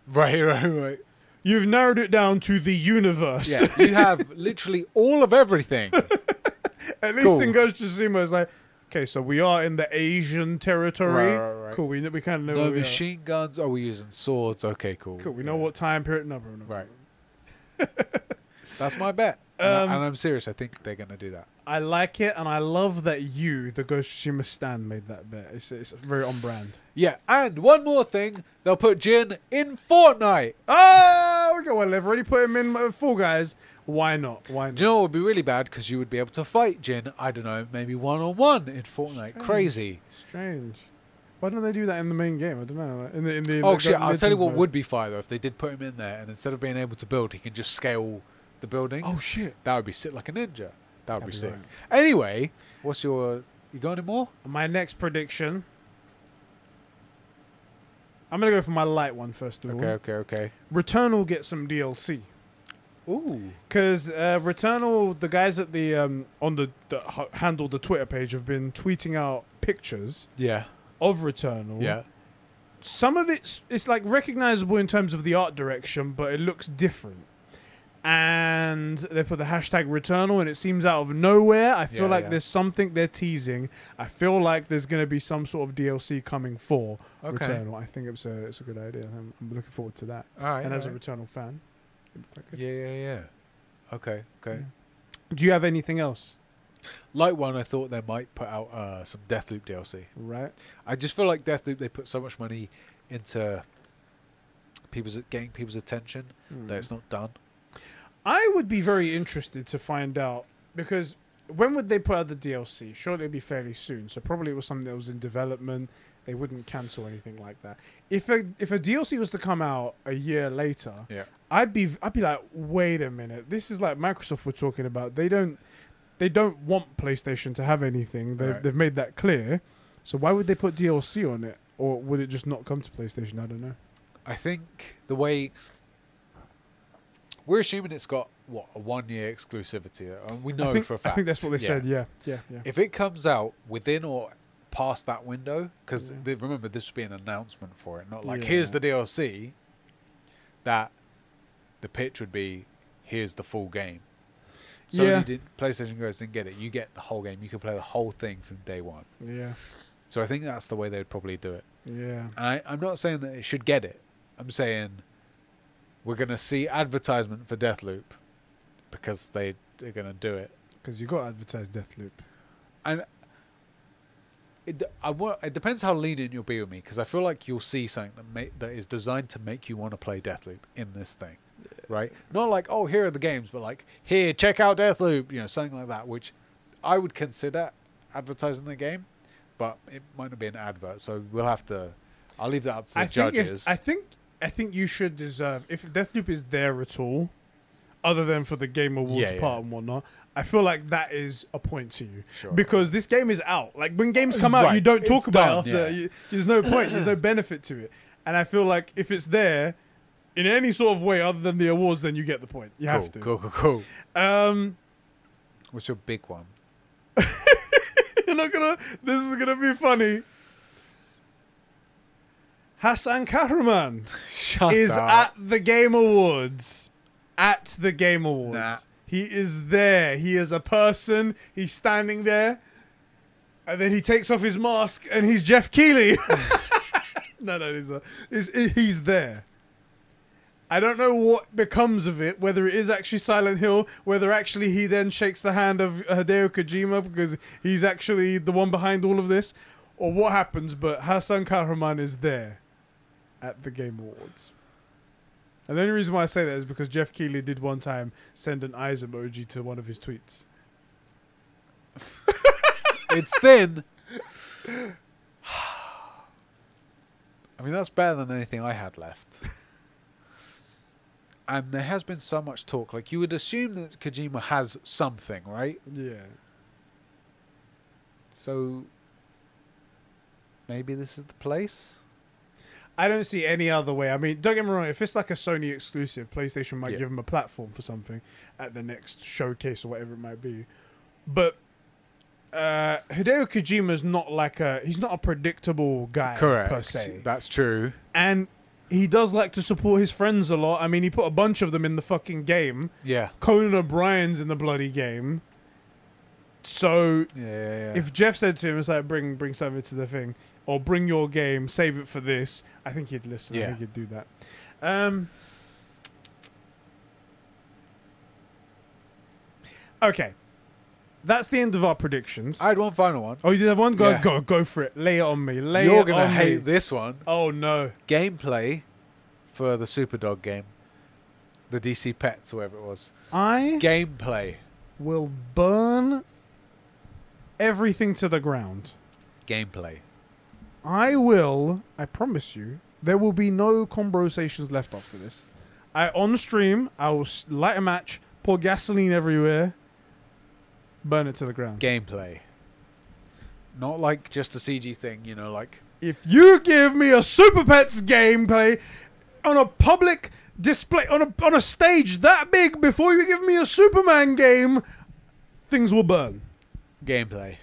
[SPEAKER 2] Right, right, right.
[SPEAKER 1] You've narrowed it down to the universe.
[SPEAKER 2] Yeah, you have literally all of everything.
[SPEAKER 1] At least in Ghost of Tsushima, it's like, okay, so we are in the Asian territory.
[SPEAKER 2] Right, right, right.
[SPEAKER 1] Cool. We we kind of know.
[SPEAKER 2] No
[SPEAKER 1] where we are.
[SPEAKER 2] machine guns. Oh, we're using swords. Okay, cool.
[SPEAKER 1] Cool. We know what time period. No, no, no.
[SPEAKER 2] Right. That's my bet, and, I,
[SPEAKER 1] Um,
[SPEAKER 2] and I'm serious. I think they're gonna do that.
[SPEAKER 1] I like it, and I love that you, the Ghost of Tsushima stand, made that bet. It's it's very on brand.
[SPEAKER 2] Yeah, and one more thing, they'll put Jin in Fortnite.
[SPEAKER 1] Oh, we got one left. Already put him in uh, Fall Guys. Why not? Why not?
[SPEAKER 2] Do you know what would be really bad? Because you would be able to fight Jin, I don't know, maybe one on one in Fortnite.
[SPEAKER 1] Strange.
[SPEAKER 2] Crazy.
[SPEAKER 1] Strange. Why don't they do that in the main game? I don't know. like, In the in the
[SPEAKER 2] oh,
[SPEAKER 1] the
[SPEAKER 2] shit. I'll tell you
[SPEAKER 1] Legends
[SPEAKER 2] what
[SPEAKER 1] mode.
[SPEAKER 2] would be fire, though, if they did put him in there and instead of being able to build, he can just scale the buildings.
[SPEAKER 1] Oh, shit.
[SPEAKER 2] That would be sick like a ninja. That would
[SPEAKER 1] That'd
[SPEAKER 2] be
[SPEAKER 1] be
[SPEAKER 2] sick.
[SPEAKER 1] right.
[SPEAKER 2] Anyway, what's your. You got any more?
[SPEAKER 1] My next prediction. I'm gonna go for my light one first of
[SPEAKER 2] Okay,
[SPEAKER 1] all.
[SPEAKER 2] okay, okay.
[SPEAKER 1] Returnal gets some DLC
[SPEAKER 2] Ooh.
[SPEAKER 1] because uh, Returnal, the guys at the um, on the, the h- handle the Twitter page have been tweeting out pictures
[SPEAKER 2] Yeah.
[SPEAKER 1] of Returnal.
[SPEAKER 2] Yeah.
[SPEAKER 1] some of it's it's like recognizable in terms of the art direction, but it looks different. And they put the hashtag Returnal, and it seems out of nowhere. I feel
[SPEAKER 2] Yeah,
[SPEAKER 1] like
[SPEAKER 2] yeah.
[SPEAKER 1] there's something they're teasing. I feel like there's going to be some sort of DLC coming for
[SPEAKER 2] Okay.
[SPEAKER 1] Returnal. I think it's a it's a good idea. I'm, I'm looking forward to that.
[SPEAKER 2] All right.
[SPEAKER 1] and as a
[SPEAKER 2] all right.
[SPEAKER 1] Returnal fan, it'd be quite good.
[SPEAKER 2] Yeah, yeah, yeah. Okay, okay.
[SPEAKER 1] Mm. do you have anything else?
[SPEAKER 2] Light one, I thought they might put out uh, some Deathloop DLC.
[SPEAKER 1] Right.
[SPEAKER 2] I just feel like Deathloop they put so much money into people's getting people's attention
[SPEAKER 1] Mm-hmm.
[SPEAKER 2] that it's not done.
[SPEAKER 1] I would be very interested to find out because when would they put out the DLC? Surely it'd be fairly soon. So probably it was something that was in development. They wouldn't cancel anything like that. If a if a DLC was to come out a year later,
[SPEAKER 2] Yeah.
[SPEAKER 1] I'd be I'd be like, wait a minute. This is like Microsoft we're talking about. They don't they don't want PlayStation to have anything. They've
[SPEAKER 2] Right.
[SPEAKER 1] they've made that clear. So why would they put DLC on it? Or would it just not come to PlayStation? I don't know.
[SPEAKER 2] I think the way we're assuming it's got what a one year exclusivity, and we know
[SPEAKER 1] I think,
[SPEAKER 2] for a
[SPEAKER 1] I
[SPEAKER 2] fact.
[SPEAKER 1] think that's what they
[SPEAKER 2] Yeah.
[SPEAKER 1] said. Yeah, yeah, yeah.
[SPEAKER 2] If it comes out within or past that window, because
[SPEAKER 1] Yeah.
[SPEAKER 2] remember this would be an announcement for it, not like
[SPEAKER 1] Yeah.
[SPEAKER 2] here's the DLC. That the pitch would be, here's the full game. Sony
[SPEAKER 1] Yeah.
[SPEAKER 2] did PlayStation guys didn't get it. You get the whole game. You can play the whole thing from day one.
[SPEAKER 1] yeah,
[SPEAKER 2] So I think that's the way they'd probably do it.
[SPEAKER 1] yeah.
[SPEAKER 2] And I, I'm not saying that it should get it. I'm saying we're going to see advertisement for Deathloop because they are going to do it.
[SPEAKER 1] Because you got to advertise Deathloop.
[SPEAKER 2] It, d- I wa- it depends how lenient you'll be with me because I feel like you'll see something that ma- that is designed to make you want to play Deathloop in this thing, right? Not like oh here are the games, but like here check out Deathloop, you know something like that, which I would consider advertising the game, but it might not be an advert, so we'll have to. I'll leave that up to the
[SPEAKER 1] I think if-
[SPEAKER 2] judges.
[SPEAKER 1] I think I think you should deserve if Deathloop is there at all, other than for the Game Awards
[SPEAKER 2] Yeah, yeah.
[SPEAKER 1] part and whatnot. I feel like that is a point to you
[SPEAKER 2] Sure. Uh,
[SPEAKER 1] because this game is out. Like when games come out, you
[SPEAKER 2] Right.
[SPEAKER 1] don't talk
[SPEAKER 2] It's
[SPEAKER 1] about
[SPEAKER 2] done,
[SPEAKER 1] it after.
[SPEAKER 2] yeah.
[SPEAKER 1] you- there's no point. there's no benefit to it. And I feel like if it's there in any sort of way other than the awards, then you get the point. You
[SPEAKER 2] cool,
[SPEAKER 1] have to.
[SPEAKER 2] cool, cool, cool.
[SPEAKER 1] Um,
[SPEAKER 2] What's your big one?
[SPEAKER 1] you're not gonna. This is gonna be funny. Hassan Kahraman.
[SPEAKER 2] Shut
[SPEAKER 1] is at the Game Awards. At the Game Awards.
[SPEAKER 2] Nah.
[SPEAKER 1] He is there. He is a person. He's standing there. And then he takes off his mask and he's Jeff Keighley. no, no, he's not. He's, he's there. I don't know what becomes of it, whether it is actually Silent Hill, whether actually he then shakes the hand of Hideo Kojima because he's actually the one behind all of this, or what happens, but Hassan Kahraman is there at the Game Awards. And the only reason why I say that is because Jeff Keighley did one time send an eyes emoji to one of his tweets.
[SPEAKER 2] it's thin. I mean, that's better than anything I had left. And there has been so much talk. Like, you would assume that Kojima has something, right?
[SPEAKER 1] Yeah.
[SPEAKER 2] So maybe this is the place?
[SPEAKER 1] I don't see any other way. I mean, don't get me wrong, if it's like a Sony exclusive, PlayStation might
[SPEAKER 2] Yeah.
[SPEAKER 1] give him a platform for something at the next showcase or whatever it might be. But uh, Hideo Kojima's not like a he's not a predictable guy per se.
[SPEAKER 2] That's true.
[SPEAKER 1] And he does like to support his friends a lot. I mean, he put a bunch of them in the fucking game.
[SPEAKER 2] Yeah.
[SPEAKER 1] Conan O'Brien's in the bloody game. So
[SPEAKER 2] Yeah, yeah, yeah.
[SPEAKER 1] if Jeff said to him, "It's like bring bring something to the thing, or bring your game, save it for this," I think he'd listen. I
[SPEAKER 2] Yeah.
[SPEAKER 1] think he'd do that. Um, okay, that's the end of our predictions.
[SPEAKER 2] I had one final one.
[SPEAKER 1] oh, you did have one. Go
[SPEAKER 2] Yeah.
[SPEAKER 1] go go for it. Lay it on me. Lay
[SPEAKER 2] You're
[SPEAKER 1] it
[SPEAKER 2] going to
[SPEAKER 1] on
[SPEAKER 2] hate
[SPEAKER 1] me.
[SPEAKER 2] this one.
[SPEAKER 1] Oh no.
[SPEAKER 2] Gameplay for the Superdog game. the DC Pets, or whatever it was.
[SPEAKER 1] I
[SPEAKER 2] Gameplay.
[SPEAKER 1] will burn everything to the ground.
[SPEAKER 2] Gameplay.
[SPEAKER 1] I will, I promise you, there will be no conversations left after this. I on stream, I will s- light a match, pour gasoline everywhere, burn it to the ground.
[SPEAKER 2] Gameplay. Not like just a CG thing, you know, like
[SPEAKER 1] If you give me a Super Pets gameplay on a public display on a on a stage that big before you give me a Superman game, things will burn.
[SPEAKER 2] gameplay.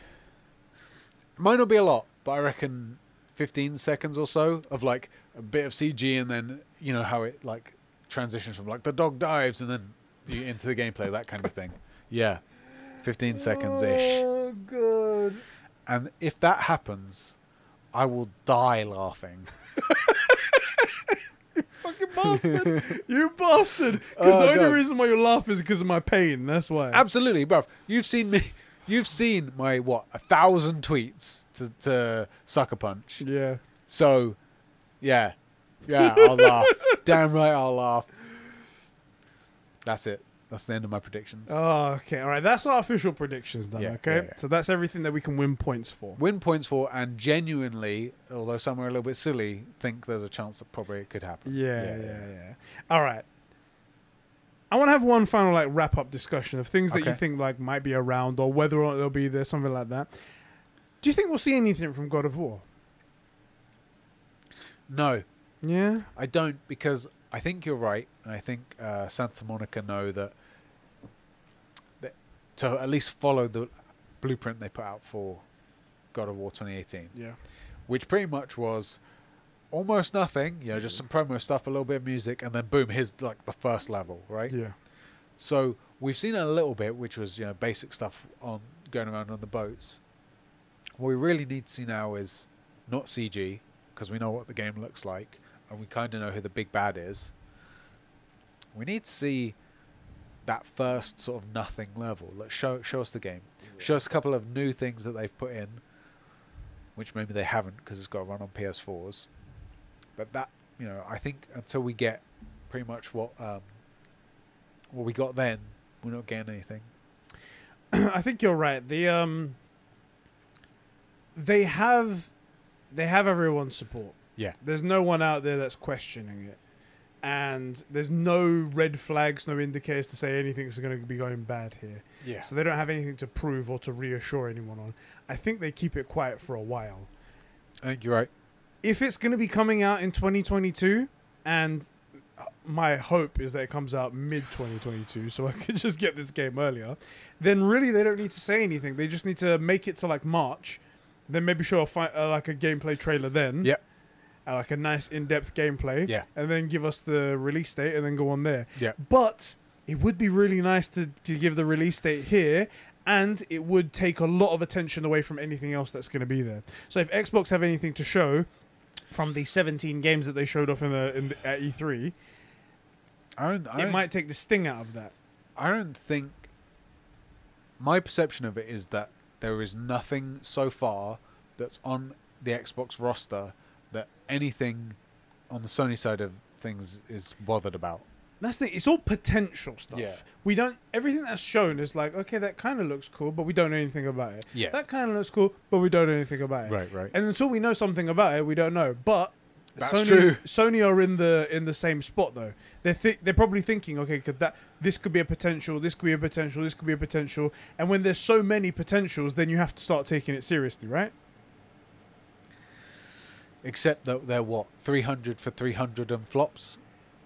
[SPEAKER 2] Might not be a lot, but I reckon 15 seconds or so of like a bit of CG and then, you know, how it like transitions from like the dog dives and then you into the gameplay, that kind of thing. Yeah. 15 seconds ish.
[SPEAKER 1] Oh, good.
[SPEAKER 2] And if that happens, I will die laughing.
[SPEAKER 1] Fucking bastard. you bastard. Because
[SPEAKER 2] Oh,
[SPEAKER 1] the only
[SPEAKER 2] God.
[SPEAKER 1] reason why you laugh is because of my pain. That's why.
[SPEAKER 2] Absolutely, bruv. You've seen me. You've seen my what a thousand tweets to, to sucker punch.
[SPEAKER 1] yeah.
[SPEAKER 2] So, yeah, yeah, I'll laugh. Damn right, I'll laugh. That's it. That's the end of my predictions.
[SPEAKER 1] Oh, okay. All right. That's our official predictions then.
[SPEAKER 2] Yeah,
[SPEAKER 1] okay.
[SPEAKER 2] yeah, yeah.
[SPEAKER 1] So that's everything that we can win points for.
[SPEAKER 2] Win points for and genuinely, although some are a little bit silly, think there's a chance that probably it could happen.
[SPEAKER 1] Yeah, yeah, yeah. All right. I want to have one final like wrap up discussion of things that you
[SPEAKER 2] Okay.
[SPEAKER 1] think like might be around or whether or not they'll be there, something like that. Do you think we'll see anything from God of War?
[SPEAKER 2] No,
[SPEAKER 1] Yeah.
[SPEAKER 2] I don't because I think you're right, and I think uh, Santa Monica know that, that to at least follow the blueprint they put out for God of War 2018,
[SPEAKER 1] Yeah.
[SPEAKER 2] which pretty much was almost nothing. You know, just some promo stuff, a little bit of music, and then boom, here's like the first level, right?
[SPEAKER 1] Yeah.
[SPEAKER 2] So we've seen a little bit, which was you know basic stuff on going around on the boats. What we really need to see now is not CG because we know what the game looks like and we kind of know who the big bad is. We need to see that first sort of nothing level. Let show show us the game. Show us a couple of new things that they've put in, which maybe they haven't because it's got to run on PS4s. But that you know, I think until we get pretty much what um, what we got then, we're not getting anything.
[SPEAKER 1] I think you're right. The um they have they have everyone's support.
[SPEAKER 2] Yeah.
[SPEAKER 1] There's no one out there that's questioning it. And there's no red flags, no indicators to say anything's going to be going bad here.
[SPEAKER 2] Yeah.
[SPEAKER 1] So they don't have anything to prove or to reassure anyone on. I think they keep it quiet for a while.
[SPEAKER 2] I think you're right.
[SPEAKER 1] If it's going to be coming out in 2022 and my hope is that it comes out mid 2022 so I could just get this game earlier, then really they don't need to say anything. They just need to make it to like March, then maybe show a fi- uh, like a gameplay trailer then.
[SPEAKER 2] Yep.
[SPEAKER 1] Uh, like a nice in-depth gameplay.
[SPEAKER 2] Yeah.
[SPEAKER 1] And then give us the release date and then go on there.
[SPEAKER 2] Yeah.
[SPEAKER 1] But it would be really nice to, to give the release date here, and it would take a lot of attention away from anything else that's going to be there. So if Xbox have anything to show from the 17 games that they showed off in the, in the at E3,
[SPEAKER 2] I don't. I
[SPEAKER 1] it
[SPEAKER 2] don't,
[SPEAKER 1] might take the sting out of that.
[SPEAKER 2] I don't think. My perception of it is that there is nothing so far that's on the Xbox roster that anything on the Sony side of things is bothered about.
[SPEAKER 1] That's the thing. It's all potential stuff.
[SPEAKER 2] Yeah.
[SPEAKER 1] We don't. Everything that's shown is like, okay, that kind of looks cool, but we don't know anything about it.
[SPEAKER 2] Yeah.
[SPEAKER 1] That kind of looks cool, but we don't know anything about it.
[SPEAKER 2] Right. Right.
[SPEAKER 1] And until we know something about it, we don't know. But
[SPEAKER 2] That's
[SPEAKER 1] Sony,
[SPEAKER 2] true.
[SPEAKER 1] Sony are in the in the same spot though. They're thi- they're probably thinking, okay, could that this could be a potential, this could be a potential, this could be a potential. And when there's so many potentials, then you have to start taking it seriously, right?
[SPEAKER 2] Except that they're what three hundred for three hundred and flops.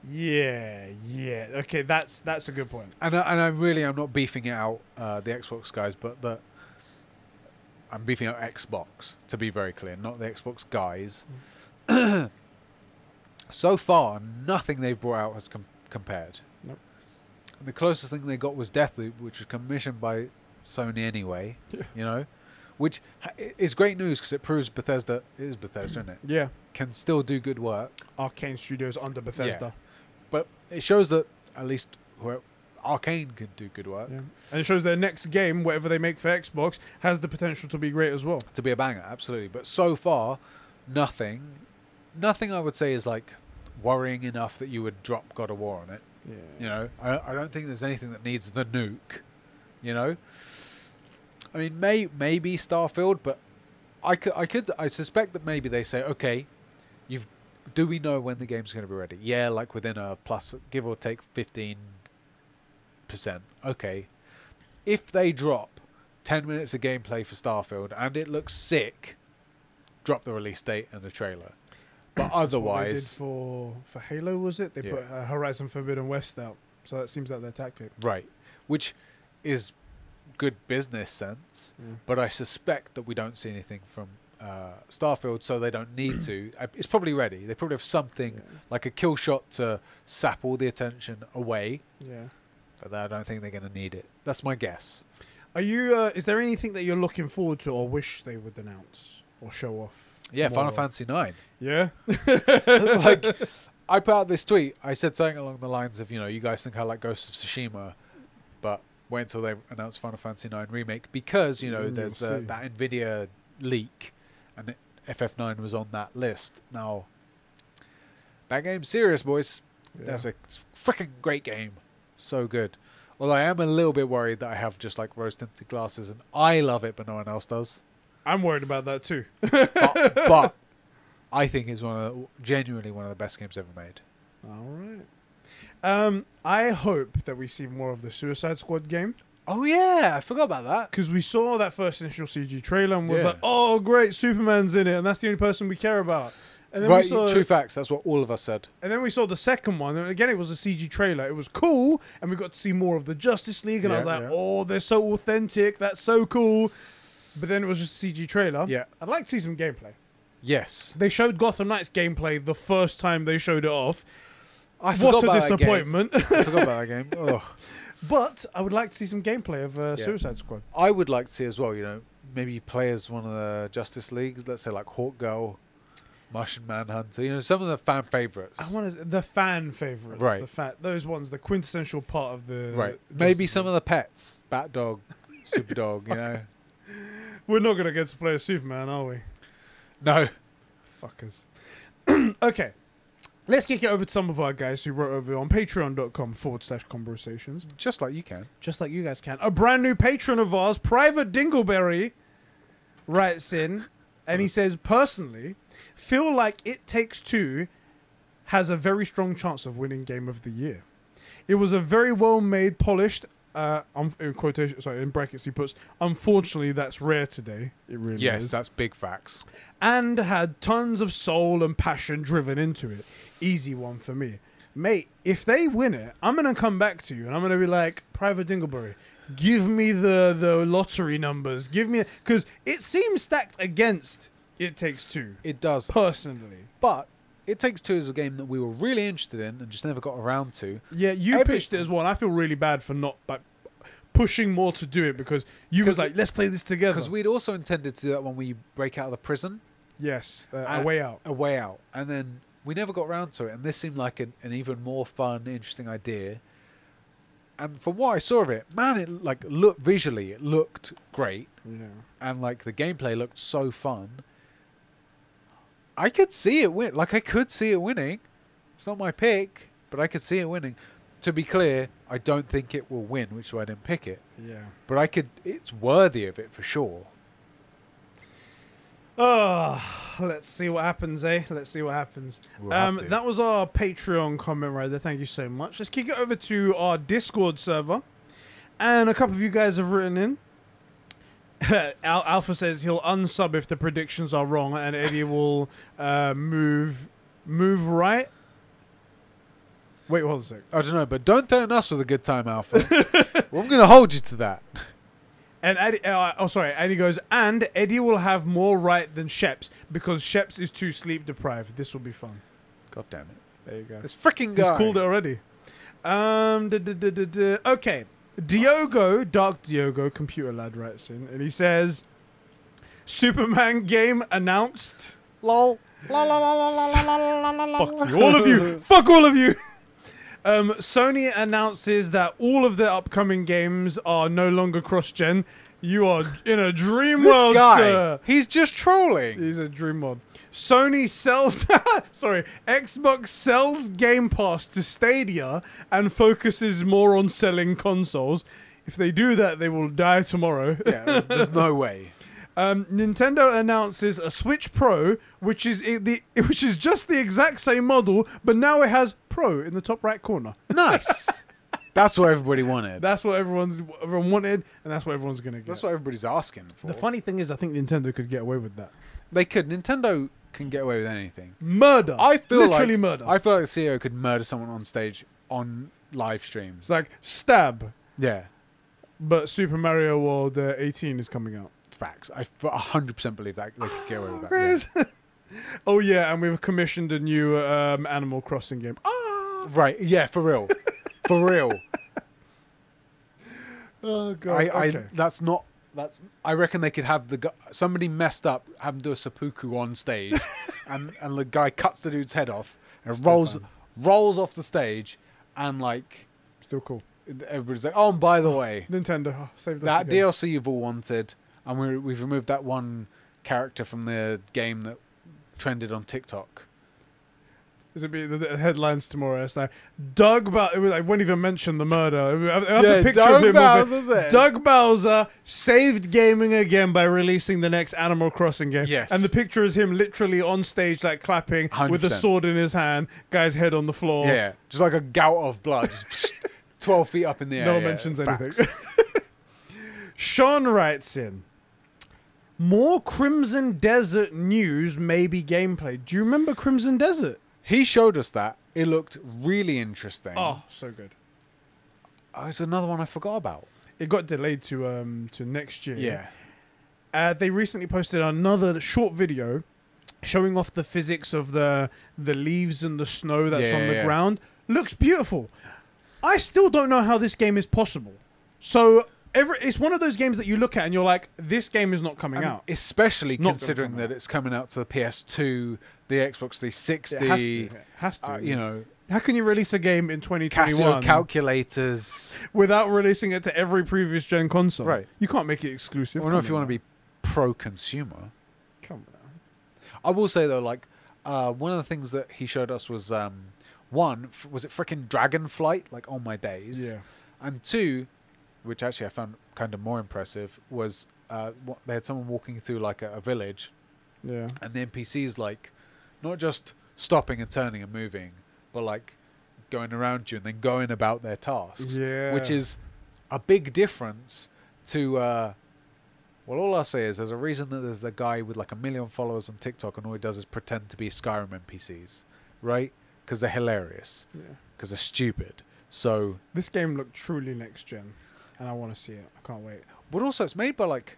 [SPEAKER 1] Yeah, yeah. Okay, that's that's a good point.
[SPEAKER 2] and I, and I really I'm not beefing it out uh, the Xbox guys, but the I'm beefing out Xbox to be very clear, not the Xbox guys.
[SPEAKER 1] Mm.
[SPEAKER 2] so far, nothing they've brought out has com- compared.
[SPEAKER 1] Nope.
[SPEAKER 2] And the closest thing they got was Deathloop, which was commissioned by Sony anyway.
[SPEAKER 1] Yeah.
[SPEAKER 2] You know, which ha- i- is great news because it proves Bethesda it is Bethesda, isn't it?
[SPEAKER 1] Yeah,
[SPEAKER 2] Can still do good work
[SPEAKER 1] Arcane Studios under Bethesda,
[SPEAKER 2] but it shows that at least whoe- Arcane can do good work
[SPEAKER 1] yeah. and it shows their next game, whatever they make for Xbox, has the potential to be great as well.
[SPEAKER 2] to be a banger, absolutely. But so far, nothing, nothing I would say is like worrying enough that you would drop God of War on it.
[SPEAKER 1] Yeah.
[SPEAKER 2] You know, I, I don't think there's anything that needs the nuke. You know, I mean, may maybe Starfield, but I could, I could, I suspect that maybe they say, okay, you've, do we know when the game's going to be ready? Yeah, like within a plus, give or take fifteen percent. Okay, if they drop ten minutes of gameplay for Starfield and it looks sick, drop the release date and the trailer.
[SPEAKER 1] They
[SPEAKER 2] But
[SPEAKER 1] did
[SPEAKER 2] otherwise,
[SPEAKER 1] for for Halo was it? They
[SPEAKER 2] Yeah.
[SPEAKER 1] put uh, Horizon Forbidden West out, so that seems like their tactic.
[SPEAKER 2] Right. Which is good business sense,
[SPEAKER 1] Yeah.
[SPEAKER 2] but I suspect that we don't see anything from uh, Starfield, so they don't need to. Uh, It's probably ready. They probably have something like a kill shot to sap all the attention away,
[SPEAKER 1] Yeah.
[SPEAKER 2] but I don't think they're going to need it. That's my guess.
[SPEAKER 1] Are you? Uh, is there anything that you're looking forward to or wish they would announce or show off?
[SPEAKER 2] Yeah,
[SPEAKER 1] more
[SPEAKER 2] Final
[SPEAKER 1] of?
[SPEAKER 2] Fantasy Nine.
[SPEAKER 1] Yeah.
[SPEAKER 2] like, I put out this tweet. I said something along the lines of, you know, you guys think I like Ghost of Tsushima, but wait until they announce Final Fantasy IX remake because you know
[SPEAKER 1] Mm,
[SPEAKER 2] there's
[SPEAKER 1] we'll
[SPEAKER 2] the,
[SPEAKER 1] see.
[SPEAKER 2] that Nvidia leak, and it, FF9 was on that list. Now, that game's serious, boys. That's a freaking great game. So good. Although I am a little bit worried that I have just like rose tinted glasses and I love it, but no one else does.
[SPEAKER 1] I'm worried about that too.
[SPEAKER 2] But, but I think it's one of the, genuinely one of the best games ever made.
[SPEAKER 1] All right. Um, I hope that we see more of the Suicide Squad game
[SPEAKER 2] Oh yeah, I forgot about that.
[SPEAKER 1] because we saw that first initial CG trailer and was
[SPEAKER 2] Yeah.
[SPEAKER 1] like, "Oh, great, Superman's in it, and that's the only person we care about." And then
[SPEAKER 2] right,
[SPEAKER 1] we saw,
[SPEAKER 2] true facts. That's what all of us said.
[SPEAKER 1] and then we saw the second one, and again, it was a CG trailer. It was cool, and we got to see more of the Justice League, and I
[SPEAKER 2] Yeah,
[SPEAKER 1] was like,
[SPEAKER 2] yeah.
[SPEAKER 1] "Oh, they're so authentic. That's so cool." But then it was just a CG trailer.
[SPEAKER 2] Yeah.
[SPEAKER 1] I'd like to see some gameplay.
[SPEAKER 2] Yes,
[SPEAKER 1] They showed Gotham Knights gameplay the first time they showed it off.
[SPEAKER 2] I
[SPEAKER 1] What
[SPEAKER 2] forgot
[SPEAKER 1] a
[SPEAKER 2] about
[SPEAKER 1] disappointment!
[SPEAKER 2] That game. I forgot about that game. Ugh.
[SPEAKER 1] but I would like to see some gameplay of uh,
[SPEAKER 2] Yeah.
[SPEAKER 1] Suicide Squad.
[SPEAKER 2] I would like to see as well. You know, maybe play as one of the Justice Leagues. Let's say like Hawk Girl, Martian Manhunter. You know, some of the fan favorites.
[SPEAKER 1] I want to, the fan favorites,
[SPEAKER 2] Right.
[SPEAKER 1] The fan, those ones, the quintessential part of the
[SPEAKER 2] right, maybe some of the pets, Bat Dog, Super Dog. You know,
[SPEAKER 1] We're not gonna get to play as Superman, are we?
[SPEAKER 2] no,
[SPEAKER 1] Fuckers. okay, let's kick it over to some of our guys who wrote over on Patreon.com forward slash conversations,
[SPEAKER 2] just like you can.
[SPEAKER 1] just like you guys can. A brand new patron of ours, Private Dingleberry, writes in, and he says, personally, feel like it takes two has a very strong chance of winning Game of the Year. It was a very well made, polished. Uh, um, in quotation, sorry, in brackets he puts. Unfortunately, that's rare today. It really
[SPEAKER 2] Yes,
[SPEAKER 1] is.
[SPEAKER 2] that's big facts.
[SPEAKER 1] and had tons of soul and passion driven into it. Easy one for me, mate. If they win it, I'm gonna come back to you and I'm gonna be like, Private Dingleberry, give me the the lottery numbers. Give me because it seems stacked against. It takes two.
[SPEAKER 2] It does.
[SPEAKER 1] Personally,
[SPEAKER 2] But it takes two is a game that we were really interested in and just never got around to.
[SPEAKER 1] Yeah, you
[SPEAKER 2] Every-
[SPEAKER 1] pitched it as well. And I feel really bad for not like pushing more to do it because you was
[SPEAKER 2] 'Cause-
[SPEAKER 1] like, let's play this together.
[SPEAKER 2] Because we'd also intended to do that one where you break out of the prison,
[SPEAKER 1] yes, uh, a
[SPEAKER 2] I-
[SPEAKER 1] way out.
[SPEAKER 2] a way out, and then we never got around to it. And this seemed like an, an even more fun, interesting idea. And from what I saw of it, man, it like looked visually, it looked great,
[SPEAKER 1] Yeah.
[SPEAKER 2] and like the gameplay looked so fun. I could see it win. Like I could see it winning. It's not my pick, but I could see it winning. To be clear, I don't think it will win, which is why I didn't pick it.
[SPEAKER 1] Yeah.
[SPEAKER 2] But I could. It's worthy of it for sure.
[SPEAKER 1] Oh, let's see what happens, eh? Let's see what happens.
[SPEAKER 2] We'll have
[SPEAKER 1] um,
[SPEAKER 2] to.
[SPEAKER 1] that was our Patreon comment right there. Thank you so much. Let's kick it over to our Discord server. And a couple of you guys have written in. Al- Alpha says he'll unsub if the predictions are wrong, and Eddie will uh, move move right. Wait, hold a sec.
[SPEAKER 2] I don't know, but don't threaten us with a good time, Alpha. Well, I'm going to hold you to that.
[SPEAKER 1] And Eddie, uh, oh, sorry, Eddie goes, and Eddie will have more right than Sheps because Sheps is too sleep deprived. This will be fun.
[SPEAKER 2] God damn it.
[SPEAKER 1] There you go.
[SPEAKER 2] This freaking guy.
[SPEAKER 1] He's called it already. Um, duh, duh, duh, duh, duh. okay. Diogo, Dark Diogo, computer lad writes in, and he says, "Superman game announced."
[SPEAKER 2] Lol.
[SPEAKER 1] Fuck you, all of you. Fuck all of you. Um, Sony announces that all of their upcoming games are no longer cross-gen. You are in a dream
[SPEAKER 2] This
[SPEAKER 1] world,
[SPEAKER 2] guy,
[SPEAKER 1] sir.
[SPEAKER 2] he's just trolling.
[SPEAKER 1] He's a dream mod. Sony sells, sorry, Xbox sells Game Pass to Stadia and focuses more on selling consoles. If they do that, they will die tomorrow.
[SPEAKER 2] Yeah, there's, there's no way.
[SPEAKER 1] Um, Nintendo announces a Switch Pro, which is i- the which is just the exact same model, but now it has Pro in the top right corner.
[SPEAKER 2] Nice. That's what everybody wanted.
[SPEAKER 1] That's what everyone's everyone wanted, and that's what everyone's gonna get.
[SPEAKER 2] That's what everybody's asking for.
[SPEAKER 1] the funny thing is, I think Nintendo could get away with that.
[SPEAKER 2] they could. Nintendo can get away with anything.
[SPEAKER 1] Murder.
[SPEAKER 2] I feel
[SPEAKER 1] literally
[SPEAKER 2] like,
[SPEAKER 1] murder.
[SPEAKER 2] I feel like the CEO could murder someone on stage on live streams.
[SPEAKER 1] it's like stab,
[SPEAKER 2] Yeah,
[SPEAKER 1] but Super Mario World uh, 18 is coming out.
[SPEAKER 2] facts. I f- 100% believe that they could get away with that. yeah.
[SPEAKER 1] Chris. oh yeah, and we've commissioned a new um, Animal Crossing game. Ah.
[SPEAKER 2] Right? Yeah, for real, for real.
[SPEAKER 1] Oh god.
[SPEAKER 2] I, I
[SPEAKER 1] okay.
[SPEAKER 2] that's not that's. I reckon they could have the gu- somebody messed up, have them do a seppuku on stage, and and the guy cuts the dude's head off and
[SPEAKER 1] Still
[SPEAKER 2] rolls
[SPEAKER 1] fine.
[SPEAKER 2] rolls off the stage, and like
[SPEAKER 1] Still cool.
[SPEAKER 2] everybody's like, oh, and by the way,
[SPEAKER 1] Nintendo oh, saved us
[SPEAKER 2] that
[SPEAKER 1] again.
[SPEAKER 2] DLC you've all wanted, and we we've removed that one character from the game that trended on TikTok.
[SPEAKER 1] This would be the, the headlines tomorrow. It's like Doug Bowser. I won't even mention the murder. I have I have
[SPEAKER 2] Yeah,
[SPEAKER 1] a picture
[SPEAKER 2] Doug
[SPEAKER 1] of him.
[SPEAKER 2] Bowser
[SPEAKER 1] with it.
[SPEAKER 2] says-
[SPEAKER 1] Doug Bowser saved gaming again by releasing the next Animal Crossing game.
[SPEAKER 2] Yes.
[SPEAKER 1] And the picture is him literally on stage, like clapping with a
[SPEAKER 2] 100%.
[SPEAKER 1] sword in his hand, guy's head on the floor.
[SPEAKER 2] Yeah, just like a gout of blood, just twelve feet up in the air.
[SPEAKER 1] no one
[SPEAKER 2] yeah,
[SPEAKER 1] mentions
[SPEAKER 2] facts.
[SPEAKER 1] anything. Sean writes in. More Crimson Desert news, maybe gameplay. Do you remember Crimson Desert?
[SPEAKER 2] He showed us that. It looked really interesting.
[SPEAKER 1] Oh, so good.
[SPEAKER 2] Oh, it's another one I forgot about.
[SPEAKER 1] It got delayed to um to next year.
[SPEAKER 2] Yeah.
[SPEAKER 1] Uh, they recently posted another short video showing off the physics of the the leaves and the snow that's
[SPEAKER 2] Yeah,
[SPEAKER 1] on the
[SPEAKER 2] yeah.
[SPEAKER 1] ground. Looks beautiful. I still don't know how this game is possible. So every it's one of those games that you look at and you're like, this game is not coming
[SPEAKER 2] I mean,
[SPEAKER 1] out.
[SPEAKER 2] especially
[SPEAKER 1] It's not gonna
[SPEAKER 2] considering
[SPEAKER 1] come
[SPEAKER 2] that
[SPEAKER 1] out.
[SPEAKER 2] it's coming out to the PS2, the Xbox 360,
[SPEAKER 1] it has to. It has to.
[SPEAKER 2] uh, you know,
[SPEAKER 1] how can you release a game in 2021
[SPEAKER 2] Casio calculators.
[SPEAKER 1] without releasing it to every previous gen console?
[SPEAKER 2] Right.
[SPEAKER 1] You can't make it exclusive.
[SPEAKER 2] I don't know if
[SPEAKER 1] Come
[SPEAKER 2] you
[SPEAKER 1] on
[SPEAKER 2] want to
[SPEAKER 1] now.
[SPEAKER 2] be pro-consumer.
[SPEAKER 1] Come on. now.
[SPEAKER 2] I will say though, like uh, one of the things that he showed us was um, one f- was it freaking Dragonflight, like on my days,
[SPEAKER 1] Yeah.
[SPEAKER 2] and two, which actually I found kind of more impressive was uh, wha- they had someone walking through like a, a village,
[SPEAKER 1] Yeah.
[SPEAKER 2] and the NPCs like not just stopping and turning and moving, but like going around you and then going about their tasks,
[SPEAKER 1] Yeah.
[SPEAKER 2] which is a big difference to. Uh, well, all I'll say is there's a reason that there's a guy with like a million followers on TikTok and all he does is pretend to be Skyrim NPCs, right? Because they're hilarious,
[SPEAKER 1] Yeah.
[SPEAKER 2] because they're stupid. So,
[SPEAKER 1] This game looked truly next gen, and I want to see it. I can't wait.
[SPEAKER 2] but also it's made by like,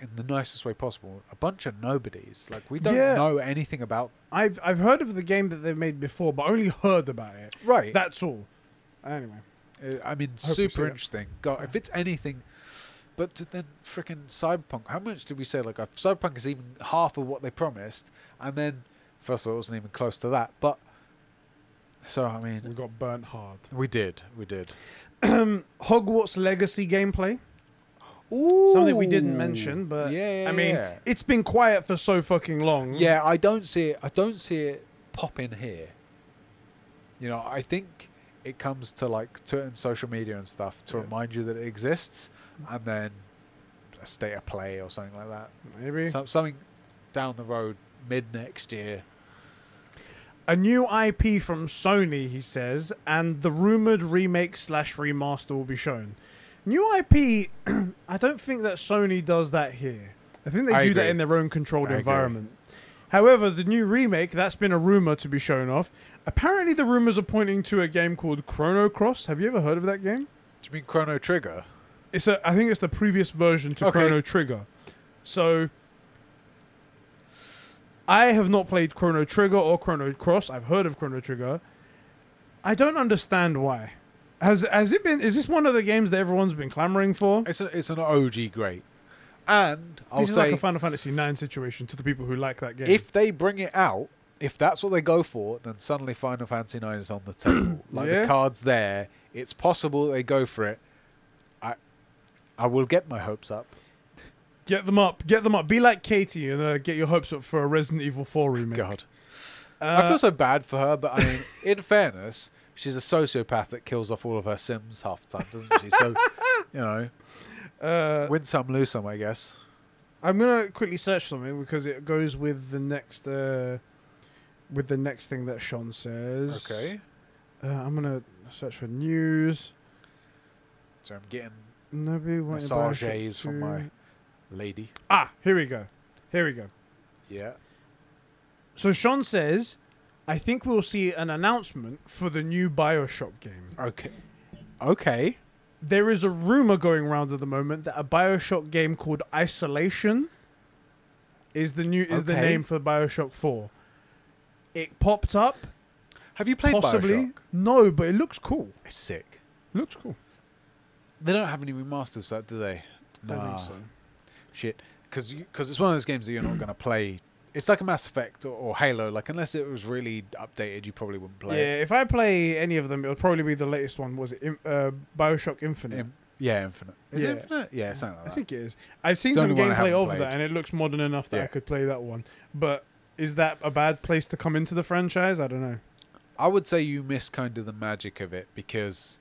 [SPEAKER 2] in the nicest way possible, a bunch of nobodies. Like we don't
[SPEAKER 1] Yeah.
[SPEAKER 2] know anything about.
[SPEAKER 1] I've I've heard of the game that they've made before, but only heard about it.
[SPEAKER 2] Right.
[SPEAKER 1] That's all. Anyway,
[SPEAKER 2] Uh, I mean,
[SPEAKER 1] hope you see
[SPEAKER 2] super
[SPEAKER 1] it.
[SPEAKER 2] interesting. God, if it's anything, but to then freaking Cyberpunk. How much did we say? Like, uh, Cyberpunk is even half of what they promised, and then first of all, it wasn't even close to that. But so I
[SPEAKER 1] we
[SPEAKER 2] mean,
[SPEAKER 1] got burnt hard.
[SPEAKER 2] we did, we did.
[SPEAKER 1] Hogwarts Legacy gameplay,
[SPEAKER 2] Ooh,
[SPEAKER 1] something we didn't mention, but
[SPEAKER 2] yeah, yeah,
[SPEAKER 1] I mean,
[SPEAKER 2] yeah.
[SPEAKER 1] it's been quiet for so fucking long.
[SPEAKER 2] yeah, I don't see it. I don't see it pop in here. You know, I think it comes to like Twitter and social media and stuff to
[SPEAKER 1] Yeah. Mm.
[SPEAKER 2] remind you that it exists, and then a state of play or something like that.
[SPEAKER 1] maybe
[SPEAKER 2] Some, something down the road, mid next year.
[SPEAKER 1] a new IP from Sony. He says, and the rumored remake slash remaster will be shown. New IP, I don't think that Sony does that here. I think they
[SPEAKER 2] I
[SPEAKER 1] do that
[SPEAKER 2] agree.
[SPEAKER 1] in their own controlled
[SPEAKER 2] I agree.
[SPEAKER 1] environment. However, the new remake, that's been a rumor to be shown off. Apparently, the rumors are pointing to a game called Chrono Cross. Have you ever heard of that game?
[SPEAKER 2] Do you mean Chrono Trigger?
[SPEAKER 1] It's a, I think it's the previous version to
[SPEAKER 2] Okay.
[SPEAKER 1] Chrono Trigger. So, I have not played Chrono Trigger or Chrono Cross. I've heard of Chrono Trigger. I don't understand why. Has has it been? Is this one of the games that everyone's been clamoring for?
[SPEAKER 2] It's a, it's an OG great, and I'll
[SPEAKER 1] this is
[SPEAKER 2] say
[SPEAKER 1] like a Final Fantasy IX situation to the people who like that game.
[SPEAKER 2] if they bring it out if that's what they go for, then suddenly Final Fantasy Nine is on the table. like
[SPEAKER 1] Yeah.
[SPEAKER 2] the card's there. It's possible they go for it. I, I will get my hopes up.
[SPEAKER 1] Get them up. Get them up. Be like Katie and uh, get your hopes up for a Resident Evil 4 remake.
[SPEAKER 2] Oh God,
[SPEAKER 1] Uh,
[SPEAKER 2] I feel so bad for her, but I mean, in fairness, she's a sociopath that kills off all of her Sims half the time, doesn't she? So, you know,
[SPEAKER 1] uh,
[SPEAKER 2] win some, lose some, I guess.
[SPEAKER 1] I'm gonna quickly search something because it goes with the next uh, with the next thing that Sean says.
[SPEAKER 2] Okay,
[SPEAKER 1] Uh, I'm gonna search for news.
[SPEAKER 2] so I'm getting
[SPEAKER 1] Nobody went about
[SPEAKER 2] massages from my lady.
[SPEAKER 1] Mm. Ah, here we go. Here we go.
[SPEAKER 2] Yeah.
[SPEAKER 1] So Sean says, I think we'll see an announcement for the new Bioshock game.
[SPEAKER 2] Okay. Okay.
[SPEAKER 1] There is a rumor going around at the moment that a Bioshock game called Isolation is the new is the
[SPEAKER 2] Okay.
[SPEAKER 1] name for Bioshock 4. It popped up,
[SPEAKER 2] Have you played
[SPEAKER 1] possibly.
[SPEAKER 2] Bioshock?
[SPEAKER 1] No, but it looks cool.
[SPEAKER 2] It's sick.
[SPEAKER 1] Looks cool.
[SPEAKER 2] They don't have any remasters for that, do they?
[SPEAKER 1] I
[SPEAKER 2] Nah.
[SPEAKER 1] think so. Mm.
[SPEAKER 2] Shit. Because it's one of those games that you're not going to play. It's like a Mass Effect or, or Halo. Like, unless it was really updated, you probably wouldn't play it.
[SPEAKER 1] Yeah, if I play any of them, it'll probably be the latest one. Was it Im- uh, Bioshock Infinite?
[SPEAKER 2] In- yeah, Infinite. Is
[SPEAKER 1] Yeah. Mm.
[SPEAKER 2] it Infinite? Yeah, something like
[SPEAKER 1] I
[SPEAKER 2] that.
[SPEAKER 1] think it is. I've seen
[SPEAKER 2] It's the
[SPEAKER 1] some
[SPEAKER 2] only one I
[SPEAKER 1] gameplay
[SPEAKER 2] haven't
[SPEAKER 1] over that,
[SPEAKER 2] played.
[SPEAKER 1] and it looks modern enough that I
[SPEAKER 2] Yeah.
[SPEAKER 1] could play that one. But is that a bad place to come into the franchise? I don't know.
[SPEAKER 2] I would say you miss kind of the magic of it because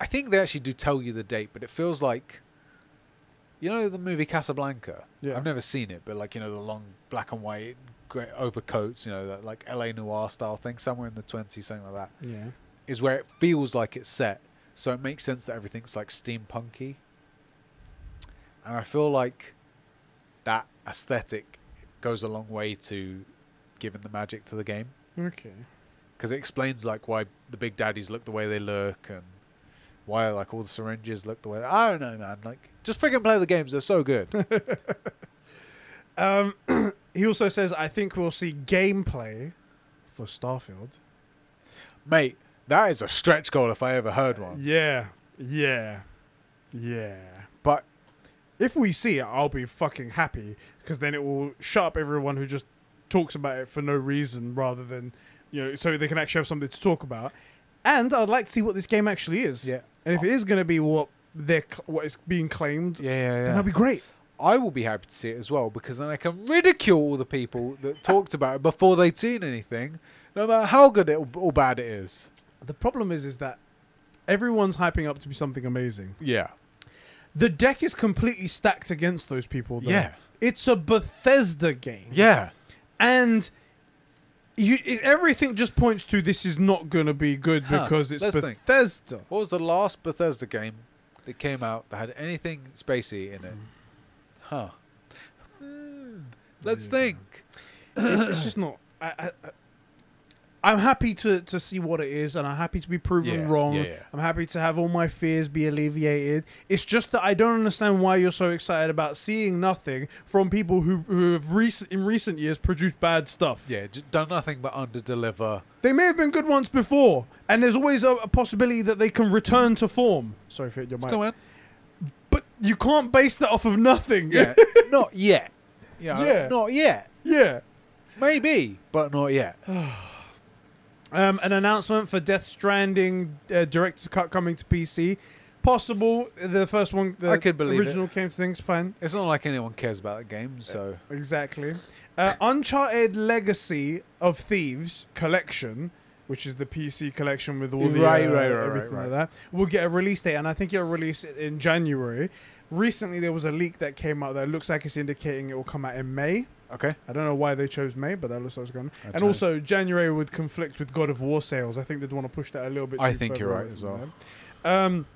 [SPEAKER 2] I think they actually do tell you the date, but it feels like you know the movie Casablanca.
[SPEAKER 1] Yeah.
[SPEAKER 2] I've never seen it, but like you know the long black and white great overcoats, you know that like LA noir style thing, somewhere in the twenties, something like that,
[SPEAKER 1] Yeah.
[SPEAKER 2] is where it feels like it's set. So it makes sense that everything's like steampunky, and I feel like that aesthetic goes a long way to giving the magic to the game
[SPEAKER 1] Okay.
[SPEAKER 2] because it explains like why the big daddies look the way they look and why like all the syringes look the way. I don't know, man. Like, just freaking play the games; they're so good.
[SPEAKER 1] Um, he also says, I think we'll see gameplay for Starfield.
[SPEAKER 2] Mate, that is a stretch goal if I ever heard one.
[SPEAKER 1] Yeah. Yeah. Yeah.
[SPEAKER 2] But
[SPEAKER 1] If we see it, I'll be fucking happy because then it will shut up everyone who just talks about it for no reason rather than, you know, so they can actually have something to talk about. And I'd like to see what this game actually is.
[SPEAKER 2] yeah,
[SPEAKER 1] And if it is going to be what they're cl- what is being claimed,
[SPEAKER 2] yeah, yeah.
[SPEAKER 1] then that'll be great.
[SPEAKER 2] I will be happy to see it as well because then I can ridicule all the people that talked about it before they'd seen anything, no matter how good it or bad it is.
[SPEAKER 1] The problem is, is that everyone's hyping up to be something amazing.
[SPEAKER 2] Yeah,
[SPEAKER 1] The deck is completely stacked against those people. Though.
[SPEAKER 2] Yeah.
[SPEAKER 1] it's a Bethesda game.
[SPEAKER 2] yeah.
[SPEAKER 1] and you it, everything just points to this is not going to be good
[SPEAKER 2] Huh,
[SPEAKER 1] because it's
[SPEAKER 2] let's think.
[SPEAKER 1] Bethesda.
[SPEAKER 2] What was the last Bethesda game that came out that had anything spacey in it? Huh. Hmm. let's
[SPEAKER 1] Yeah.
[SPEAKER 2] think.
[SPEAKER 1] it's, it's just not. I, I, I- I'm happy to, to see what it is, and I'm happy to be proven
[SPEAKER 2] Yeah,
[SPEAKER 1] wrong.
[SPEAKER 2] yeah, yeah.
[SPEAKER 1] I'm happy to have all my fears be alleviated. It's just that I don't understand why you're so excited about seeing nothing from people who, who have recent in recent years produced bad stuff.
[SPEAKER 2] Yeah, j- done nothing but under deliver.
[SPEAKER 1] They may have been good ones before, and there's always a, a possibility that they can return to form. Sorry for your
[SPEAKER 2] Let's
[SPEAKER 1] mic,
[SPEAKER 2] go in.
[SPEAKER 1] but you can't base that off of nothing.
[SPEAKER 2] Yeah, not yet. Yeah,
[SPEAKER 1] Yeah.
[SPEAKER 2] not yet.
[SPEAKER 1] yeah.
[SPEAKER 2] Maybe, but not yet.
[SPEAKER 1] Um, an announcement for Death Stranding uh, director's cut coming to PC. Possible. The first one, the
[SPEAKER 2] I could believe it.
[SPEAKER 1] original came to things. Fine,
[SPEAKER 2] It's not like anyone cares about the game, so
[SPEAKER 1] exactly. Uh, Uncharted Legacy of Thieves collection, which is the PC collection with all the uh,
[SPEAKER 2] Right, right, right, right,
[SPEAKER 1] everything
[SPEAKER 2] right.
[SPEAKER 1] like that, will get a release date, and I think it'll release it in January. Recently, there was a leak that came out that looks like it's indicating it will come out in May.
[SPEAKER 2] okay.
[SPEAKER 1] I don't know why they chose May, but that looks like it's going.
[SPEAKER 2] I
[SPEAKER 1] And
[SPEAKER 2] don't-
[SPEAKER 1] also, January would conflict with God of War sales. I think they'd want to push that a little bit.
[SPEAKER 2] I
[SPEAKER 1] too
[SPEAKER 2] think
[SPEAKER 1] further
[SPEAKER 2] you're right
[SPEAKER 1] away
[SPEAKER 2] as
[SPEAKER 1] from
[SPEAKER 2] well.
[SPEAKER 1] there. Um,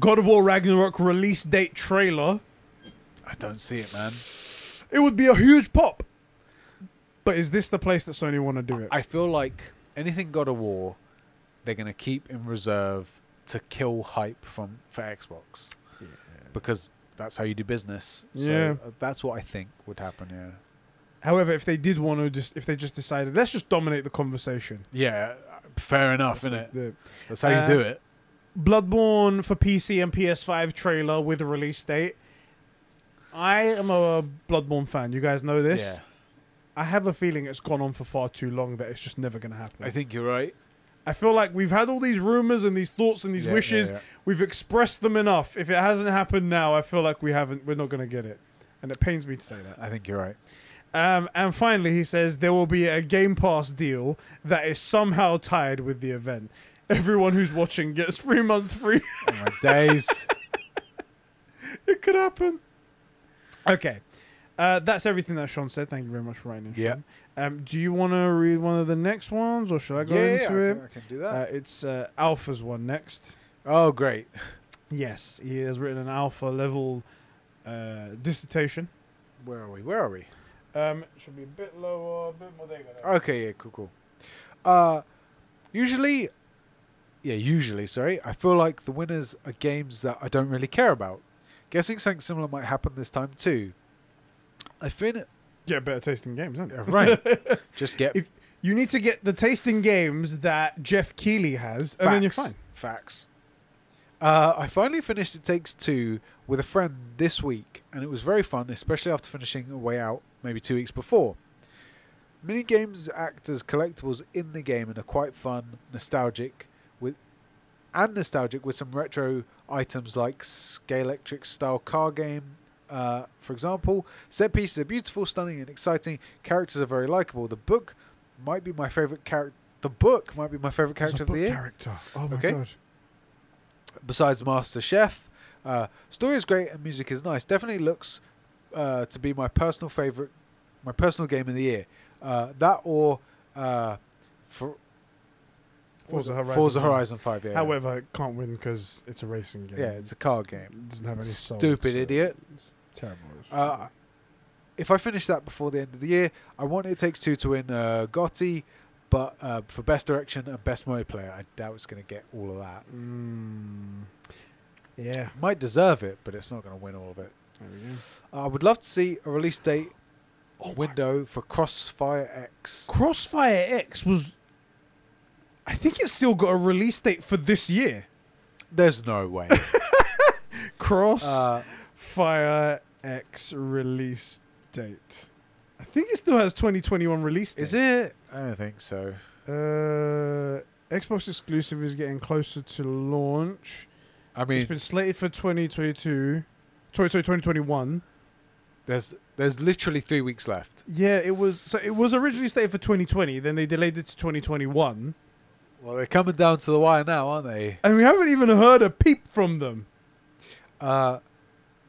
[SPEAKER 1] God of War Ragnarok release date trailer.
[SPEAKER 2] I don't see it, man.
[SPEAKER 1] It would be a huge pop. But is this the place that Sony want to do it?
[SPEAKER 2] I feel like anything God of War, they're gonna keep in reserve to kill hype from for Xbox. because that's how you do business. So
[SPEAKER 1] Yeah.
[SPEAKER 2] uh, that's what I think would happen. Yeah.
[SPEAKER 1] However, if they did want to just, if they just decided, let's just dominate the conversation.
[SPEAKER 2] Yeah, fair enough, isn't it?
[SPEAKER 1] The
[SPEAKER 2] That's how
[SPEAKER 1] Uh,
[SPEAKER 2] you do it.
[SPEAKER 1] Bloodborne for PC and PS5 trailer with a release date. I am a Bloodborne fan. You guys know this.
[SPEAKER 2] Yeah.
[SPEAKER 1] I have a feeling it's gone on for far too long that it's just never going to happen. I,
[SPEAKER 2] I think you're right.
[SPEAKER 1] feel like we've had all these rumors and these thoughts and these
[SPEAKER 2] Yeah, yeah,
[SPEAKER 1] wishes.
[SPEAKER 2] yeah.
[SPEAKER 1] We've expressed them enough. If it hasn't happened now, I feel like we haven't. We're not going to get it, and it pains me to say that.
[SPEAKER 2] I think you're right.
[SPEAKER 1] Um, and finally, he says there will be a Game Pass deal that is somehow tied with the event. Everyone who's watching gets three months free.
[SPEAKER 2] Oh my days.
[SPEAKER 1] it could happen. Okay. Uh, that's everything that Sean said. Thank you very much for writing. in,
[SPEAKER 2] Yeah.
[SPEAKER 1] Sean. Um, do you want to read one of the next ones, or should I go
[SPEAKER 2] yeah, I
[SPEAKER 1] into it?
[SPEAKER 2] can, I can do that.
[SPEAKER 1] Uh, it's uh, Alpha's one next.
[SPEAKER 2] oh, great.
[SPEAKER 1] Yes, he has written an Alpha level uh, dissertation.
[SPEAKER 2] Where are we? Where are we?
[SPEAKER 1] Um, it should be a bit lower, a bit more. There you go.
[SPEAKER 2] Okay, yeah, cool, cool. Uh, usually, yeah, usually, sorry, I feel like the winners are games that I don't really care about. Guessing something similar might happen this time too. I fin
[SPEAKER 1] Get better tasting games, isn't it?
[SPEAKER 2] Yeah, right. just get
[SPEAKER 1] If- You need to get the tasting games that Jeff Keeley has, and then you're
[SPEAKER 2] Facts.
[SPEAKER 1] fine.
[SPEAKER 2] Facts. Uh, I finally finished It Takes Two with a friend this week, and it was very fun, especially after finishing A Way Out maybe two weeks before. Minigames act as collectibles in the game and are quite fun, nostalgic, with and nostalgic with some retro items like Scalextric style car game. Uh, for example, set pieces are beautiful, stunning, and exciting. Characters are very likable. The book might be my favorite character. The book might be my favorite
[SPEAKER 1] There's a
[SPEAKER 2] character of the
[SPEAKER 1] book
[SPEAKER 2] year
[SPEAKER 1] Character. Oh my
[SPEAKER 2] Okay.
[SPEAKER 1] god.
[SPEAKER 2] besides Master Chef. Uh, story is great and music is nice. Definitely looks uh, to be my personal favorite, my personal game of the year. Uh, that or uh, for what was
[SPEAKER 1] Forza
[SPEAKER 2] it?
[SPEAKER 1] Horizon
[SPEAKER 2] Forza
[SPEAKER 1] 5.
[SPEAKER 2] Horizon Five. Yeah, yeah.
[SPEAKER 1] However, it can't win because it's a racing game.
[SPEAKER 2] yeah, it's a car game.
[SPEAKER 1] It doesn't have any soul,
[SPEAKER 2] Stupid
[SPEAKER 1] so
[SPEAKER 2] idiot.
[SPEAKER 1] It's terrible.
[SPEAKER 2] Uh, if I finish that before the end of the year, I want It Takes Two to win uh, Gotti, but uh, for best direction and best multiplayer, I doubt it's going to get all of that.
[SPEAKER 1] Mm. Yeah.
[SPEAKER 2] Might deserve it, but it's not going to win all of it.
[SPEAKER 1] There we go.
[SPEAKER 2] I would love to see a release date window for Crossfire X.
[SPEAKER 1] Crossfire X was. I think it's still got a release date for this year.
[SPEAKER 2] There's no way.
[SPEAKER 1] Crossfire
[SPEAKER 2] uh,
[SPEAKER 1] X release date. I think it still has 2021 release date.
[SPEAKER 2] is it? I don't think so.
[SPEAKER 1] Uh, Xbox exclusive is getting closer to launch.
[SPEAKER 2] I mean,
[SPEAKER 1] it's been slated for 2022. Sorry, sorry, 2021.
[SPEAKER 2] there's there's literally three weeks left.
[SPEAKER 1] Yeah, it was. So it was originally slated for 2020. Then they delayed it to 2021,
[SPEAKER 2] Well, they're coming down to the wire now, aren't they?
[SPEAKER 1] and we haven't even heard a peep from them.
[SPEAKER 2] Uh,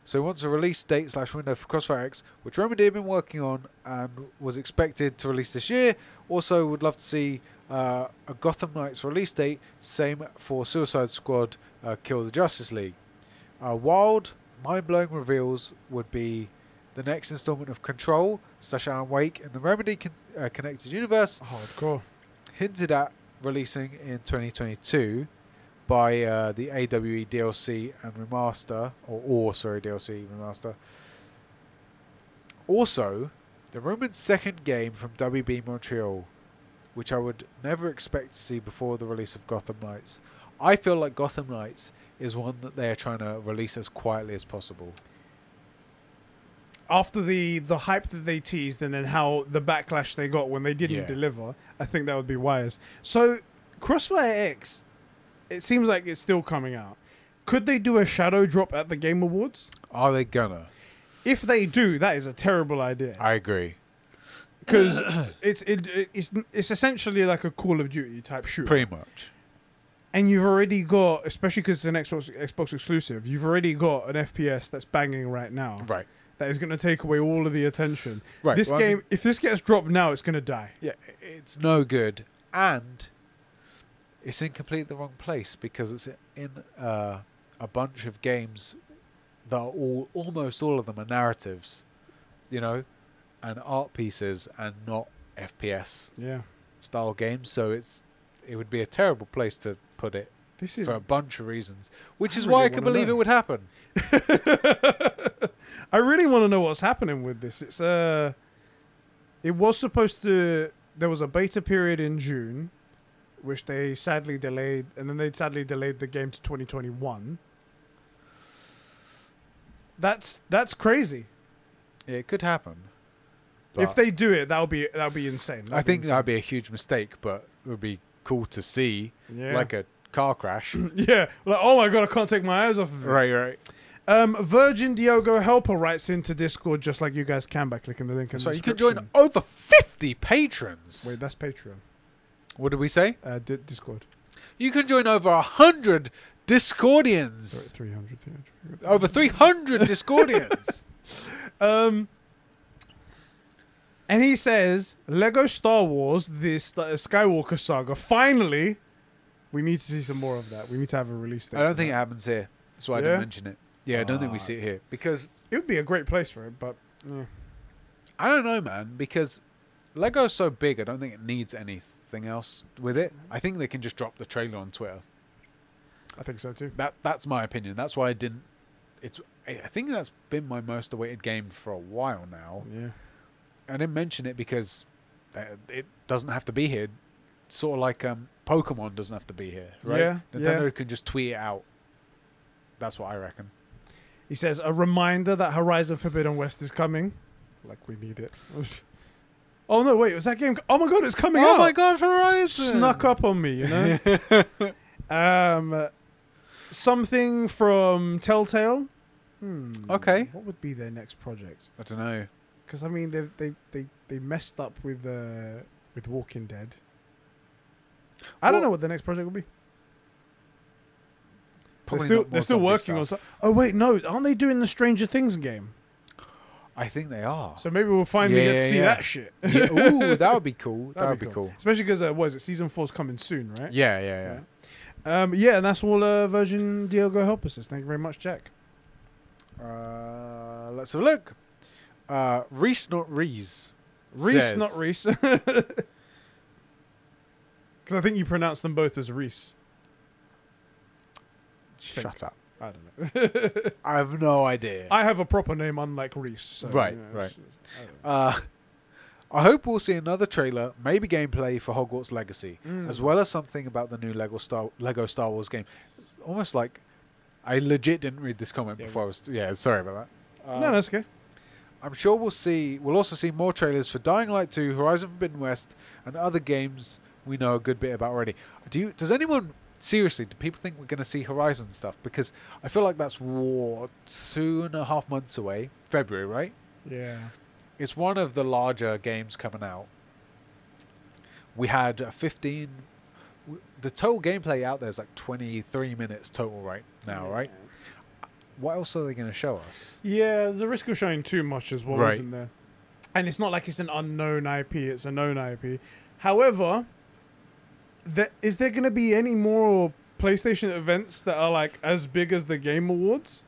[SPEAKER 2] so once a release date slash window for Crossfire X, which Remedy have been working on and was expected to release this year, also would love to see uh, a Gotham Knights release date. Same for Suicide Squad, uh, Kill the Justice League. Uh, wild, mind-blowing reveals would be the next installment of Control slash Alan Wake in the Remedy con- uh, connected universe,
[SPEAKER 1] Hardcore.
[SPEAKER 2] hinted at releasing in 2022 by uh, the AWE DLC and remaster, or, or sorry, DLC remaster. Also, the Roman's second game from WB Montreal, which I would never expect to see before the release of Gotham Knights. I feel like Gotham Knights is one that they are trying to release as quietly as possible.
[SPEAKER 1] After the the hype that they teased, and then how the backlash they got when they didn't
[SPEAKER 2] Yeah.
[SPEAKER 1] deliver, I think that would be wise. So Crossfire X, it seems like it's still coming out. Could they do a shadow drop at the Game Awards?
[SPEAKER 2] Are they gonna?
[SPEAKER 1] If they do, that is a terrible idea.
[SPEAKER 2] I agree.
[SPEAKER 1] because it's it, it- it's it's essentially like a Call of Duty type shooter,
[SPEAKER 2] Pretty much.
[SPEAKER 1] and you've already got, especially because it's an Xbox Xbox exclusive, you've already got an FPS that's banging right now,
[SPEAKER 2] Right.
[SPEAKER 1] that is going to take away all of the attention.
[SPEAKER 2] Right.
[SPEAKER 1] This
[SPEAKER 2] well, I mean-
[SPEAKER 1] game, if this gets dropped now, it's going to die.
[SPEAKER 2] Yeah, i- it's no good, and it's in completely the wrong place because it's in uh, a bunch of games that are all almost all of them are narratives, you know, and art pieces, and not FPS
[SPEAKER 1] Yeah,
[SPEAKER 2] style games. So it's it would be a terrible place to put it
[SPEAKER 1] this is.
[SPEAKER 2] for a bunch of reasons, which
[SPEAKER 1] I
[SPEAKER 2] is
[SPEAKER 1] really
[SPEAKER 2] why I can
[SPEAKER 1] wanna
[SPEAKER 2] believe
[SPEAKER 1] know.
[SPEAKER 2] it would happen.
[SPEAKER 1] I really want to know what's happening with this. It's uh, it was supposed to. There was a beta period in June, which they sadly delayed, and then they sadly delayed the game to 2021. That's that's crazy.
[SPEAKER 2] It could happen. But
[SPEAKER 1] if they do it, that'll be that'll be insane.
[SPEAKER 2] I
[SPEAKER 1] That'll be
[SPEAKER 2] think uh, that'd be a huge mistake, but it would be cool to see,
[SPEAKER 1] Yeah.
[SPEAKER 2] like a car crash.
[SPEAKER 1] insane. yeah, like oh my god, I can't take my eyes off of it.
[SPEAKER 2] right, right.
[SPEAKER 1] Um, Virgin Diogo Helper writes into Discord just like you guys can by clicking the link in
[SPEAKER 2] So
[SPEAKER 1] the
[SPEAKER 2] you can
[SPEAKER 1] description.
[SPEAKER 2] join over fifty patrons.
[SPEAKER 1] Wait, that's Patreon.
[SPEAKER 2] What did we say?
[SPEAKER 1] Uh, di- Discord.
[SPEAKER 2] You can join over a hundred Discordians.
[SPEAKER 1] Sorry, 300, 300.
[SPEAKER 2] Over three hundred Discordians.
[SPEAKER 1] Um, and he says, Lego Star Wars, this uh, Skywalker saga. Finally, we need to see some more of that. We need to have a release date.
[SPEAKER 2] I don't
[SPEAKER 1] for
[SPEAKER 2] think it
[SPEAKER 1] that.
[SPEAKER 2] happens here. That's why I
[SPEAKER 1] Yeah?
[SPEAKER 2] didn't mention it. Yeah, I don't think we
[SPEAKER 1] Ah.
[SPEAKER 2] see it here because
[SPEAKER 1] it would be a great place for it, but yeah.
[SPEAKER 2] I don't know, man. Because Lego's so big, I don't think it needs anything else with it. I think they can just drop the trailer on Twitter.
[SPEAKER 1] I think so too.
[SPEAKER 2] That that's my opinion. That's why I didn't. It's I I think that's been my most awaited game for a while now.
[SPEAKER 1] Yeah,
[SPEAKER 2] I didn't mention it because uh, it doesn't have to be here. Sort of like um, Pokemon doesn't have to be here, right?
[SPEAKER 1] Yeah,
[SPEAKER 2] Nintendo
[SPEAKER 1] yeah.
[SPEAKER 2] can just tweet it out. That's what I reckon.
[SPEAKER 1] he says a reminder that Horizon Forbidden West is coming. Like we need it. oh no, wait, was that game? Oh my god, it's coming
[SPEAKER 2] oh
[SPEAKER 1] out!
[SPEAKER 2] my God, Horizon
[SPEAKER 1] snuck up on me, you know. um, something from Telltale. Hmm,
[SPEAKER 2] Okay.
[SPEAKER 1] What would be their next project?
[SPEAKER 2] I don't know.
[SPEAKER 1] Because I mean, they they they they messed up with uh, with Walking Dead. I don't
[SPEAKER 2] Well-
[SPEAKER 1] know what the next project will be. They're
[SPEAKER 2] Probably
[SPEAKER 1] still
[SPEAKER 2] not more
[SPEAKER 1] they're still
[SPEAKER 2] zombie
[SPEAKER 1] working on.
[SPEAKER 2] stuff.
[SPEAKER 1] So- oh wait, no, aren't they doing the Stranger Things game?
[SPEAKER 2] I think they are.
[SPEAKER 1] So maybe we'll finally
[SPEAKER 2] Yeah,
[SPEAKER 1] get to
[SPEAKER 2] yeah,
[SPEAKER 1] see
[SPEAKER 2] yeah.
[SPEAKER 1] that shit.
[SPEAKER 2] yeah, ooh, that would be cool. That would be, cool.
[SPEAKER 1] Especially because uh, what is it? Season four's coming soon, right?
[SPEAKER 2] Yeah, yeah, yeah.
[SPEAKER 1] Um, yeah, and that's all uh, version Diogo help us. Thank you very much, Jack.
[SPEAKER 2] Uh, let's have a look. Uh, Reese, not Reese.
[SPEAKER 1] Reese,
[SPEAKER 2] says-
[SPEAKER 1] not Reese. Because I think you pronounce them both as Reese.
[SPEAKER 2] Shut up.
[SPEAKER 1] I don't know.
[SPEAKER 2] I have no idea.
[SPEAKER 1] I have a proper name, unlike Reese. So,
[SPEAKER 2] Right,
[SPEAKER 1] you know,
[SPEAKER 2] right.
[SPEAKER 1] it's- I don't know.
[SPEAKER 2] Uh, I hope we'll see another trailer, maybe gameplay for Hogwarts Legacy,
[SPEAKER 1] Mm.
[SPEAKER 2] as well as something about the new Lego Star Lego Star Wars game. Almost like I legit didn't read this comment
[SPEAKER 1] Yeah,
[SPEAKER 2] before. I was yeah, sorry about that. Uh,
[SPEAKER 1] no, that's okay.
[SPEAKER 2] I'm sure we'll see. We'll also see more trailers for Dying Light 2, Horizon Forbidden West, and other games we know a good bit about already. Do you? Does anyone seriously? Do people think we're going to see Horizon stuff? Because I feel like that's war two and a half months away. February, right?
[SPEAKER 1] Yeah.
[SPEAKER 2] It's one of the larger games coming out. We had a 15. w- The total gameplay out there is like 23 minutes total right now, right? What else are they going to show us?
[SPEAKER 1] Yeah, there's a risk of showing too much as well,
[SPEAKER 2] Right.
[SPEAKER 1] isn't there? And it's not like it's an unknown IP; it's a known IP. However, there, is there going to be any more PlayStation events that are like as big as the Game Awards?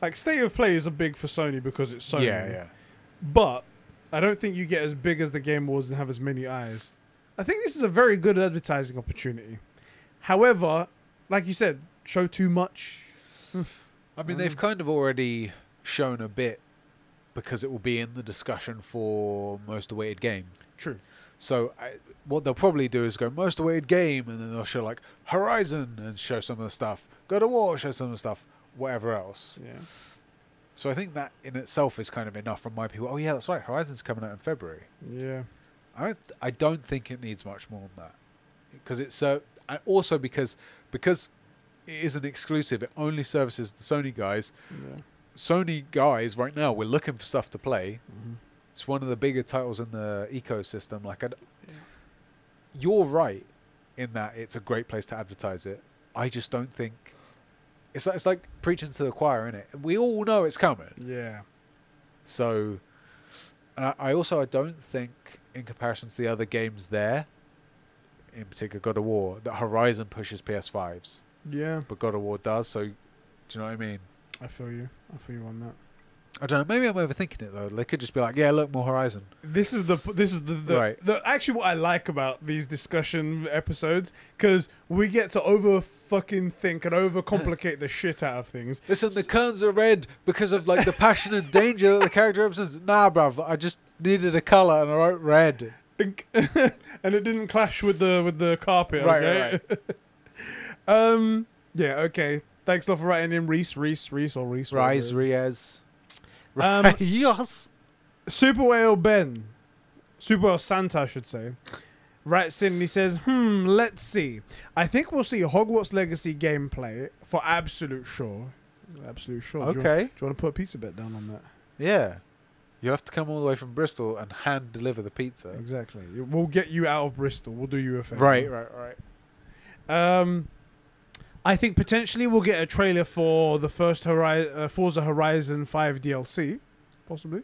[SPEAKER 1] Like State of Play is a big for Sony because it's Sony. But I don't think you get as big as the Game Awards and have as many eyes. I think this is a very good advertising opportunity. However, like you said, show too much.
[SPEAKER 2] I mean, they've
[SPEAKER 1] Mm.
[SPEAKER 2] kind of already shown a bit because it will be in the discussion for most awaited game.
[SPEAKER 1] True.
[SPEAKER 2] So I, what they'll probably do is go most awaited game, and then they'll show like Horizon and show some of the stuff. Go to War, show some of the stuff. Whatever else.
[SPEAKER 1] Yeah.
[SPEAKER 2] So I think that in itself is kind of enough from my people. Oh yeah, that's right. Horizon's coming out in February.
[SPEAKER 1] Yeah.
[SPEAKER 2] I don't. I don't think it needs much more than that because it's so. And also because because it is an exclusive. It only services the Sony guys.
[SPEAKER 1] Yeah.
[SPEAKER 2] Sony guys right now. We're looking for stuff to play. It's one of the bigger titles in the ecosystem. Like, i
[SPEAKER 1] Yeah.
[SPEAKER 2] you're right in that it's a great place to advertise it. I just don't think it's like, it's like preaching to the choir, is it? We all know it's coming.
[SPEAKER 1] Yeah.
[SPEAKER 2] So, and I, I also I don't think, in comparison to the other games there, in particular God of War, that Horizon pushes PS5s,
[SPEAKER 1] Yeah.
[SPEAKER 2] but God of War does. So, do you know what I mean?
[SPEAKER 1] I feel you. I feel you on that.
[SPEAKER 2] I don't know. Maybe I'm overthinking it though. They could just be like, "Yeah, look, more Horizon."
[SPEAKER 1] This is the this is the, the,
[SPEAKER 2] Right.
[SPEAKER 1] the actually what I like about these discussion episodes because we get to over fucking think and over complicate the shit out of things.
[SPEAKER 2] Listen, the curtains are red because of like the passion and danger that the character represents. Nah, bruv, I just needed a color and I wrote red.
[SPEAKER 1] Think- and it didn't clash with the with the carpet.
[SPEAKER 2] Right,
[SPEAKER 1] okay? um. Yeah. Okay. Thanks a lot for writing in, Reese, Reese, Reese, or Reese. whatever it
[SPEAKER 2] Rise,
[SPEAKER 1] is.
[SPEAKER 2] Riaz.
[SPEAKER 1] Um,
[SPEAKER 2] Riaz.
[SPEAKER 1] Super Whale Ben, Super Whale Santa, I should say, writes in and he says, hmm, let's see. I think we'll see Hogwarts Legacy gameplay for absolute sure. Absolute sure. Do you, want,
[SPEAKER 2] Okay.
[SPEAKER 1] do you want to put a pizza bet down on that?
[SPEAKER 2] Yeah. You have to come all the way from Bristol and hand deliver the pizza.
[SPEAKER 1] Exactly. We'll get you out of Bristol. We'll do you a favor.
[SPEAKER 2] Right, right, right.
[SPEAKER 1] Um, I think potentially we'll get a trailer for the first Hori- uh, Forza Horizon 5 DLC, possibly.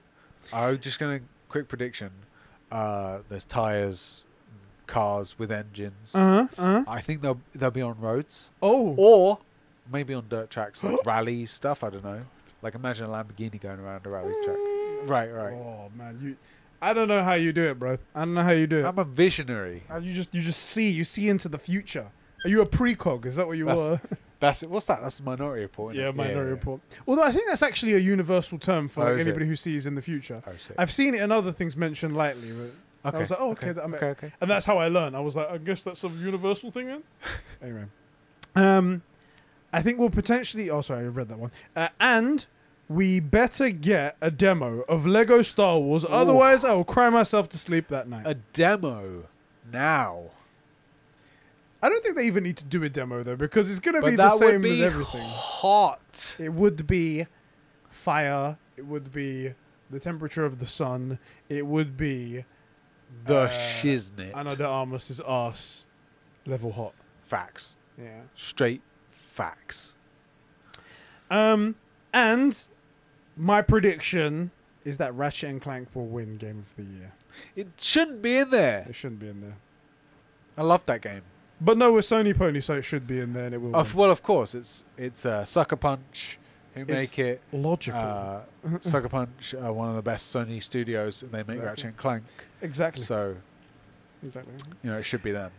[SPEAKER 2] I'm just gonna quick prediction. Uh, there's tires, cars with engines.
[SPEAKER 1] Uh huh. Uh huh.
[SPEAKER 2] I think they'll they'll be on roads
[SPEAKER 1] Oh.
[SPEAKER 2] or maybe on dirt tracks like rally stuff. I don't know. Like imagine a Lamborghini going around a rally track. Right, right.
[SPEAKER 1] Oh man, you. I don't know how you do it, bro. I don't know how you do it.
[SPEAKER 2] I'm a visionary.
[SPEAKER 1] Uh, you just you just see you see into the future. Are you a precog? Is that what you
[SPEAKER 2] That's-
[SPEAKER 1] were?
[SPEAKER 2] That's what's that? That's Minority Report. isn't
[SPEAKER 1] yeah,
[SPEAKER 2] it?
[SPEAKER 1] Minority Report. Although I think that's actually a universal term for
[SPEAKER 2] Oh,
[SPEAKER 1] like,
[SPEAKER 2] is it?
[SPEAKER 1] anybody who sees in the future.
[SPEAKER 2] Oh, sick.
[SPEAKER 1] I've seen it in other things mentioned lightly, but
[SPEAKER 2] okay.
[SPEAKER 1] I was like, oh, okay, that- I'm-
[SPEAKER 2] okay, okay.
[SPEAKER 1] and that's how I learned. I was like, I guess that's a universal thing then. anyway, um, I think we'll potentially. Oh, sorry, I read that one. Uh, and we better get a demo of Lego Star Wars, otherwise I will cry myself to sleep that night.
[SPEAKER 2] A demo now.
[SPEAKER 1] I don't think they even need to do a demo though, because it's gonna
[SPEAKER 2] But
[SPEAKER 1] be the
[SPEAKER 2] that
[SPEAKER 1] same
[SPEAKER 2] would be
[SPEAKER 1] as everything.
[SPEAKER 2] hot.
[SPEAKER 1] It would be fire. It would be the temperature of the sun. It would be
[SPEAKER 2] The
[SPEAKER 1] Uh,
[SPEAKER 2] shiznit.
[SPEAKER 1] another Armus's ass level hot.
[SPEAKER 2] Facts.
[SPEAKER 1] Yeah.
[SPEAKER 2] Straight facts.
[SPEAKER 1] Um, and my prediction is that Ratchet and Clank will win Game of the Year.
[SPEAKER 2] It shouldn't be in there.
[SPEAKER 1] It shouldn't be in there,
[SPEAKER 2] I love that game.
[SPEAKER 1] but no, we're Sony Pony, so it should be in there, and it will.
[SPEAKER 2] Of, well, of course, it's it's uh, Sucker Punch who
[SPEAKER 1] It's-
[SPEAKER 2] make it.
[SPEAKER 1] win. Logical.
[SPEAKER 2] Uh, Sucker Punch, uh, one of the best Sony studios, and they make
[SPEAKER 1] Exactly.
[SPEAKER 2] Ratchet and Clank.
[SPEAKER 1] exactly.
[SPEAKER 2] So
[SPEAKER 1] Exactly.
[SPEAKER 2] you know it should be them.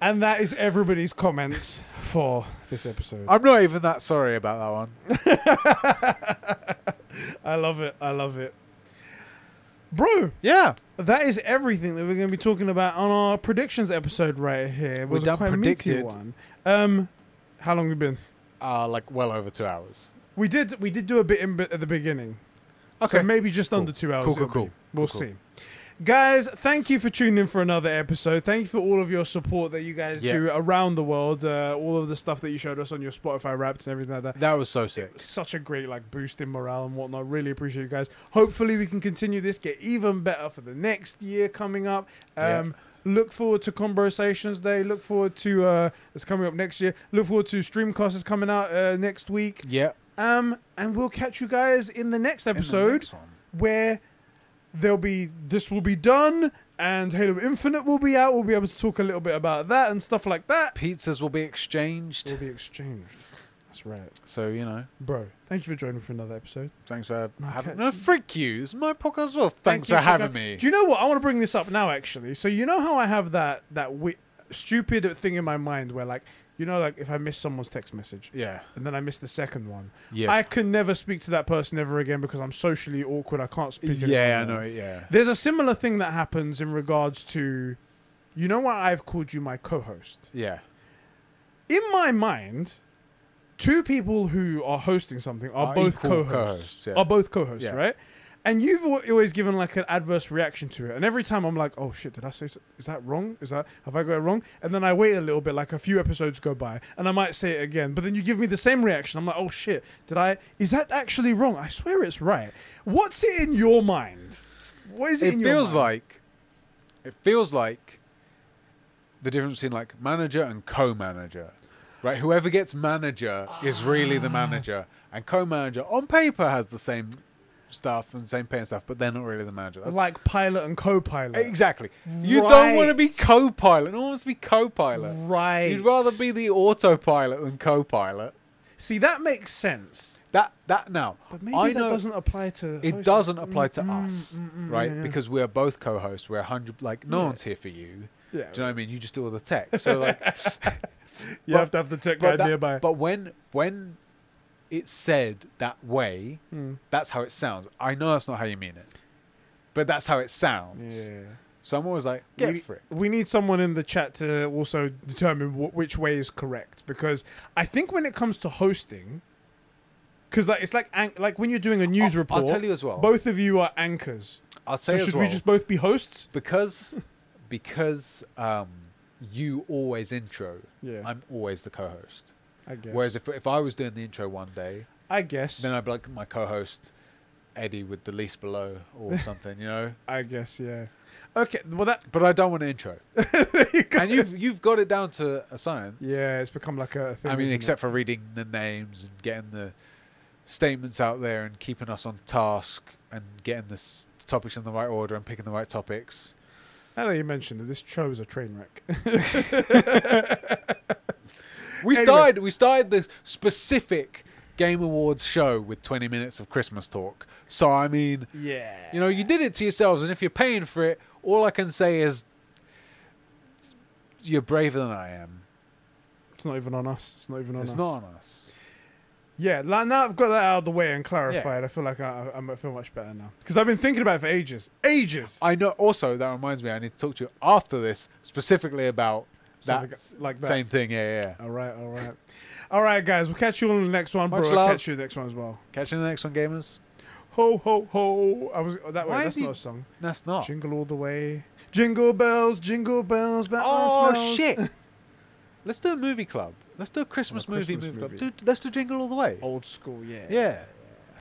[SPEAKER 1] And that is everybody's comments for this episode.
[SPEAKER 2] I'm not even that sorry about that one.
[SPEAKER 1] I love it. I love it. Bro,
[SPEAKER 2] Yeah,
[SPEAKER 1] that is everything that we're going to be talking about on our predictions episode right here. It
[SPEAKER 2] We
[SPEAKER 1] was
[SPEAKER 2] done
[SPEAKER 1] quite a meaty
[SPEAKER 2] predicted.
[SPEAKER 1] one. Um, how long have we been?
[SPEAKER 2] uh, like well over two hours.
[SPEAKER 1] We did we did do a bit in, at the beginning.
[SPEAKER 2] Okay.
[SPEAKER 1] So maybe just
[SPEAKER 2] Cool.
[SPEAKER 1] under two hours.
[SPEAKER 2] Cool, cool,
[SPEAKER 1] it'll
[SPEAKER 2] cool.
[SPEAKER 1] be. We'll
[SPEAKER 2] Cool, cool.
[SPEAKER 1] see. Guys, thank you for tuning in for another episode. Thank you for all of your support that you guys
[SPEAKER 2] Yeah.
[SPEAKER 1] do around the world. Uh, all of the stuff that you showed us on your Spotify raps and everything like that.
[SPEAKER 2] That was so sick.
[SPEAKER 1] Such a great like boost in morale and whatnot. Really appreciate you guys. Hopefully we can continue this, get even better for the next year coming up.
[SPEAKER 2] Yeah.
[SPEAKER 1] Um, Look forward to Conversations Day. Look forward to uh, it's coming up next year. Look forward to Streamcast is coming out uh, next week.
[SPEAKER 2] Yeah.
[SPEAKER 1] Um, and we'll catch you guys in the next
[SPEAKER 2] in the
[SPEAKER 1] episode
[SPEAKER 2] next one.
[SPEAKER 1] where there'll be this will be done and Halo Infinite will be out. We'll be able to talk a little bit about that and stuff like that.
[SPEAKER 2] Pizzas will be exchanged.
[SPEAKER 1] Will be exchanged. That's right,
[SPEAKER 2] So you know,
[SPEAKER 1] bro. Thank you for joining me for another episode.
[SPEAKER 2] thanks for having.
[SPEAKER 1] catch
[SPEAKER 2] No,
[SPEAKER 1] you.
[SPEAKER 2] freak you. It's my podcast. as Well, thanks
[SPEAKER 1] you
[SPEAKER 2] for having
[SPEAKER 1] go-
[SPEAKER 2] me.
[SPEAKER 1] Do you know what? I want to bring this up now, actually. So you know how I have that that wi- stupid thing in my mind where like you know like if I miss someone's text message
[SPEAKER 2] Yeah.
[SPEAKER 1] and then I miss the second one,
[SPEAKER 2] Yes.
[SPEAKER 1] I can never speak to that person ever again because I'm socially awkward. I can't speak.
[SPEAKER 2] yeah, I
[SPEAKER 1] anymore.
[SPEAKER 2] know. Yeah.
[SPEAKER 1] There's a similar thing that happens in regards to, you know, why I've called you my co host.
[SPEAKER 2] Yeah.
[SPEAKER 1] In my mind, two people who are hosting something are,
[SPEAKER 2] Are
[SPEAKER 1] both
[SPEAKER 2] equal
[SPEAKER 1] co hosts.
[SPEAKER 2] co-hosts, yeah.
[SPEAKER 1] Are both co hosts,
[SPEAKER 2] Yeah.
[SPEAKER 1] right? And you've al- always given like an adverse reaction to it. And every time I'm like, oh shit, did I say, s- is that wrong? Is that, have I got it wrong? And then I wait a little bit, like a few episodes go by, and I might say it again. But then you give me the same reaction. I'm like, oh shit, did I, is that actually wrong? I swear it's right. What's it in your mind? What is it,
[SPEAKER 2] It
[SPEAKER 1] in
[SPEAKER 2] feels
[SPEAKER 1] your mind?
[SPEAKER 2] like. It feels like. The difference between like manager and co-manager, right? Whoever gets manager is really the manager,
[SPEAKER 1] Ah.
[SPEAKER 2] and co-manager on paper has the same stuff and same pay and stuff, but they're not really the manager. That's
[SPEAKER 1] like pilot and co-pilot.
[SPEAKER 2] exactly. You don't want to be
[SPEAKER 1] Right.
[SPEAKER 2] co-pilot. No one wants to be co-pilot.
[SPEAKER 1] Right.
[SPEAKER 2] You'd rather be the autopilot than co-pilot.
[SPEAKER 1] See, that makes sense.
[SPEAKER 2] That that now.
[SPEAKER 1] But maybe
[SPEAKER 2] I
[SPEAKER 1] that
[SPEAKER 2] know
[SPEAKER 1] doesn't apply to.
[SPEAKER 2] it
[SPEAKER 1] hosting.
[SPEAKER 2] doesn't apply
[SPEAKER 1] Mm,
[SPEAKER 2] to
[SPEAKER 1] mm,
[SPEAKER 2] us,
[SPEAKER 1] mm, mm,
[SPEAKER 2] right?
[SPEAKER 1] yeah, yeah.
[SPEAKER 2] Because we are both co-hosts. We're hundred. Like no
[SPEAKER 1] Yeah.
[SPEAKER 2] one's here for you.
[SPEAKER 1] Yeah,
[SPEAKER 2] Do you know what I mean? You just do all the tech. So like,
[SPEAKER 1] you
[SPEAKER 2] but-
[SPEAKER 1] have to have the tech guy
[SPEAKER 2] but, that-
[SPEAKER 1] nearby.
[SPEAKER 2] but when when it's said that way,
[SPEAKER 1] Mm.
[SPEAKER 2] that's how it sounds. I know that's not how you mean it, but that's how it sounds.
[SPEAKER 1] yeah.
[SPEAKER 2] So I'm always like, get
[SPEAKER 1] we,
[SPEAKER 2] for it.
[SPEAKER 1] we need someone in the chat to also determine wh- which way is correct because I think when it comes to hosting, because like it's like an- like when you're doing a news
[SPEAKER 2] I'll- I'll
[SPEAKER 1] report.
[SPEAKER 2] tell you as well.
[SPEAKER 1] Both of you are anchors.
[SPEAKER 2] I'll say
[SPEAKER 1] So
[SPEAKER 2] as
[SPEAKER 1] should
[SPEAKER 2] well,
[SPEAKER 1] we just both be hosts?
[SPEAKER 2] because because um, you always intro.
[SPEAKER 1] Yeah.
[SPEAKER 2] I'm always the co-host.
[SPEAKER 1] I guess.
[SPEAKER 2] Whereas if if I was doing the intro one day,
[SPEAKER 1] I guess.
[SPEAKER 2] then I'd be like my co-host Eddie with the least below or something, you know.
[SPEAKER 1] I guess. Yeah. Okay. Well, that.
[SPEAKER 2] But I don't want to intro. and you've you've got it down to a science.
[SPEAKER 1] Yeah, it's become like a thing.
[SPEAKER 2] I mean,
[SPEAKER 1] isn't it?
[SPEAKER 2] except for reading the names and getting the statements out there and keeping us on task and getting the s- topics in the right order and picking the right topics.
[SPEAKER 1] now that you mentioned that this show is a train wreck.
[SPEAKER 2] We
[SPEAKER 1] Anyway.
[SPEAKER 2] started we started the specific Game Awards show with 20 minutes of Christmas talk. So I mean,
[SPEAKER 1] yeah.
[SPEAKER 2] you know, you did it to yourselves and if you're paying for it, all I can say is you're braver than I am.
[SPEAKER 1] it's not even on us. It's not even on
[SPEAKER 2] it's
[SPEAKER 1] us.
[SPEAKER 2] not on us.
[SPEAKER 1] Yeah, like, now I've got that out of the way and clarified. I feel like I, I, I feel much better now because I've been thinking about it for ages, ages.
[SPEAKER 2] I know also that reminds me I need to talk to you after this specifically about
[SPEAKER 1] Something
[SPEAKER 2] that
[SPEAKER 1] like that.
[SPEAKER 2] Same thing, yeah, yeah.
[SPEAKER 1] All right, all right, all right, guys. We'll catch you on the next one, bro.
[SPEAKER 2] Much
[SPEAKER 1] I'll
[SPEAKER 2] love.
[SPEAKER 1] catch you next one as well.
[SPEAKER 2] Catch you in the next one, gamers.
[SPEAKER 1] Ho ho ho! I was oh, that way.
[SPEAKER 2] Why
[SPEAKER 1] That's
[SPEAKER 2] have you-
[SPEAKER 1] not a song.
[SPEAKER 2] That's not.
[SPEAKER 1] Jingle all the way. Jingle bells, jingle bells, bells.
[SPEAKER 2] Oh
[SPEAKER 1] bells.
[SPEAKER 2] shit! let's do a movie club. Let's do a Christmas, movie,
[SPEAKER 1] Christmas
[SPEAKER 2] movie
[SPEAKER 1] movie.
[SPEAKER 2] club. Do, let's do Jingle All the Way.
[SPEAKER 1] Old school, yeah.
[SPEAKER 2] yeah,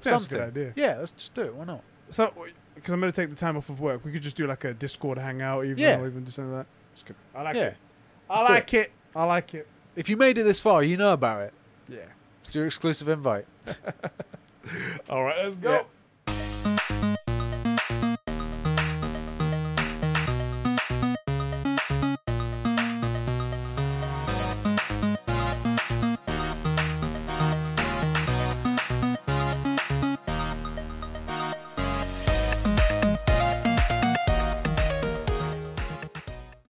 [SPEAKER 1] that's a good idea.
[SPEAKER 2] Yeah, let's just do it. Why not?
[SPEAKER 1] So, because I'm gonna take the time off of work, we could just do like a Discord hangout, even
[SPEAKER 2] Yeah.
[SPEAKER 1] or even just something like that. It's good. I like
[SPEAKER 2] yeah.
[SPEAKER 1] it. I
[SPEAKER 2] Let's do
[SPEAKER 1] like it. I like it.
[SPEAKER 2] If you made it this far, you know about it.
[SPEAKER 1] Yeah.
[SPEAKER 2] It's your exclusive invite.
[SPEAKER 1] All right, let's go.
[SPEAKER 2] Yeah.